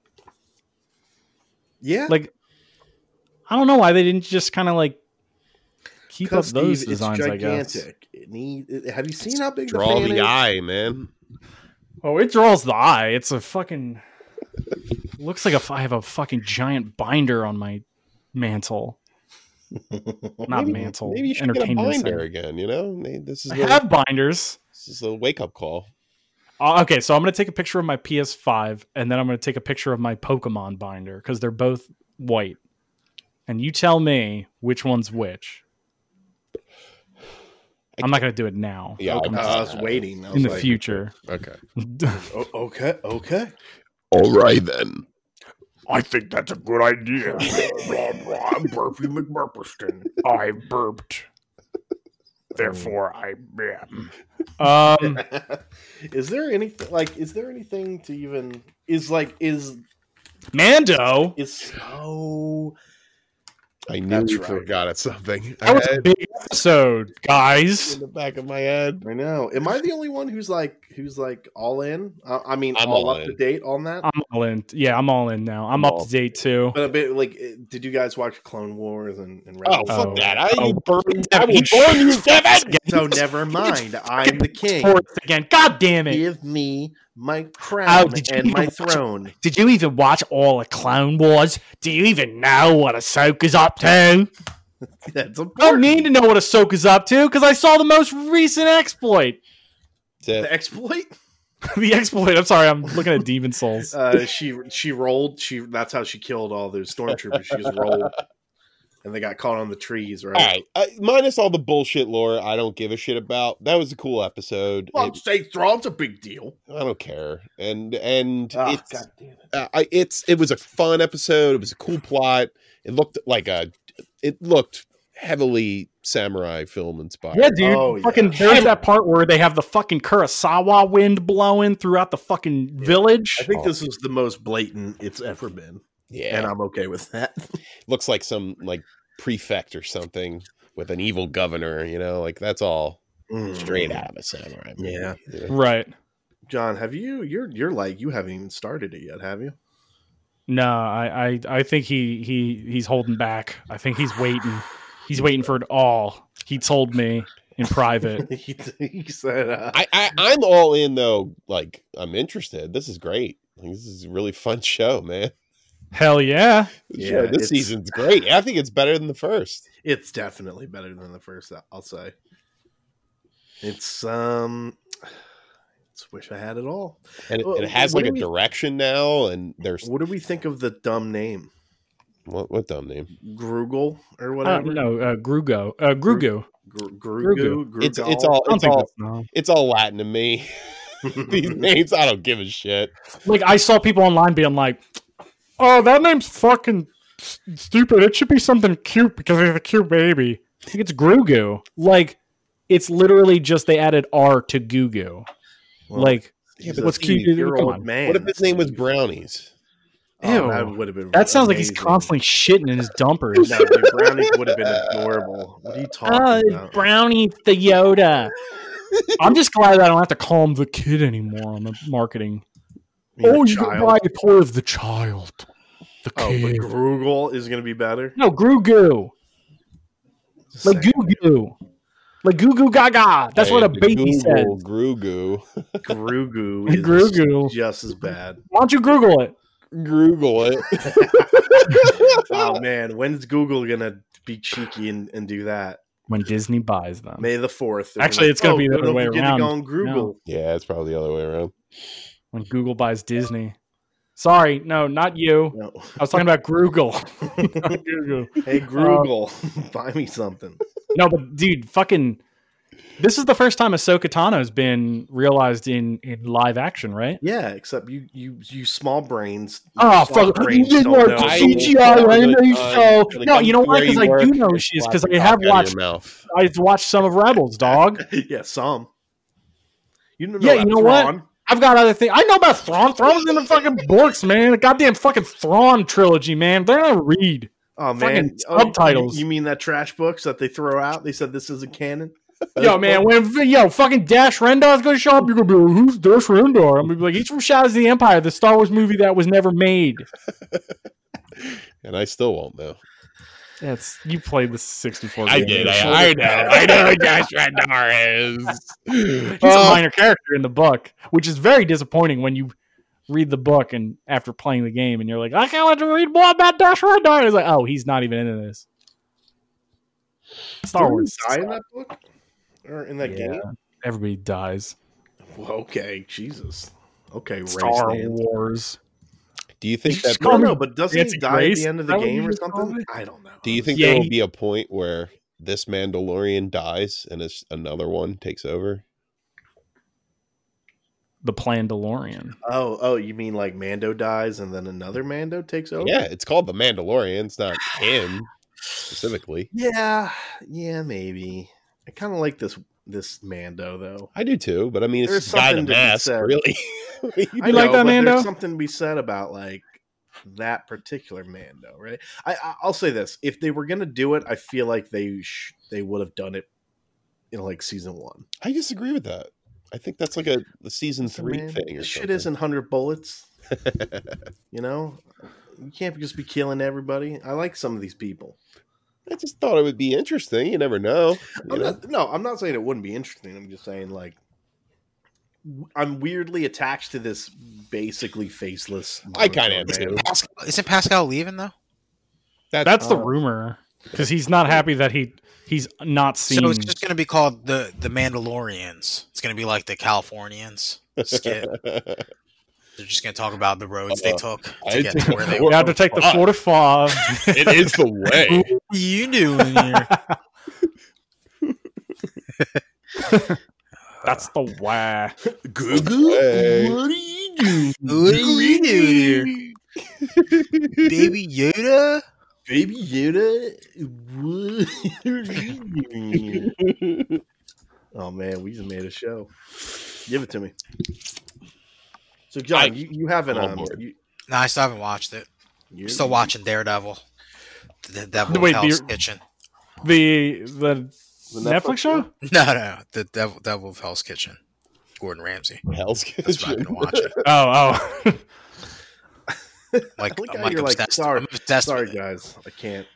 Speaker 2: yeah.
Speaker 4: Like I don't know why they didn't just kind of like keep up
Speaker 2: because,
Speaker 4: those
Speaker 2: Steve,
Speaker 4: designs. I guess.
Speaker 2: It need, it- have you seen how big
Speaker 1: Draw
Speaker 2: the, fan
Speaker 1: the
Speaker 2: is?
Speaker 1: eye, man.
Speaker 4: Oh, it draws the eye. It's a fucking looks like a f- I have a fucking giant binder on my mantle. Not
Speaker 1: Maybe-
Speaker 4: mantle.
Speaker 1: Maybe you should get a
Speaker 4: entertainment
Speaker 1: binder
Speaker 4: center.
Speaker 1: again, you know? May- This is
Speaker 4: I
Speaker 1: the-
Speaker 4: have binders.
Speaker 1: this is a wake up call.
Speaker 4: Uh, okay, so I'm gonna take a picture of my PS5, and then I'm gonna take a picture of my Pokemon binder because they're both white. And you tell me which one's which. I'm not gonna do it now.
Speaker 1: Yeah,
Speaker 2: Okay, Uh, I was waiting. I was
Speaker 4: In the
Speaker 2: like,
Speaker 4: future.
Speaker 1: Okay.
Speaker 2: "O- okay, okay.
Speaker 1: All right, then.
Speaker 6: I think that's a good idea.
Speaker 2: I'm Burpee McMurperston.
Speaker 6: I burped. Therefore, I am.
Speaker 4: um,
Speaker 2: is there anything like? Is there anything to even? Is like is
Speaker 4: Mando.
Speaker 2: is so?
Speaker 1: I knew
Speaker 2: That's
Speaker 1: you
Speaker 2: right.
Speaker 1: forgot at something. I
Speaker 4: That was
Speaker 1: had
Speaker 4: a
Speaker 1: it
Speaker 4: big episode, guys.
Speaker 1: in the back of my head.
Speaker 2: I know. Am I the only one who's like who's like all in? I, I mean,
Speaker 1: I'm
Speaker 2: all,
Speaker 1: all
Speaker 2: up
Speaker 1: in.
Speaker 2: to date on that.
Speaker 4: I'm all in. Yeah, I'm all in now.
Speaker 1: I'm
Speaker 4: I'm
Speaker 1: all-
Speaker 4: up to date too.
Speaker 2: But a bit like, it- did you guys watch Clone Wars and, and
Speaker 1: Oh,
Speaker 2: Rebels?
Speaker 4: Oh.
Speaker 1: fuck that. I
Speaker 4: Oh.
Speaker 1: burn, I will burn you, Devin!
Speaker 2: so never mind. I'm the king.
Speaker 4: Sports again. God damn it!
Speaker 2: Give me my crown
Speaker 4: did you
Speaker 2: and my
Speaker 4: even watch it?
Speaker 2: throne.
Speaker 4: Did you even watch all of Clone Wars? Do you even know what Ahsoka's up to?
Speaker 2: That's a
Speaker 4: I don't need to know what Ahsoka's up to because I saw the most recent exploit.
Speaker 1: That's
Speaker 2: the
Speaker 1: it.
Speaker 2: exploit.
Speaker 4: the exploit. I'm sorry. I'm looking at Demon Souls.
Speaker 2: Uh, she she rolled. She that's how she killed all those stormtroopers. She just rolled, and they got caught on the trees. Right?
Speaker 1: All right. Uh, minus all the bullshit lore I don't give a shit about. That was a cool episode.
Speaker 2: Well,
Speaker 1: It-
Speaker 2: say throne's a big deal.
Speaker 1: I don't care. And and
Speaker 2: Oh,
Speaker 1: it's
Speaker 2: God damn it.
Speaker 1: uh, I, it's it was a fun episode. It was a cool plot. It looked like a it looked heavily samurai film inspired.
Speaker 4: Yeah, dude.
Speaker 2: Oh, yeah.
Speaker 4: Fucking there's that part where they have the fucking Kurosawa wind blowing throughout the fucking village.
Speaker 2: I think this is the most blatant it's ever been,
Speaker 1: Yeah,
Speaker 2: and I'm okay with that.
Speaker 1: looks like some like prefect or something with an evil governor. You know, like that's all straight out of a samurai. movie.
Speaker 2: Mm. Yeah.
Speaker 4: Right.
Speaker 2: John, have you? You're you're like you haven't even started it yet, have you?
Speaker 4: No, I, I, I think he, he, he's holding back. I think he's waiting. He's waiting for it all. He told me in private.
Speaker 2: he, he said, uh,
Speaker 1: I, I I'm all in though. Like I'm interested. This is great. Like, this is a really fun show, man.
Speaker 4: Hell yeah.
Speaker 1: This
Speaker 2: Yeah,
Speaker 1: show- this
Speaker 2: it's-
Speaker 1: season's great. I think it's better than the first.
Speaker 2: "It's definitely better than the first." I'll say. It's um, it's wish I had it all.
Speaker 1: And it,
Speaker 2: Well,
Speaker 1: it has
Speaker 2: what
Speaker 1: like a
Speaker 2: do we-
Speaker 1: direction now. And there's
Speaker 2: What do we think of the dumb name,
Speaker 1: what, what dumb name?
Speaker 2: Grugel or
Speaker 4: Uh,
Speaker 2: whatever?
Speaker 4: no, uh, Grugo. Uh, Grugu.
Speaker 2: Gr-
Speaker 4: Grugu.
Speaker 2: Grugu.
Speaker 1: It's it's
Speaker 2: Grugal?
Speaker 1: all
Speaker 4: I don't
Speaker 1: it's
Speaker 4: think
Speaker 1: all
Speaker 4: that's no.
Speaker 1: it's all Latin to me. These names, I don't give a shit.
Speaker 4: Like I saw people online being like, "Oh, that name's fucking s- stupid. It should be something cute because it's a cute baby." I think it's Grugu. Like it's literally just they added R to Gugu.
Speaker 2: Well,
Speaker 4: like
Speaker 1: Yeah,
Speaker 2: he's
Speaker 1: but
Speaker 4: what's
Speaker 2: a
Speaker 1: it's
Speaker 4: cute?
Speaker 2: Year
Speaker 4: Come
Speaker 2: old
Speaker 4: on.
Speaker 2: man.
Speaker 1: What if his name was Brownies?
Speaker 2: Oh,
Speaker 4: Ew.
Speaker 2: that would have been.
Speaker 4: That sounds like he's
Speaker 2: amazing.
Speaker 4: constantly shitting in his dumpers.
Speaker 2: No, dude, brownies would have been adorable. What are
Speaker 4: Uh,
Speaker 2: you talking about?
Speaker 4: Brownie the Yoda. I'm just glad I don't have to call him the kid anymore on the marketing.
Speaker 2: Being a
Speaker 4: oh, you can
Speaker 2: child.
Speaker 4: buy a toy of the child. The
Speaker 2: Oh, but
Speaker 4: kid.
Speaker 2: Grugel is going to be better.
Speaker 4: no, Grugu.
Speaker 2: Sick.
Speaker 4: Like goo goo. Like goo goo gaga. That's what a
Speaker 1: Hey,
Speaker 4: baby said.
Speaker 1: Google Grugu.
Speaker 2: Grugu is
Speaker 4: Grugu.
Speaker 2: just as bad.
Speaker 4: Why don't you Google it?
Speaker 1: Google it.
Speaker 2: Oh man, when's Google going to be cheeky and, and do that?
Speaker 4: When Disney buys them.
Speaker 2: May the fourth. Oh,
Speaker 4: Actually, it's gonna be the other way around.
Speaker 2: On Grugel.
Speaker 1: yeah, it's probably the other way around.
Speaker 4: When Google buys Disney. Sorry, no, Uh, not you.
Speaker 2: No.
Speaker 4: I was talking about Groogle. Not Google.
Speaker 2: hey Grugel, buy me something.
Speaker 4: No, but dude, fucking this is the first time Ahsoka Tano's been realized in, in live action, right?
Speaker 2: Yeah, except you, you, you small brains. small
Speaker 4: Oh fuck! You
Speaker 2: brains
Speaker 4: did
Speaker 2: don't
Speaker 4: more
Speaker 2: know.
Speaker 1: I-
Speaker 4: CGI. I know so.
Speaker 1: Like,
Speaker 4: No, you know
Speaker 1: where
Speaker 4: why? Because I
Speaker 1: work
Speaker 4: do know
Speaker 1: is
Speaker 4: she is.
Speaker 1: flat
Speaker 4: Because
Speaker 1: the
Speaker 4: I
Speaker 1: fuck
Speaker 4: have
Speaker 1: out of your
Speaker 4: watched.
Speaker 1: mouth.
Speaker 4: I've watched some of Rebels, dog.
Speaker 2: yeah, some. You know,
Speaker 4: Yeah, you know what?
Speaker 2: Thrawn.
Speaker 4: I've got other things. I know about Thrawn. Thrawn's in the fucking books, man. The goddamn fucking Thrawn trilogy, man. They're gonna read.
Speaker 2: Oh
Speaker 4: Fucking
Speaker 2: man, Oh, you-
Speaker 4: subtitles.
Speaker 2: You, mean that trash books that they throw out? They said this isn't canon.
Speaker 4: Yo, man, when yo fucking Dash Rendar's gonna show up, you're gonna be like, "Who's Dash Rendar?" I'm gonna be like, "He's from Shadows of the Empire, the Star Wars movie that was never made."
Speaker 1: And I still won't know.
Speaker 4: That's you played the 64.
Speaker 1: I
Speaker 4: game.
Speaker 1: did. I, I know. I know who Josh Radnar is.
Speaker 4: He's
Speaker 1: Oh,
Speaker 4: a minor character in the book, which is very disappointing when you read the book and after playing the game, and you're like, "I can't wait to read more about Dash Rendar." It's like, "Oh, he's not even into this." Star
Speaker 2: Didn't
Speaker 4: Wars.
Speaker 2: he die in that book or in that
Speaker 4: Yeah.
Speaker 2: game?
Speaker 4: Everybody dies.
Speaker 2: Well, okay, Jesus. Okay, race
Speaker 4: Star
Speaker 2: man.
Speaker 4: Wars.
Speaker 1: do you think
Speaker 4: Did you
Speaker 1: that?
Speaker 4: just call
Speaker 2: No,
Speaker 4: me
Speaker 2: no, but doesn't
Speaker 4: Nancy
Speaker 2: he die
Speaker 4: Grace?
Speaker 2: at the end of
Speaker 4: That
Speaker 2: the
Speaker 4: what
Speaker 2: game
Speaker 4: you
Speaker 2: or
Speaker 4: just called
Speaker 2: something?
Speaker 4: it?
Speaker 2: I don't know.
Speaker 1: Do you think
Speaker 4: Yeah,
Speaker 1: there will
Speaker 4: he-
Speaker 1: be a point where this Mandalorian dies and it's another one takes over?
Speaker 4: The Plandalorian.
Speaker 2: Oh, oh, you mean like Mando dies and then another Mando takes over?
Speaker 1: Yeah, it's called the Mandalorian. It's not him specifically.
Speaker 2: yeah, yeah, maybe. I kind of like this this Mando though.
Speaker 1: I do too, but I mean, it's
Speaker 2: There's
Speaker 1: just a guy in a
Speaker 2: something to be
Speaker 1: mask,
Speaker 2: said.
Speaker 1: really.
Speaker 2: I
Speaker 4: like that
Speaker 2: but
Speaker 4: Mando?
Speaker 2: There's something to be said about like that particular Mando, right? I, I I'll say this: if they were gonna do it, I feel like they sh- they would have done it in like season one.
Speaker 1: I disagree with that. I think that's like a the season three
Speaker 2: Man,
Speaker 1: thing. Or
Speaker 2: this shit
Speaker 1: something.
Speaker 2: isn't hundred bullets. you know, you can't just be killing everybody. I like some of these people.
Speaker 1: I just thought it would be interesting. You never know. you
Speaker 2: I'm
Speaker 1: know?
Speaker 2: not, no, I'm not saying it wouldn't be interesting. I'm just saying like. w- I'm weirdly attached to this basically faceless.
Speaker 1: I kinda am,
Speaker 2: monochrome
Speaker 1: too.
Speaker 2: man.
Speaker 3: Pascal, isn't Pascal leaving though?
Speaker 4: That's the
Speaker 2: uh,
Speaker 4: rumor because he's not happy that he he's not seen.
Speaker 3: So it's just gonna be called the the Mandalorians. It's gonna be like the Californians skit. They're just gonna talk about the roads they
Speaker 1: Uh,
Speaker 3: took to
Speaker 1: I
Speaker 3: get
Speaker 1: took
Speaker 3: to where they
Speaker 1: the
Speaker 3: were.
Speaker 4: we have to take the
Speaker 1: Fuck.
Speaker 4: four to five.
Speaker 1: it is the way.
Speaker 3: What are you doing here?
Speaker 4: That's the why.
Speaker 1: Google. What
Speaker 2: are you
Speaker 3: What are you doing here, baby Yoda?
Speaker 2: Baby Yoda, what are you doing here? oh man, we just made a show. Give it to me. So John,
Speaker 1: I-
Speaker 2: you, you haven't
Speaker 1: Oh,
Speaker 2: um,
Speaker 1: Lord.
Speaker 2: you,
Speaker 3: No, I still haven't watched it.
Speaker 2: you
Speaker 3: I'm still watching Daredevil. The Devil
Speaker 4: Wait,
Speaker 3: of Hell's
Speaker 4: the-
Speaker 3: Kitchen.
Speaker 4: The the,
Speaker 2: The
Speaker 4: Netflix, show?
Speaker 3: No, no, no, the Devil, Devil of Hell's Kitchen. Gordon Ramsay.
Speaker 1: Hell's
Speaker 3: That's what I've
Speaker 1: Kitchen.
Speaker 3: been watching.
Speaker 4: Oh, oh.
Speaker 3: Like,
Speaker 2: like
Speaker 3: I'm
Speaker 2: how
Speaker 3: like
Speaker 2: you're like,
Speaker 3: obsessed.
Speaker 2: "Sorry,
Speaker 3: I'm obsessed
Speaker 2: Sorry
Speaker 3: with it.
Speaker 2: guys, I can't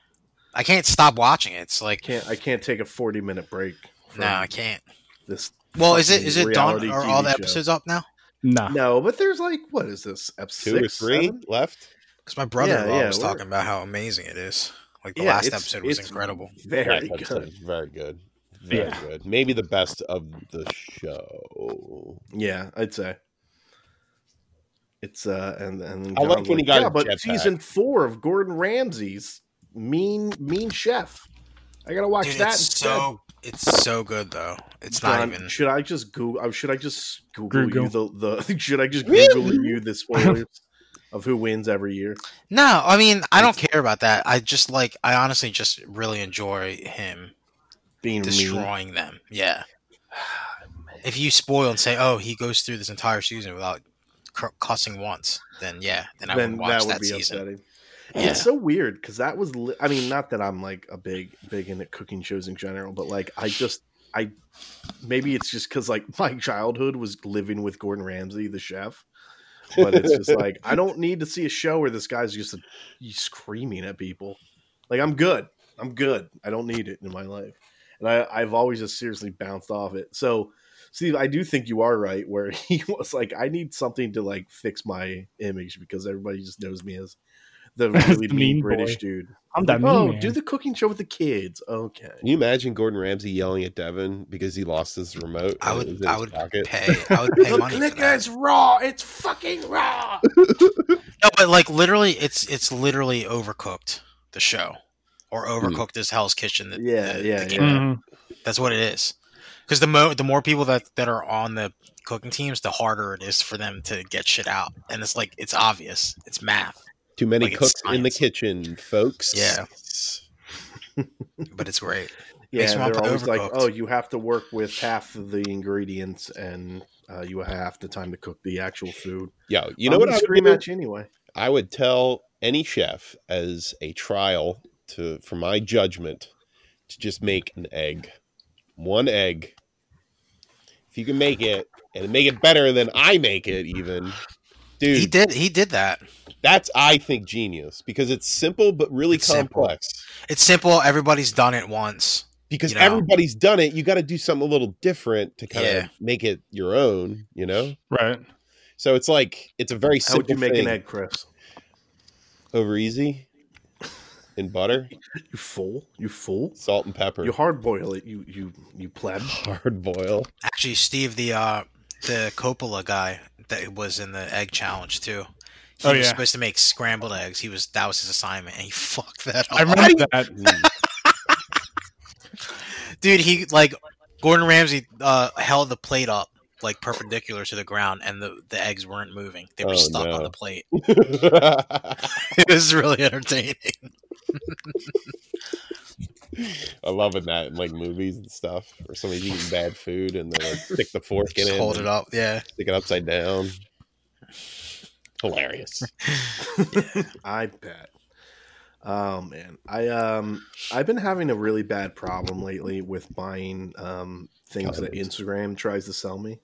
Speaker 3: I can't stop watching it. It's like
Speaker 2: can't I can't take a forty minute break. from
Speaker 3: no, I can't.
Speaker 2: This
Speaker 3: Well, is it
Speaker 2: fucking
Speaker 3: is it done?
Speaker 2: reality
Speaker 3: Are
Speaker 2: TV
Speaker 3: all the
Speaker 2: show.
Speaker 3: episodes up now?
Speaker 4: nah.
Speaker 2: no, but there's like what is this episode
Speaker 1: Two or three left.
Speaker 3: Because my brother-in-law
Speaker 2: Yeah, yeah,
Speaker 3: was
Speaker 2: we're-
Speaker 3: talking about how amazing it is. Like the
Speaker 2: Yeah,
Speaker 3: last
Speaker 2: it's-
Speaker 3: episode was
Speaker 2: it's
Speaker 3: incredible.
Speaker 2: Very
Speaker 1: That episode
Speaker 2: good.
Speaker 1: is Very good. Very good. Maybe the best of the show.
Speaker 2: Yeah, I'd say. It's uh and and then
Speaker 1: I like
Speaker 2: John's
Speaker 1: when he got
Speaker 2: yeah,
Speaker 1: his
Speaker 2: but
Speaker 1: jetpack."
Speaker 2: season four of Gordon Ramsay's Mean Mean Chef. I gotta watch
Speaker 3: Dude,
Speaker 2: that.
Speaker 3: it's
Speaker 2: instead.
Speaker 3: so it's so good though. It's
Speaker 2: John,
Speaker 3: not even.
Speaker 2: Should I just Google? Should I just Google,
Speaker 4: Google.
Speaker 2: you the, the? Should I just Google you the spoilers of who wins every year?
Speaker 3: No, I mean I don't care about that. I just like I honestly just really enjoy him
Speaker 2: Being mean.
Speaker 3: destroying them. Yeah. If you spoil and say, "Oh, he goes through this entire season without cr- cussing once," then yeah, then I
Speaker 2: then
Speaker 3: would watch
Speaker 2: that
Speaker 3: that,
Speaker 2: would be
Speaker 3: season.
Speaker 2: upsetting.
Speaker 3: Yeah.
Speaker 2: It's so weird because that was. Li- I mean, not that I'm like a big, big into cooking shows in general, but like I just, I maybe it's just because like my childhood was living with Gordon Ramsay, the chef. But it's just like I don't need to see a show where this guy's just a, he's screaming at people. Like I'm good, I'm good. I don't need it in my life, and I, I've always just seriously bounced off it. So. Steve, I do think you are right. Where he was like, I need something to like fix my image because everybody just knows me as the really
Speaker 4: the
Speaker 2: mean
Speaker 4: mean
Speaker 2: British
Speaker 4: boy.
Speaker 2: dude.
Speaker 4: I'm that mean.
Speaker 2: oh,
Speaker 4: man.
Speaker 2: do the cooking show with the kids. Okay,
Speaker 1: Can you imagine Gordon Ramsay yelling at Devin because he lost his remote?
Speaker 3: I
Speaker 1: and it was
Speaker 3: would,
Speaker 1: in
Speaker 3: I
Speaker 1: his
Speaker 3: would
Speaker 1: pocket?
Speaker 3: pay, I would pay money for that.
Speaker 2: raw. It's fucking raw.
Speaker 3: No, but like literally, it's it's literally overcooked the show, or overcooked as Hell's Kitchen. The,
Speaker 2: Hmm. Yeah,
Speaker 3: the-
Speaker 2: yeah,
Speaker 3: the
Speaker 2: yeah.
Speaker 3: game.
Speaker 4: Mhm.
Speaker 3: That's what it is. Because the mo the more people that that are on the cooking teams, the harder it is for them to get shit out. And it's like it's obvious. It's math,
Speaker 1: Too many
Speaker 3: Like it's
Speaker 1: cooks in the
Speaker 3: science.
Speaker 1: kitchen, folks.
Speaker 3: Yeah. but it's great.
Speaker 2: Yeah,
Speaker 3: Makes me want
Speaker 2: they're
Speaker 3: to
Speaker 2: always like,
Speaker 3: overcooked.
Speaker 2: oh, you have to work with half of the ingredients, and uh, you have half the time to cook the actual food.
Speaker 1: Yo, you know what I would
Speaker 2: scream
Speaker 1: do?
Speaker 2: at you anyway.
Speaker 1: I would tell any chef as a trial to for my judgment to just make an egg. One egg. If you can make it and make it better than I make it even. Dude,
Speaker 3: He did. He did that.
Speaker 1: that's I think genius because it's simple but really
Speaker 3: It's simple.
Speaker 1: complex.
Speaker 3: It's simple. Everybody's done it once.
Speaker 1: Because
Speaker 3: You know?
Speaker 1: everybody's done it, you got to do something a little different to kind
Speaker 3: Yeah.
Speaker 1: of make it your own, you know?
Speaker 5: Right.
Speaker 1: So it's like it's a very
Speaker 2: How
Speaker 1: simple
Speaker 2: would you make
Speaker 1: thing
Speaker 2: an egg, Chris?
Speaker 1: over easy in butter,
Speaker 2: You fool! You fool!
Speaker 1: salt and pepper.
Speaker 2: You hard boil it. You you you pleb.
Speaker 1: hard boil.
Speaker 3: Actually, Steve, the uh, the Coppola guy that was in the egg challenge too. He
Speaker 4: Oh,
Speaker 3: was
Speaker 4: yeah.
Speaker 3: supposed to make scrambled eggs. He was that was his assignment, and he fucked that up.
Speaker 4: I remember that.
Speaker 3: Dude, he like Gordon Ramsay uh, held the plate up like perpendicular to the ground, and the, the eggs weren't moving. They were
Speaker 1: Oh,
Speaker 3: stuck
Speaker 1: no.
Speaker 3: on the plate.
Speaker 1: I
Speaker 3: It was really entertaining.
Speaker 1: love it that in like movies and stuff, or somebody's eating bad food and they like, stick the fork in
Speaker 3: Just
Speaker 1: it,
Speaker 3: hold
Speaker 1: and
Speaker 3: it up, yeah.
Speaker 1: stick it upside down. Hilarious.
Speaker 2: I bet. Oh man, I um I've been having a really bad problem lately with buying um things that
Speaker 1: Condoms.
Speaker 2: Instagram tries to sell me.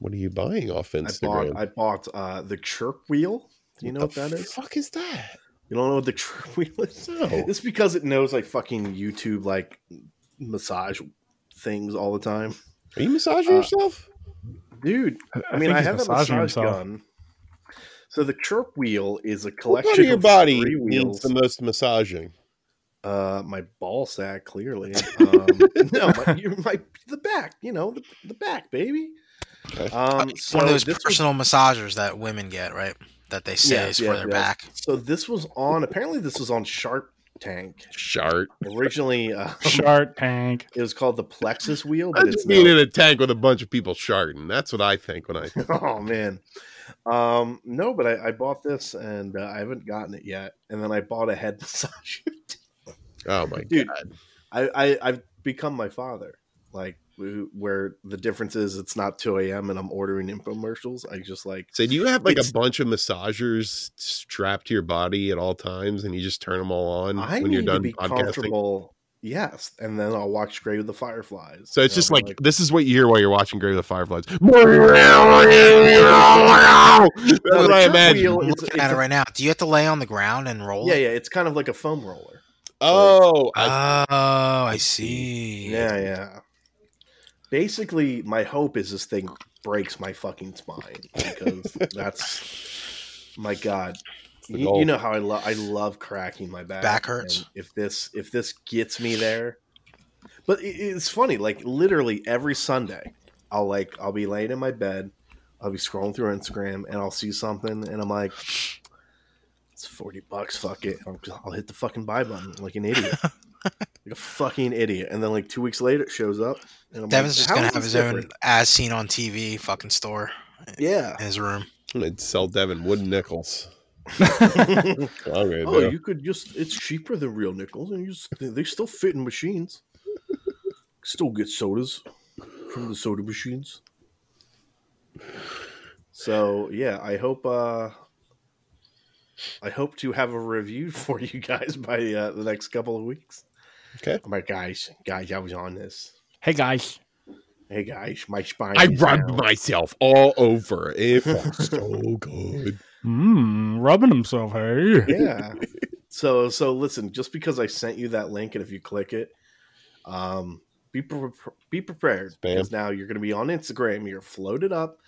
Speaker 1: What are you buying off Instagram?
Speaker 2: I bought I bought uh the chirp wheel. Do you know what that
Speaker 1: the
Speaker 2: is?
Speaker 1: Fuck is that?
Speaker 2: You don't know what the chirp wheel is?
Speaker 1: No.
Speaker 2: It's because it knows like fucking YouTube like massage things all the time.
Speaker 1: Are you massaging
Speaker 2: Uh,
Speaker 1: yourself?
Speaker 2: Dude, I, mean
Speaker 5: think
Speaker 2: I
Speaker 5: he's
Speaker 2: have a massage
Speaker 5: massaging himself.
Speaker 2: gun. So the chirp wheel is a
Speaker 1: What
Speaker 2: collection
Speaker 1: part of your
Speaker 2: of
Speaker 1: body
Speaker 2: three
Speaker 1: needs
Speaker 2: wheels.
Speaker 1: the most massaging?
Speaker 2: Uh, my ball sack, clearly. Um, no, my, you my the back, you know, the, the back, baby.
Speaker 1: Okay.
Speaker 2: Um,
Speaker 3: It's
Speaker 2: so
Speaker 3: Uh, One of those
Speaker 2: this was-
Speaker 3: personal massagers that women get, right? That they say
Speaker 2: Yes,
Speaker 3: is
Speaker 2: yes,
Speaker 3: for their
Speaker 2: yes.
Speaker 3: back.
Speaker 2: so this was on. Apparently, this was on Shark Tank.
Speaker 1: Shart.
Speaker 2: Originally, uh,
Speaker 4: Shark Tank.
Speaker 2: it was called the Plexus Wheel,
Speaker 1: I
Speaker 2: but it's
Speaker 1: just
Speaker 2: now-
Speaker 1: needed a tank with a bunch of people sharting. That's what I think when I
Speaker 2: oh man um no but i, I bought this and uh, i haven't gotten it yet and then i bought a head massage
Speaker 1: Oh my
Speaker 2: Dude.
Speaker 1: god.
Speaker 2: I, I i've become my father like wh- where the difference is it's not 2 a.m and i'm ordering infomercials i just like
Speaker 1: So do you have like
Speaker 2: It's-
Speaker 1: a bunch of massagers strapped to your body at all times and you just turn them all on
Speaker 2: i
Speaker 1: when
Speaker 2: need
Speaker 1: you're done
Speaker 2: to be
Speaker 1: podcasting?
Speaker 2: comfortable yes and then i'll watch Grey with the fireflies
Speaker 1: So it's
Speaker 2: And
Speaker 1: just
Speaker 2: I'll
Speaker 1: like,
Speaker 2: be
Speaker 1: this is what you hear while you're watching Grave of the Fireflies. That's what I
Speaker 2: the
Speaker 1: imagine.
Speaker 2: wheel is-
Speaker 3: I'm looking
Speaker 2: it's
Speaker 3: at it
Speaker 2: a-
Speaker 3: right now. Do you have to lay on the ground and roll?
Speaker 2: yeah
Speaker 3: it?
Speaker 2: yeah it's kind of like a foam roller
Speaker 1: Oh, I,
Speaker 3: Oh, I see.
Speaker 2: yeah yeah basically my hope is this thing breaks my fucking spine because that's my god
Speaker 1: the
Speaker 2: you,
Speaker 1: goal.
Speaker 2: you know how i love i love cracking my back
Speaker 3: Back hurts.
Speaker 2: and if this if this gets me there but it, it's funny like literally every sunday i'll like i'll be laying in my bed i'll be scrolling through instagram and i'll see something and i'm like it's 40 bucks fuck it I'll, I'll hit the fucking buy button like an idiot like a fucking idiot and then like two weeks later it shows up and i'm
Speaker 3: Devin's
Speaker 2: like,
Speaker 3: just
Speaker 2: how
Speaker 3: gonna
Speaker 2: is
Speaker 3: have
Speaker 2: this
Speaker 3: his own
Speaker 2: different?
Speaker 3: as seen on TV fucking store
Speaker 2: yeah
Speaker 3: in his room.
Speaker 1: I'd sell Devin Wood Nichols. I'm gonna
Speaker 2: Oh,
Speaker 1: do.
Speaker 2: you could just, it's cheaper than real nickels, and you just, they, they still fit in machines. Still get sodas from the soda machines. So, yeah, I hope, uh, I hope to have a review for you guys by uh, the next couple of weeks.
Speaker 1: Okay.
Speaker 2: Oh my guys, guys, I was on this.
Speaker 4: Hey guys,
Speaker 2: Oh, Hey guys, my spine.
Speaker 1: I
Speaker 2: is
Speaker 1: rubbed
Speaker 2: down.
Speaker 1: myself all over. It felt so good.
Speaker 4: mm, rubbing himself. Hey,
Speaker 2: yeah. So so listen, just because I sent you that link and if you click it, um, be pre- be prepared
Speaker 1: Spam.
Speaker 2: because now you're going to be on Instagram, you're floated up,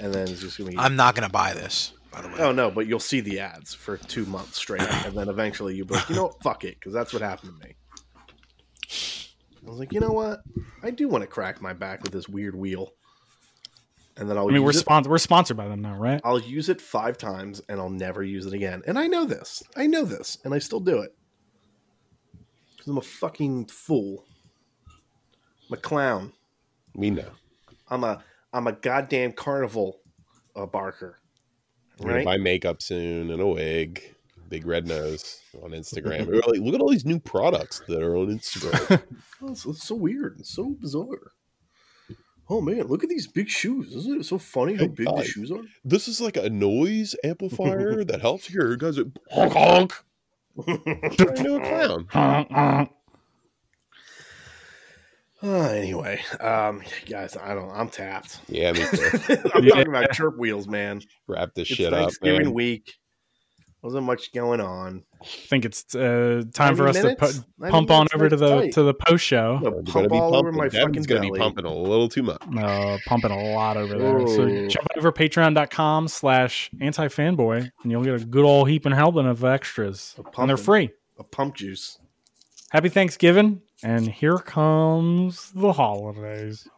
Speaker 2: and then it's just going to be.
Speaker 3: I'm not gonna buy this, by the way.
Speaker 2: oh no, but you'll see the ads for two months straight, and then eventually you'll be like, you know what, fuck it, because that's what happened to me. I was like, you know what, I do want to crack my back with this weird wheel, and then I'll.
Speaker 4: I mean, we're
Speaker 2: use it-
Speaker 4: spon- we're sponsored by them now, right?
Speaker 2: I'll use it five times and I'll never use it again. And I know this. I know this. And I still do it. Because I'm a fucking fool. I'm a clown.
Speaker 1: We know.
Speaker 2: I'm a I'm a goddamn carnival uh, barker.
Speaker 1: I'm gonna
Speaker 2: Right?
Speaker 1: buy makeup soon and a wig, big red nose on Instagram. We're like, look at all these new products that are on Instagram.
Speaker 2: Oh, it's, it's so weird and so bizarre. Oh man, look at these big shoes. Isn't it so funny how
Speaker 1: Hey,
Speaker 2: big
Speaker 1: guys.
Speaker 2: the shoes are?
Speaker 1: this is like a noise amplifier that helps your guys are honk honk. Turn into a clown.
Speaker 2: Uh, anyway, um, guys, I don't. I'm tapped.
Speaker 1: Yeah, me too.
Speaker 2: I'm
Speaker 4: Yeah.
Speaker 2: talking about chirp wheels, man.
Speaker 1: Wrap this
Speaker 2: It's
Speaker 1: shit up,
Speaker 2: Thanksgiving
Speaker 1: man.
Speaker 2: week. Wasn't much going on.
Speaker 4: think it's uh, time for us
Speaker 2: 90 minutes?
Speaker 4: to
Speaker 2: 90
Speaker 4: pu- pump on
Speaker 2: minutes,
Speaker 4: over to the
Speaker 2: that's
Speaker 4: to the post show.
Speaker 2: tight. I'm
Speaker 1: You
Speaker 2: gonna
Speaker 1: better
Speaker 2: Pump
Speaker 1: be
Speaker 2: all over
Speaker 1: pumping.
Speaker 2: my
Speaker 1: Devin's
Speaker 2: fucking
Speaker 1: gonna
Speaker 2: belly.
Speaker 1: be pumping a little too much.
Speaker 4: Uh, pumping a lot over there.
Speaker 2: Ooh.
Speaker 4: So jump over to patreon.com slash anti fanboy and you'll get a good old heap and helping of extras.
Speaker 2: A
Speaker 4: And
Speaker 2: pumping.
Speaker 4: they're free.
Speaker 2: A pump juice.
Speaker 4: Happy Thanksgiving. And here comes the holidays.